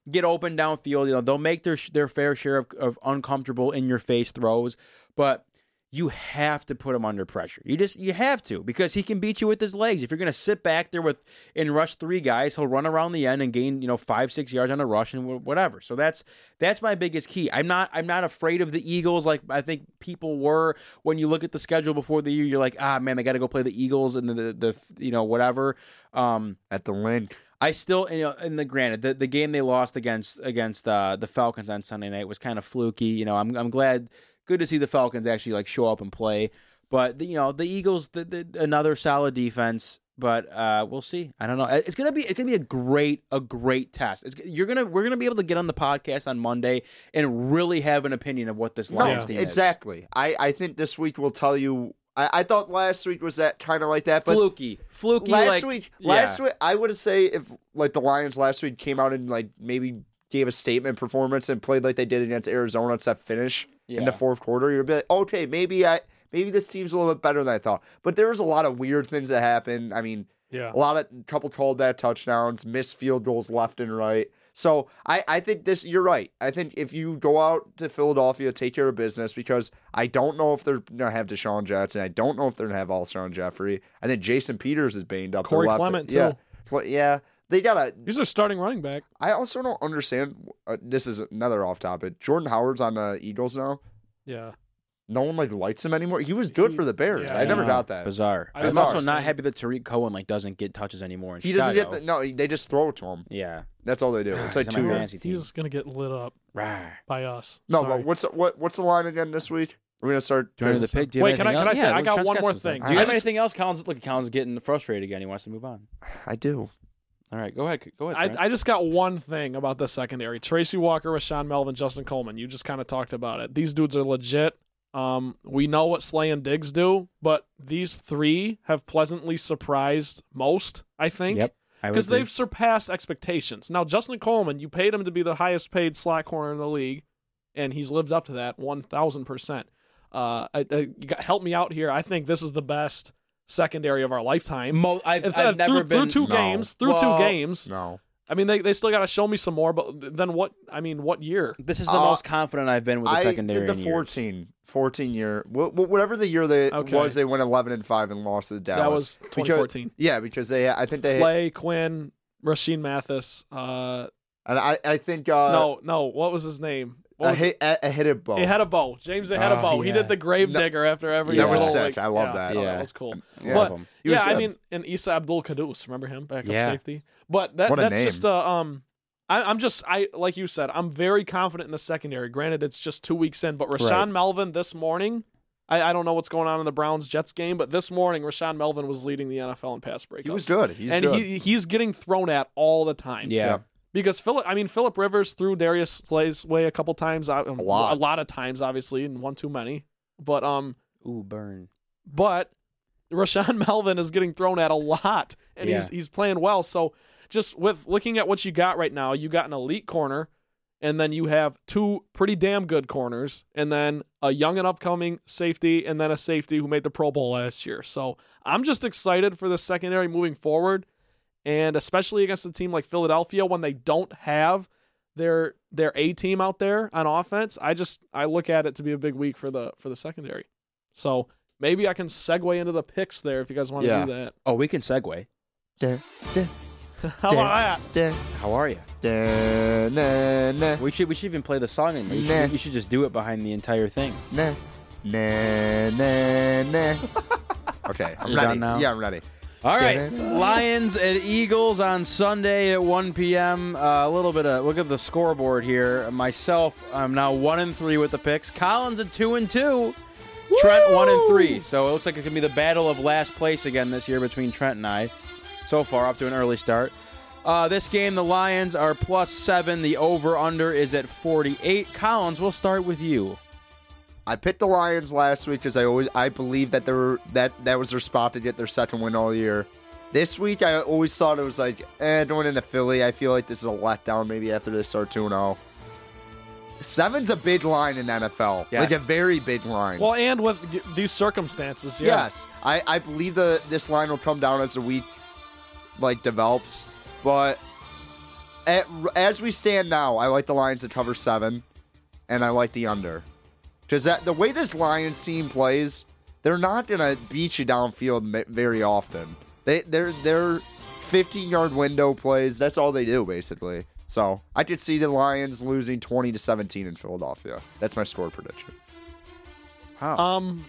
Speaker 2: get open downfield, you know they'll make their sh- their fair share of, of uncomfortable in your face throws. But you have to put him under pressure. You just you have to because he can beat you with his legs. If you're gonna sit back there with and rush three guys, he'll run around the end and gain you know five six yards on the rush and wh- whatever. So that's that's my biggest key. I'm not I'm not afraid of the Eagles like I think people were when you look at the schedule before the year. You're like ah man, they got to go play the Eagles and the, the the you know whatever. Um,
Speaker 4: at the link.
Speaker 2: I still, you know, and the granted, the, the game they lost against against uh, the Falcons on Sunday night was kind of fluky. You know, I'm I'm glad, good to see the Falcons actually like show up and play. But the, you know, the Eagles, the, the, another solid defense. But uh, we'll see. I don't know. It's gonna be it's gonna be a great a great test. It's, you're gonna we're gonna be able to get on the podcast on Monday and really have an opinion of what this Lions team is.
Speaker 4: exactly. I, I think this week will tell you. I, I thought last week was that kind of like that, but
Speaker 2: Fluky, fluky.
Speaker 4: last
Speaker 2: like-
Speaker 4: week,
Speaker 2: yeah.
Speaker 4: last week, I would say if like the Lions last week came out and like maybe gave a statement performance and played like they did against Arizona, it's that finish in
Speaker 2: Yeah.
Speaker 4: the fourth quarter, you'd be like, okay, maybe I maybe this team's a little bit better than I thought. But there was a lot of weird things that happened. I mean,
Speaker 3: Yeah.
Speaker 4: a lot of couple called bad touchdowns, missed field goals left and right. So I, I think this you're right. I think if you go out to Philadelphia, take care of business because I don't know if they're gonna have Deshaun Jackson. I don't know if they're gonna have Alshon Jeffrey. I think Jason Peters is banged up. their
Speaker 3: Corey
Speaker 4: left-
Speaker 3: Clement, too.
Speaker 4: Yeah, Cle- yeah. They gotta.
Speaker 2: Mm.
Speaker 3: He's their starting running back.
Speaker 4: I also don't understand. Uh, this is another off topic. Jordan Howard's on the Eagles now.
Speaker 3: Yeah.
Speaker 4: No one like likes him anymore. He was good for the Bears.
Speaker 3: yeah,
Speaker 4: I never
Speaker 2: know.
Speaker 4: got that.
Speaker 2: Uh, Bizarre.
Speaker 3: I
Speaker 4: was
Speaker 2: I'm also
Speaker 4: also-
Speaker 2: not happy that Tariq Cohen like doesn't get touches anymore. In
Speaker 4: He doesn't get
Speaker 2: Chicago.
Speaker 4: the, no. They just throw it to him.
Speaker 2: Yeah.
Speaker 4: That's all they
Speaker 3: Ah,
Speaker 4: do. It's like
Speaker 2: He's on
Speaker 4: two.
Speaker 2: my fantasy team.
Speaker 5: He's gonna get lit up
Speaker 2: Rah.
Speaker 5: by us.
Speaker 4: No,
Speaker 5: Sorry.
Speaker 4: but what's the, what what's the line again this week? We're gonna start.
Speaker 2: Do you want to do the pick? Do you
Speaker 3: Wait,
Speaker 2: have
Speaker 3: can I-
Speaker 2: anything
Speaker 3: can I
Speaker 2: else?
Speaker 3: say- I
Speaker 2: look,
Speaker 3: got
Speaker 2: John's
Speaker 3: one more
Speaker 2: something.
Speaker 3: thing.
Speaker 2: Do you
Speaker 4: I
Speaker 2: have
Speaker 4: just-
Speaker 2: anything else? Colin's look. Colin's getting frustrated again. He wants to move on.
Speaker 4: I do.
Speaker 2: All right, go ahead. Go ahead.
Speaker 3: I, I just got one thing about the secondary. Tracy Walker, Sean Melvin, Justin Coleman. You just kind of talked about it. These dudes are legit. Um, we know what Slay and Diggs do, but these three have pleasantly surprised most, I think.
Speaker 2: Yep.
Speaker 3: Because they've surpassed expectations. Now, Justin Coleman, you paid him to be the highest paid slot corner in the league, and he's lived up to that 1,000%. Uh, I, I, you got, help me out here. I think this is the best secondary of our lifetime.
Speaker 2: Mo- I've,
Speaker 3: If-
Speaker 2: I've
Speaker 3: if
Speaker 2: never
Speaker 3: through,
Speaker 2: been.
Speaker 3: through two
Speaker 4: No.
Speaker 3: games, through
Speaker 2: Well,
Speaker 3: two games.
Speaker 4: No.
Speaker 3: I mean, they, they still got to show me some more. But then what? I mean, what year?
Speaker 2: This is the
Speaker 4: Uh,
Speaker 2: most confident I've been with the
Speaker 4: I
Speaker 2: secondary.
Speaker 4: did the
Speaker 2: in years.
Speaker 4: 14, 14 year, wh- wh- whatever the year they
Speaker 3: Okay.
Speaker 4: was, they went eleven and five and lost to Dallas.
Speaker 3: That was
Speaker 4: Because-
Speaker 3: 2014.
Speaker 4: yeah, because they, I think they,
Speaker 3: Slay, Quinn, Rasheen Mathis. Uh,
Speaker 4: and I, I think uh,
Speaker 3: no, no. What was his name? What
Speaker 4: a
Speaker 3: was
Speaker 4: hit, a, a hit it bow.
Speaker 3: He had a bow. James had a
Speaker 2: Oh,
Speaker 3: bow. He
Speaker 2: yeah.
Speaker 3: did the grave
Speaker 4: No-
Speaker 3: digger after every.
Speaker 2: That was
Speaker 3: little,
Speaker 4: sick.
Speaker 3: like-
Speaker 4: I love
Speaker 3: yeah,
Speaker 4: that. Oh,
Speaker 3: no,
Speaker 2: Yeah.
Speaker 3: that was cool. But
Speaker 4: Yeah.
Speaker 2: Love 'em.
Speaker 4: He was
Speaker 3: yeah, I
Speaker 4: good.
Speaker 3: mean, and Isa Abdul Kadus, remember him back
Speaker 2: Yeah.
Speaker 3: up safety? But that
Speaker 4: What a
Speaker 3: that's
Speaker 4: name.
Speaker 3: just uh, um. I, I'm just I like you said. I'm very confident in the secondary. Granted, it's just two weeks in, but Rashawn
Speaker 2: Right.
Speaker 3: Melvin this morning. I, I don't know what's going on in the Browns Jets game, but this morning Rashawn Melvin was leading the NFL in pass breakups.
Speaker 4: he was good. He's
Speaker 3: uh, and
Speaker 4: good.
Speaker 3: he he's getting thrown at all the time.
Speaker 2: Yeah.
Speaker 3: Because Philip, I mean Philip Rivers threw Darius Slay's way a couple times, uh, a
Speaker 4: lot.
Speaker 3: a lot of times, obviously, and one too many. But um,
Speaker 2: Ooh, burn.
Speaker 3: but Rashawn Melvin is getting thrown at a lot, and he's he's playing well. So just with looking at what you got right now, you got an elite corner, and then you have two pretty damn good corners, and then a young and upcoming safety, and then a safety who made the Pro Bowl last year. So I'm just excited for the secondary moving forward, and especially against a team like Philadelphia when they don't have their their A team out there on offense. I just I look at it to be a big week for the for the secondary. So maybe I can segue into the picks there if you guys want to
Speaker 4: Yeah.
Speaker 3: do that.
Speaker 2: Oh, we can segue.
Speaker 4: Duh, duh,
Speaker 3: How about that?
Speaker 4: duh,
Speaker 2: How are you?
Speaker 4: duh, nah, nah,
Speaker 2: We should we should even play the song in. there. You
Speaker 4: Nah.
Speaker 2: should, you should just do it behind the entire thing.
Speaker 4: nah, nah, nah, nah. Okay, I'm
Speaker 2: You're
Speaker 4: ready.
Speaker 2: done now?
Speaker 4: Yeah, I'm ready.
Speaker 2: All right,
Speaker 4: Da-da-da.
Speaker 2: Lions and Eagles on Sunday at 1 p.m. Uh, a little bit of look at the scoreboard here. Myself, I'm now one and three with the picks. Collins at two and two. Trent one and three. So it looks like it could be the battle of last place again this year between Trent and I. So far, off to an early start. Uh, this game, the Lions are plus seven. The over/under is at 48. Collins, we'll start with you.
Speaker 4: I picked the Lions last week because I always I believe that they were that that was their spot to get their second win all year. This week I always thought it was like eh, going into Philly. I feel like this is a letdown maybe after they start 2-0. Seven's a big line in NFL,
Speaker 2: Yes.
Speaker 4: like a very big line.
Speaker 3: Well, and with g- these circumstances, yeah.
Speaker 4: Yes, I, I believe the this line will come down as the week like develops, but at, as we stand now, I like the Lions to cover seven, and I like the under because that the way this Lions team plays, they're not gonna beat you downfield ma- very often. They they're they're 15 yard window plays. That's all they do basically. So I could see the Lions losing 20 to 17 in Philadelphia. That's my score prediction.
Speaker 2: Wow.
Speaker 3: Um,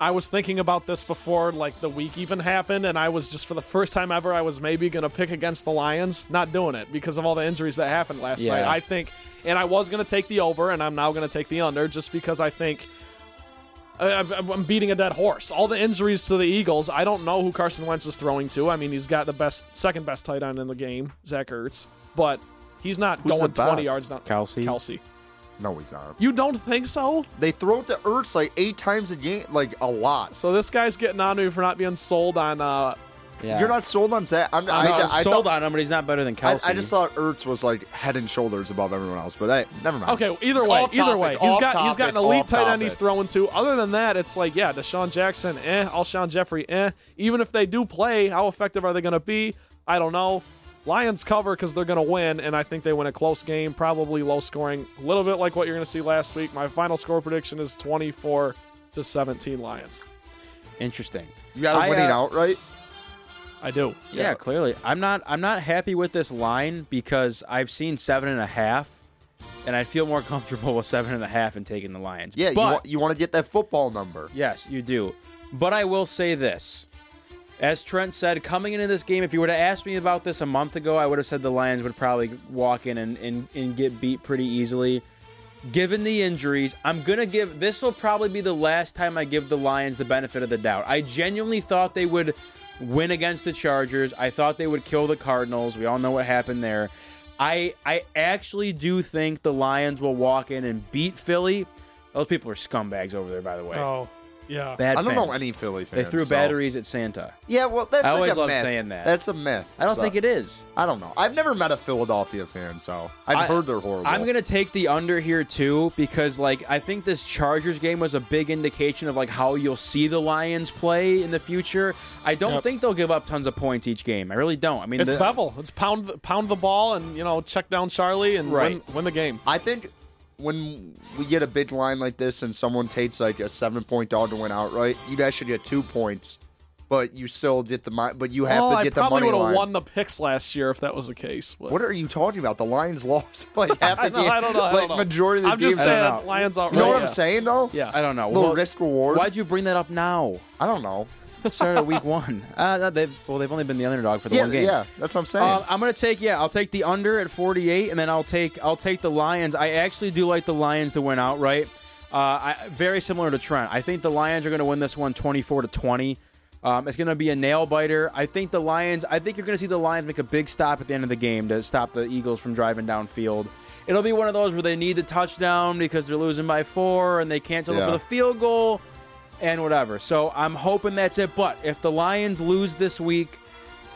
Speaker 3: I was thinking about this before like the week even happened, and I was just for the first time ever, I was maybe gonna pick against the Lions, not doing it because of all the injuries that happened last
Speaker 2: Yeah.
Speaker 3: night. I think, and I was gonna take the over, and I'm now gonna take the under just because I think. I- I'm I'm beating a dead horse. All the injuries to the Eagles. I don't know who Carson Wentz is throwing to. I mean, he's got the best, second best tight end in the game, Zach Ertz, but he's not
Speaker 4: Who's
Speaker 3: going
Speaker 4: the
Speaker 3: 20
Speaker 4: best?
Speaker 3: yards down.
Speaker 2: Kelsey?
Speaker 3: Kelsey.
Speaker 4: No, he's not.
Speaker 3: You don't think so?
Speaker 4: They throw it to Ertz like eight times a game, like a lot.
Speaker 3: So this guy's getting on me for not being sold on uh,
Speaker 2: yeah.
Speaker 4: You're not sold on Zach. I'm,
Speaker 2: I'm
Speaker 4: I,
Speaker 2: not
Speaker 4: I, I
Speaker 2: sold
Speaker 4: thought,
Speaker 2: on him, but he's not better than
Speaker 4: I,
Speaker 2: Kelsey.
Speaker 4: I just thought Ertz was like head and shoulders above everyone else, but that never mind.
Speaker 3: Okay, either way,
Speaker 4: Off
Speaker 3: either
Speaker 4: topic,
Speaker 3: way, he's
Speaker 4: off
Speaker 3: got he's got an
Speaker 4: topic,
Speaker 3: elite
Speaker 4: off
Speaker 3: tight end he's
Speaker 4: topic.
Speaker 3: throwing to. Other than that, it's like yeah, Deshaun Jackson, eh, Alshon Jeffrey, eh. Even if they do play, how effective are they going to be? I don't know. Lions cover because they're going to win, and I think they win a close game, probably low scoring, a little bit like what you're going to see last week. My final score prediction is 24 to 17 Lions.
Speaker 2: Interesting.
Speaker 4: You got
Speaker 2: I,
Speaker 4: a winning
Speaker 2: uh,
Speaker 4: outright.
Speaker 3: I do.
Speaker 2: Yeah, clearly. I'm not. I'm not happy with this line because I've seen seven and a half, and I feel more comfortable with seven and a half and taking the Lions.
Speaker 4: Yeah, you,
Speaker 2: but
Speaker 4: wa- you want to get that football number.
Speaker 2: Yes, you do. But I will say this. As Trent said, coming into this game, if you would have asked me about this a month ago, I would have said the Lions would probably walk in and, and, and get beat pretty easily. Given the injuries, I'm going to give this will probably be the last time I give the Lions the benefit of the doubt. I genuinely thought they would win against the Chargers. I thought they would kill the Cardinals. We all know what happened there. I I actually do think the Lions will walk in and beat Philly. Those people are scumbags over there, by the way.
Speaker 3: Oh, yeah.
Speaker 2: Bad
Speaker 4: I don't know
Speaker 2: fans.
Speaker 4: any Philly fans.
Speaker 2: They threw
Speaker 4: so-
Speaker 2: batteries at Santa.
Speaker 4: Yeah, well, that's
Speaker 2: I
Speaker 4: like
Speaker 2: always
Speaker 4: a
Speaker 2: love
Speaker 4: myth.
Speaker 2: saying that.
Speaker 4: That's a myth.
Speaker 2: I don't
Speaker 4: so-
Speaker 2: think it is.
Speaker 4: I don't know. I've never met a Philadelphia fan, so I've
Speaker 2: I-
Speaker 4: heard they're horrible.
Speaker 2: I'm gonna take the under here too because like I think this Chargers game was a big indication of like how you'll see the Lions play in the future. I don't think they'll give up tons of points each game. I really don't. I mean,
Speaker 3: It's
Speaker 2: the-
Speaker 3: Bevel. It's pound the- pound the ball and you know check down Charlie and
Speaker 2: Right.
Speaker 3: win, win the game.
Speaker 4: I think when we get a big line like this and someone takes like a seven point dog to win outright, you guys should get two points, but you still get the mi- but you have
Speaker 3: oh,
Speaker 4: to get
Speaker 3: I
Speaker 4: the
Speaker 3: probably
Speaker 4: money
Speaker 3: would have
Speaker 4: line.
Speaker 3: won the picks last year if that was the case. But.
Speaker 4: what are you talking about? The Lions lost like half the
Speaker 3: I, know,
Speaker 4: game.
Speaker 3: I don't know. I
Speaker 4: Like
Speaker 3: don't know.
Speaker 4: majority of the
Speaker 3: I'm
Speaker 4: game.
Speaker 3: just
Speaker 2: I don't
Speaker 3: saying
Speaker 2: know.
Speaker 3: Lions outright.
Speaker 4: you know what
Speaker 3: yeah.
Speaker 4: I'm saying though?
Speaker 3: Yeah.
Speaker 2: I don't know.
Speaker 4: Little
Speaker 2: Well,
Speaker 4: risk reward.
Speaker 2: Why'd you bring that up now?
Speaker 4: I don't know.
Speaker 2: Started week one. Uh, they well, they've only been the underdog for the
Speaker 4: Yeah,
Speaker 2: one game.
Speaker 4: yeah, that's what I'm saying.
Speaker 2: Um, I'm gonna take yeah. I'll take the under at 48, and then I'll take I'll take the Lions. I actually do like the Lions to win outright. Uh, I, very similar to Trent. I think the Lions are gonna win this one 24 to 20. Um, it's gonna be a nail biter. I think the Lions. I think you're gonna see the Lions make a big stop at the end of the game to stop the Eagles from driving downfield. It'll be one of those where they need the touchdown because they're losing by four and they cancel it for
Speaker 4: Yeah.
Speaker 2: the field goal and whatever. So I'm hoping that's it. But if the Lions lose this week,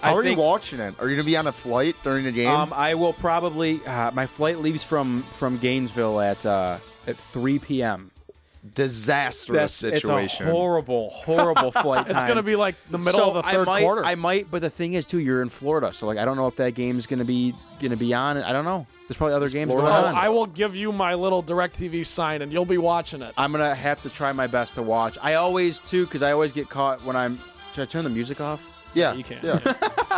Speaker 4: How
Speaker 2: I
Speaker 4: are
Speaker 2: think
Speaker 4: you watching it? Are you gonna be on a flight during the game?
Speaker 2: um, I will probably. Uh, my flight leaves from from Gainesville at uh, at 3 p.m.
Speaker 4: Disastrous
Speaker 2: It's a
Speaker 4: situation.
Speaker 2: horrible, horrible flight time.
Speaker 3: It's gonna be like the middle
Speaker 2: so
Speaker 3: of the third
Speaker 2: I might,
Speaker 3: quarter.
Speaker 2: I might, but the thing is, too, you're in Florida, so like I don't know if that game's gonna be gonna be on. I don't know. There's probably other games
Speaker 4: Florida-
Speaker 2: going
Speaker 3: Oh,
Speaker 2: on.
Speaker 3: I will give you my little DirecTV sign, and you'll be watching it.
Speaker 2: I'm gonna have to try my best to watch. I always too, because I always get caught when I'm. Should I turn the music off?
Speaker 4: yeah,
Speaker 3: You can't.
Speaker 4: yeah.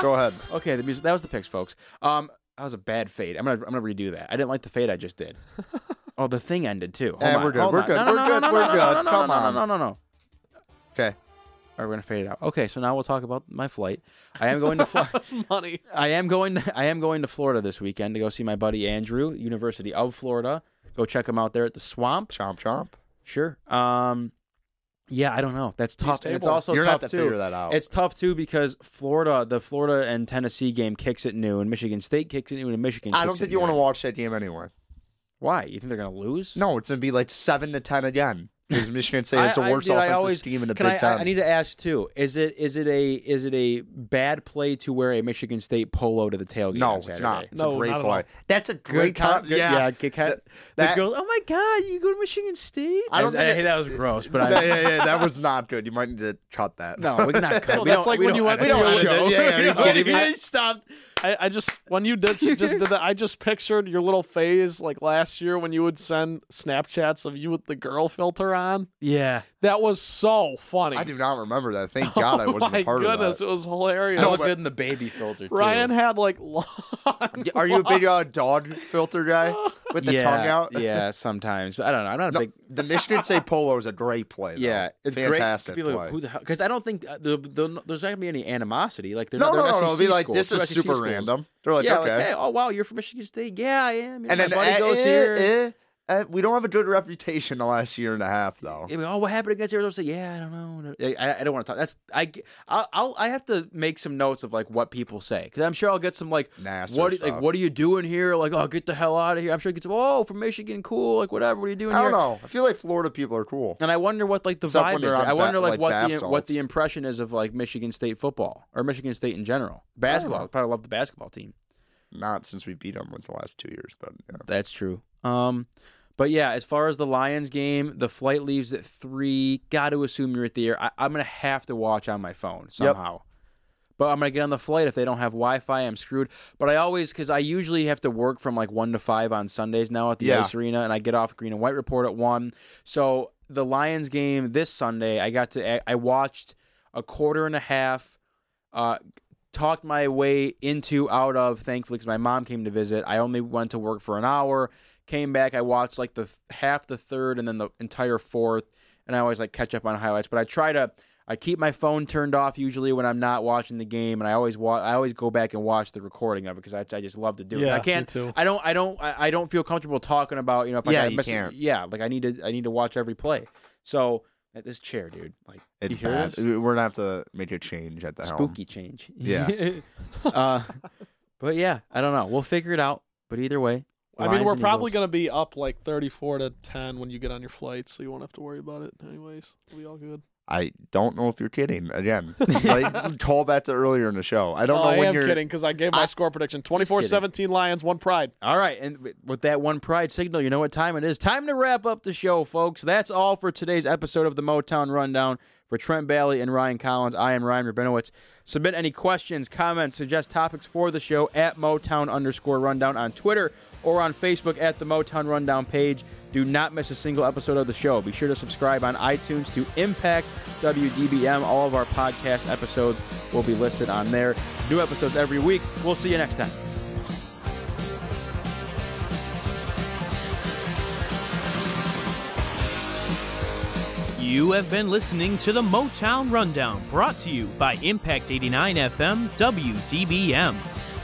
Speaker 4: Go ahead.
Speaker 2: Okay, the music. That was the picks, folks. Um, that was a bad fade. I'm gonna I'm gonna redo that. I didn't like the fade I just did. Oh, the thing ended too. Hold
Speaker 4: Eh,
Speaker 2: on,
Speaker 4: we're good,
Speaker 2: hold
Speaker 4: we're
Speaker 2: on.
Speaker 4: good,
Speaker 2: No, no,
Speaker 4: we're
Speaker 2: no, no,
Speaker 4: good,
Speaker 2: no,
Speaker 4: we're
Speaker 2: no,
Speaker 4: good.
Speaker 2: No, no,
Speaker 4: Come
Speaker 2: no,
Speaker 4: on.
Speaker 2: no, no, no, no.
Speaker 4: Okay.
Speaker 2: Are we gonna fade it out? Okay, so now we'll talk about my flight. I am going to fly.
Speaker 3: That's money.
Speaker 2: I am going. I am going to Florida this weekend to go see my buddy Andrew, University of Florida. Go check him out there at the swamp.
Speaker 4: Chomp chomp.
Speaker 2: Sure. Um, yeah, I don't know. That's tough. And it's
Speaker 3: stable.
Speaker 2: also
Speaker 4: You're gonna
Speaker 2: tough
Speaker 4: have to
Speaker 2: too.
Speaker 4: figure that out.
Speaker 2: It's tough too because Florida, the Florida and Tennessee game kicks at noon. Michigan State kicks at noon, and Michigan.
Speaker 4: I don't
Speaker 2: kicks
Speaker 4: think
Speaker 2: at
Speaker 4: you want to
Speaker 2: noon.
Speaker 4: watch that game anyway.
Speaker 2: Why? You think they're gonna lose?
Speaker 4: No, it's gonna be like seven to ten again. Because Michigan State has the
Speaker 2: I- I-
Speaker 4: worst
Speaker 2: dude, I
Speaker 4: offensive
Speaker 2: always-
Speaker 4: scheme in the
Speaker 2: can
Speaker 4: Big
Speaker 2: I- I,
Speaker 4: Ten.
Speaker 2: I need to ask too. Is it is it a is it a bad play to wear a Michigan State polo to the tailgate?
Speaker 4: no,
Speaker 2: on
Speaker 4: it's
Speaker 2: Saturday?
Speaker 4: not. It's
Speaker 3: No,
Speaker 4: a great
Speaker 3: not at
Speaker 4: play.
Speaker 3: all.
Speaker 4: That's a
Speaker 2: Good
Speaker 4: great
Speaker 2: con-
Speaker 4: con-
Speaker 2: good, yeah, good con-
Speaker 4: Th-
Speaker 2: the
Speaker 4: that-
Speaker 2: girl. Oh my God, you go to Michigan State?
Speaker 4: I don't
Speaker 2: I,
Speaker 4: think
Speaker 2: I-
Speaker 4: it-
Speaker 2: that was gross, but
Speaker 4: yeah,
Speaker 2: I,
Speaker 4: yeah, yeah, that was not good. You might need to cut that.
Speaker 2: no, we cannot cut.
Speaker 3: No,
Speaker 2: we
Speaker 3: that's
Speaker 2: don't-
Speaker 3: like
Speaker 2: we
Speaker 3: when
Speaker 2: don't
Speaker 3: you went
Speaker 2: edit
Speaker 3: to
Speaker 2: the
Speaker 3: your-
Speaker 2: show.
Speaker 4: Yeah, yeah, are you
Speaker 2: We don't
Speaker 4: kidding me?
Speaker 2: edit- Stop.
Speaker 3: I, I just when you did just did that, I just pictured your little phase like last year when you would send Snapchats of you with the girl filter on.
Speaker 2: Yeah.
Speaker 3: That was so funny.
Speaker 4: I do not remember that. Thank God I
Speaker 3: oh
Speaker 4: wasn't
Speaker 3: my
Speaker 4: a part
Speaker 3: goodness,
Speaker 4: of
Speaker 3: it was hilarious.
Speaker 4: No,
Speaker 2: I was
Speaker 4: but-
Speaker 2: good in the baby filter. Too.
Speaker 3: Ryan had like long.
Speaker 4: that. Are you a big uh, dog filter guy with the
Speaker 2: yeah,
Speaker 4: tongue out?
Speaker 2: yeah, sometimes. But I don't know. I'm not a
Speaker 4: No,
Speaker 2: big.
Speaker 4: the Michigan State polo is a great play. Though.
Speaker 2: Yeah, it's great.
Speaker 4: fantastic
Speaker 2: People are like,
Speaker 4: play.
Speaker 2: Who the hell? Because I don't think uh, the, the, there's not gonna be any animosity. Like they're
Speaker 4: no,
Speaker 2: not,
Speaker 4: no,
Speaker 2: they're
Speaker 4: no,
Speaker 2: SEC
Speaker 4: no. Be like,
Speaker 2: schools,
Speaker 4: this
Speaker 2: they're
Speaker 4: is
Speaker 2: SEC
Speaker 4: super
Speaker 2: schools.
Speaker 4: random. They're like,
Speaker 2: yeah,
Speaker 4: okay,
Speaker 2: like hey, oh wow, you're from Michigan State. Yeah, I am. You know,
Speaker 4: and
Speaker 2: my
Speaker 4: then
Speaker 2: buddy
Speaker 4: eh,
Speaker 2: goes
Speaker 4: eh,
Speaker 2: here.
Speaker 4: eh, eh, we don't have a good reputation the last year and a half though.
Speaker 2: I mean, oh, what happened against Arizona State? Yeah, I don't know. I- I, I don't want to talk. That's I. g- I'll, I'll- I have to make some notes of like what people say because I'm sure I'll get some like
Speaker 4: Nasser
Speaker 2: what
Speaker 4: stuff.
Speaker 2: like what are you doing here? Like oh, get the hell out of here. I'm sure it gets oh from Michigan, cool. Like whatever. What are you doing
Speaker 4: I don't
Speaker 2: here?
Speaker 4: know. I feel like Florida people are cool.
Speaker 2: And I wonder what like the
Speaker 4: Except when
Speaker 2: vibe
Speaker 4: they're
Speaker 2: is.
Speaker 4: on
Speaker 2: I
Speaker 4: ba-
Speaker 2: wonder like,
Speaker 4: like
Speaker 2: what
Speaker 4: bath
Speaker 2: the what
Speaker 4: salts.
Speaker 2: the impression is of like Michigan State football or Michigan State in general. Basketball. I probably love the basketball team.
Speaker 4: Not since we beat them with the last two years, but yeah.
Speaker 2: That's true. Um, but yeah, as far as the Lions game, the flight leaves at three. Got to assume you're at the air. I, I'm gonna have to watch on my phone somehow. But I'm gonna get on the flight if they don't have Wi-Fi. I'm screwed. But I always, because I usually have to work from like one to five on Sundays now at the
Speaker 4: Yeah.
Speaker 2: Ice Arena, and I get off Green and White Report at one. So the Lions game this Sunday, I got to. I, I watched a quarter and a half. Uh, talked my way into out of thankfully because my mom came to visit i only went to work for an hour came back i watched like the th- half the third and then the entire fourth and i always like catch up on highlights but i try to i keep my phone turned off usually when i'm not watching the game and i always watch i always go back and watch the recording of it because I, I just love to do it
Speaker 3: Yeah,
Speaker 2: i
Speaker 3: me
Speaker 2: can't
Speaker 3: too.
Speaker 2: i don't i don't i I don't feel comfortable talking about you know if
Speaker 4: Yeah,
Speaker 2: i gotta
Speaker 4: you
Speaker 2: miss it-
Speaker 4: can't.
Speaker 2: yeah like i need to i need to watch every play so at this chair dude like you hear
Speaker 4: bad.
Speaker 2: this?
Speaker 4: We're gonna have to make a change at the helm.
Speaker 2: spooky change.
Speaker 4: Yeah.
Speaker 2: uh, but yeah, I don't know. We'll figure it out. But either way,
Speaker 3: I mean, we're
Speaker 2: Lions and
Speaker 3: probably
Speaker 2: Eagles.
Speaker 3: gonna be up like thirty-four to ten when you get on your flight, so you won't have to worry about it. Anyways, it'll be all good.
Speaker 4: I don't know if you're kidding. Again, like, call back to earlier in the show. I don't
Speaker 3: Oh,
Speaker 4: know
Speaker 3: I
Speaker 4: when
Speaker 3: am
Speaker 4: you're.
Speaker 3: kidding because I gave my
Speaker 2: I-
Speaker 3: score prediction: 24-17 Lions, one pride.
Speaker 2: All right, and w- with that one pride signal, you know what time it is. Time to wrap up the show, folks. That's all for today's episode of the Motown Rundown. For Trent Bailey and Ryan Collins, I am Ryan Rabinowitz. Submit any questions, comments, suggest topics for the show at Motown underscore Rundown on Twitter or on Facebook at the Motown Rundown page. Do not miss a single episode of the show. Be sure to subscribe on iTunes to Impact WDBM. All of our podcast episodes will be listed on there. New episodes every week. We'll see you next time.
Speaker 1: You have been listening to the Motown Rundown, brought to you by Impact 89 FM WDBM.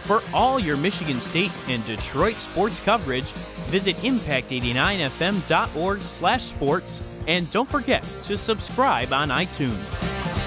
Speaker 1: For all your Michigan State and Detroit sports coverage, visit impact89fm.org/sports and don't forget to subscribe on iTunes.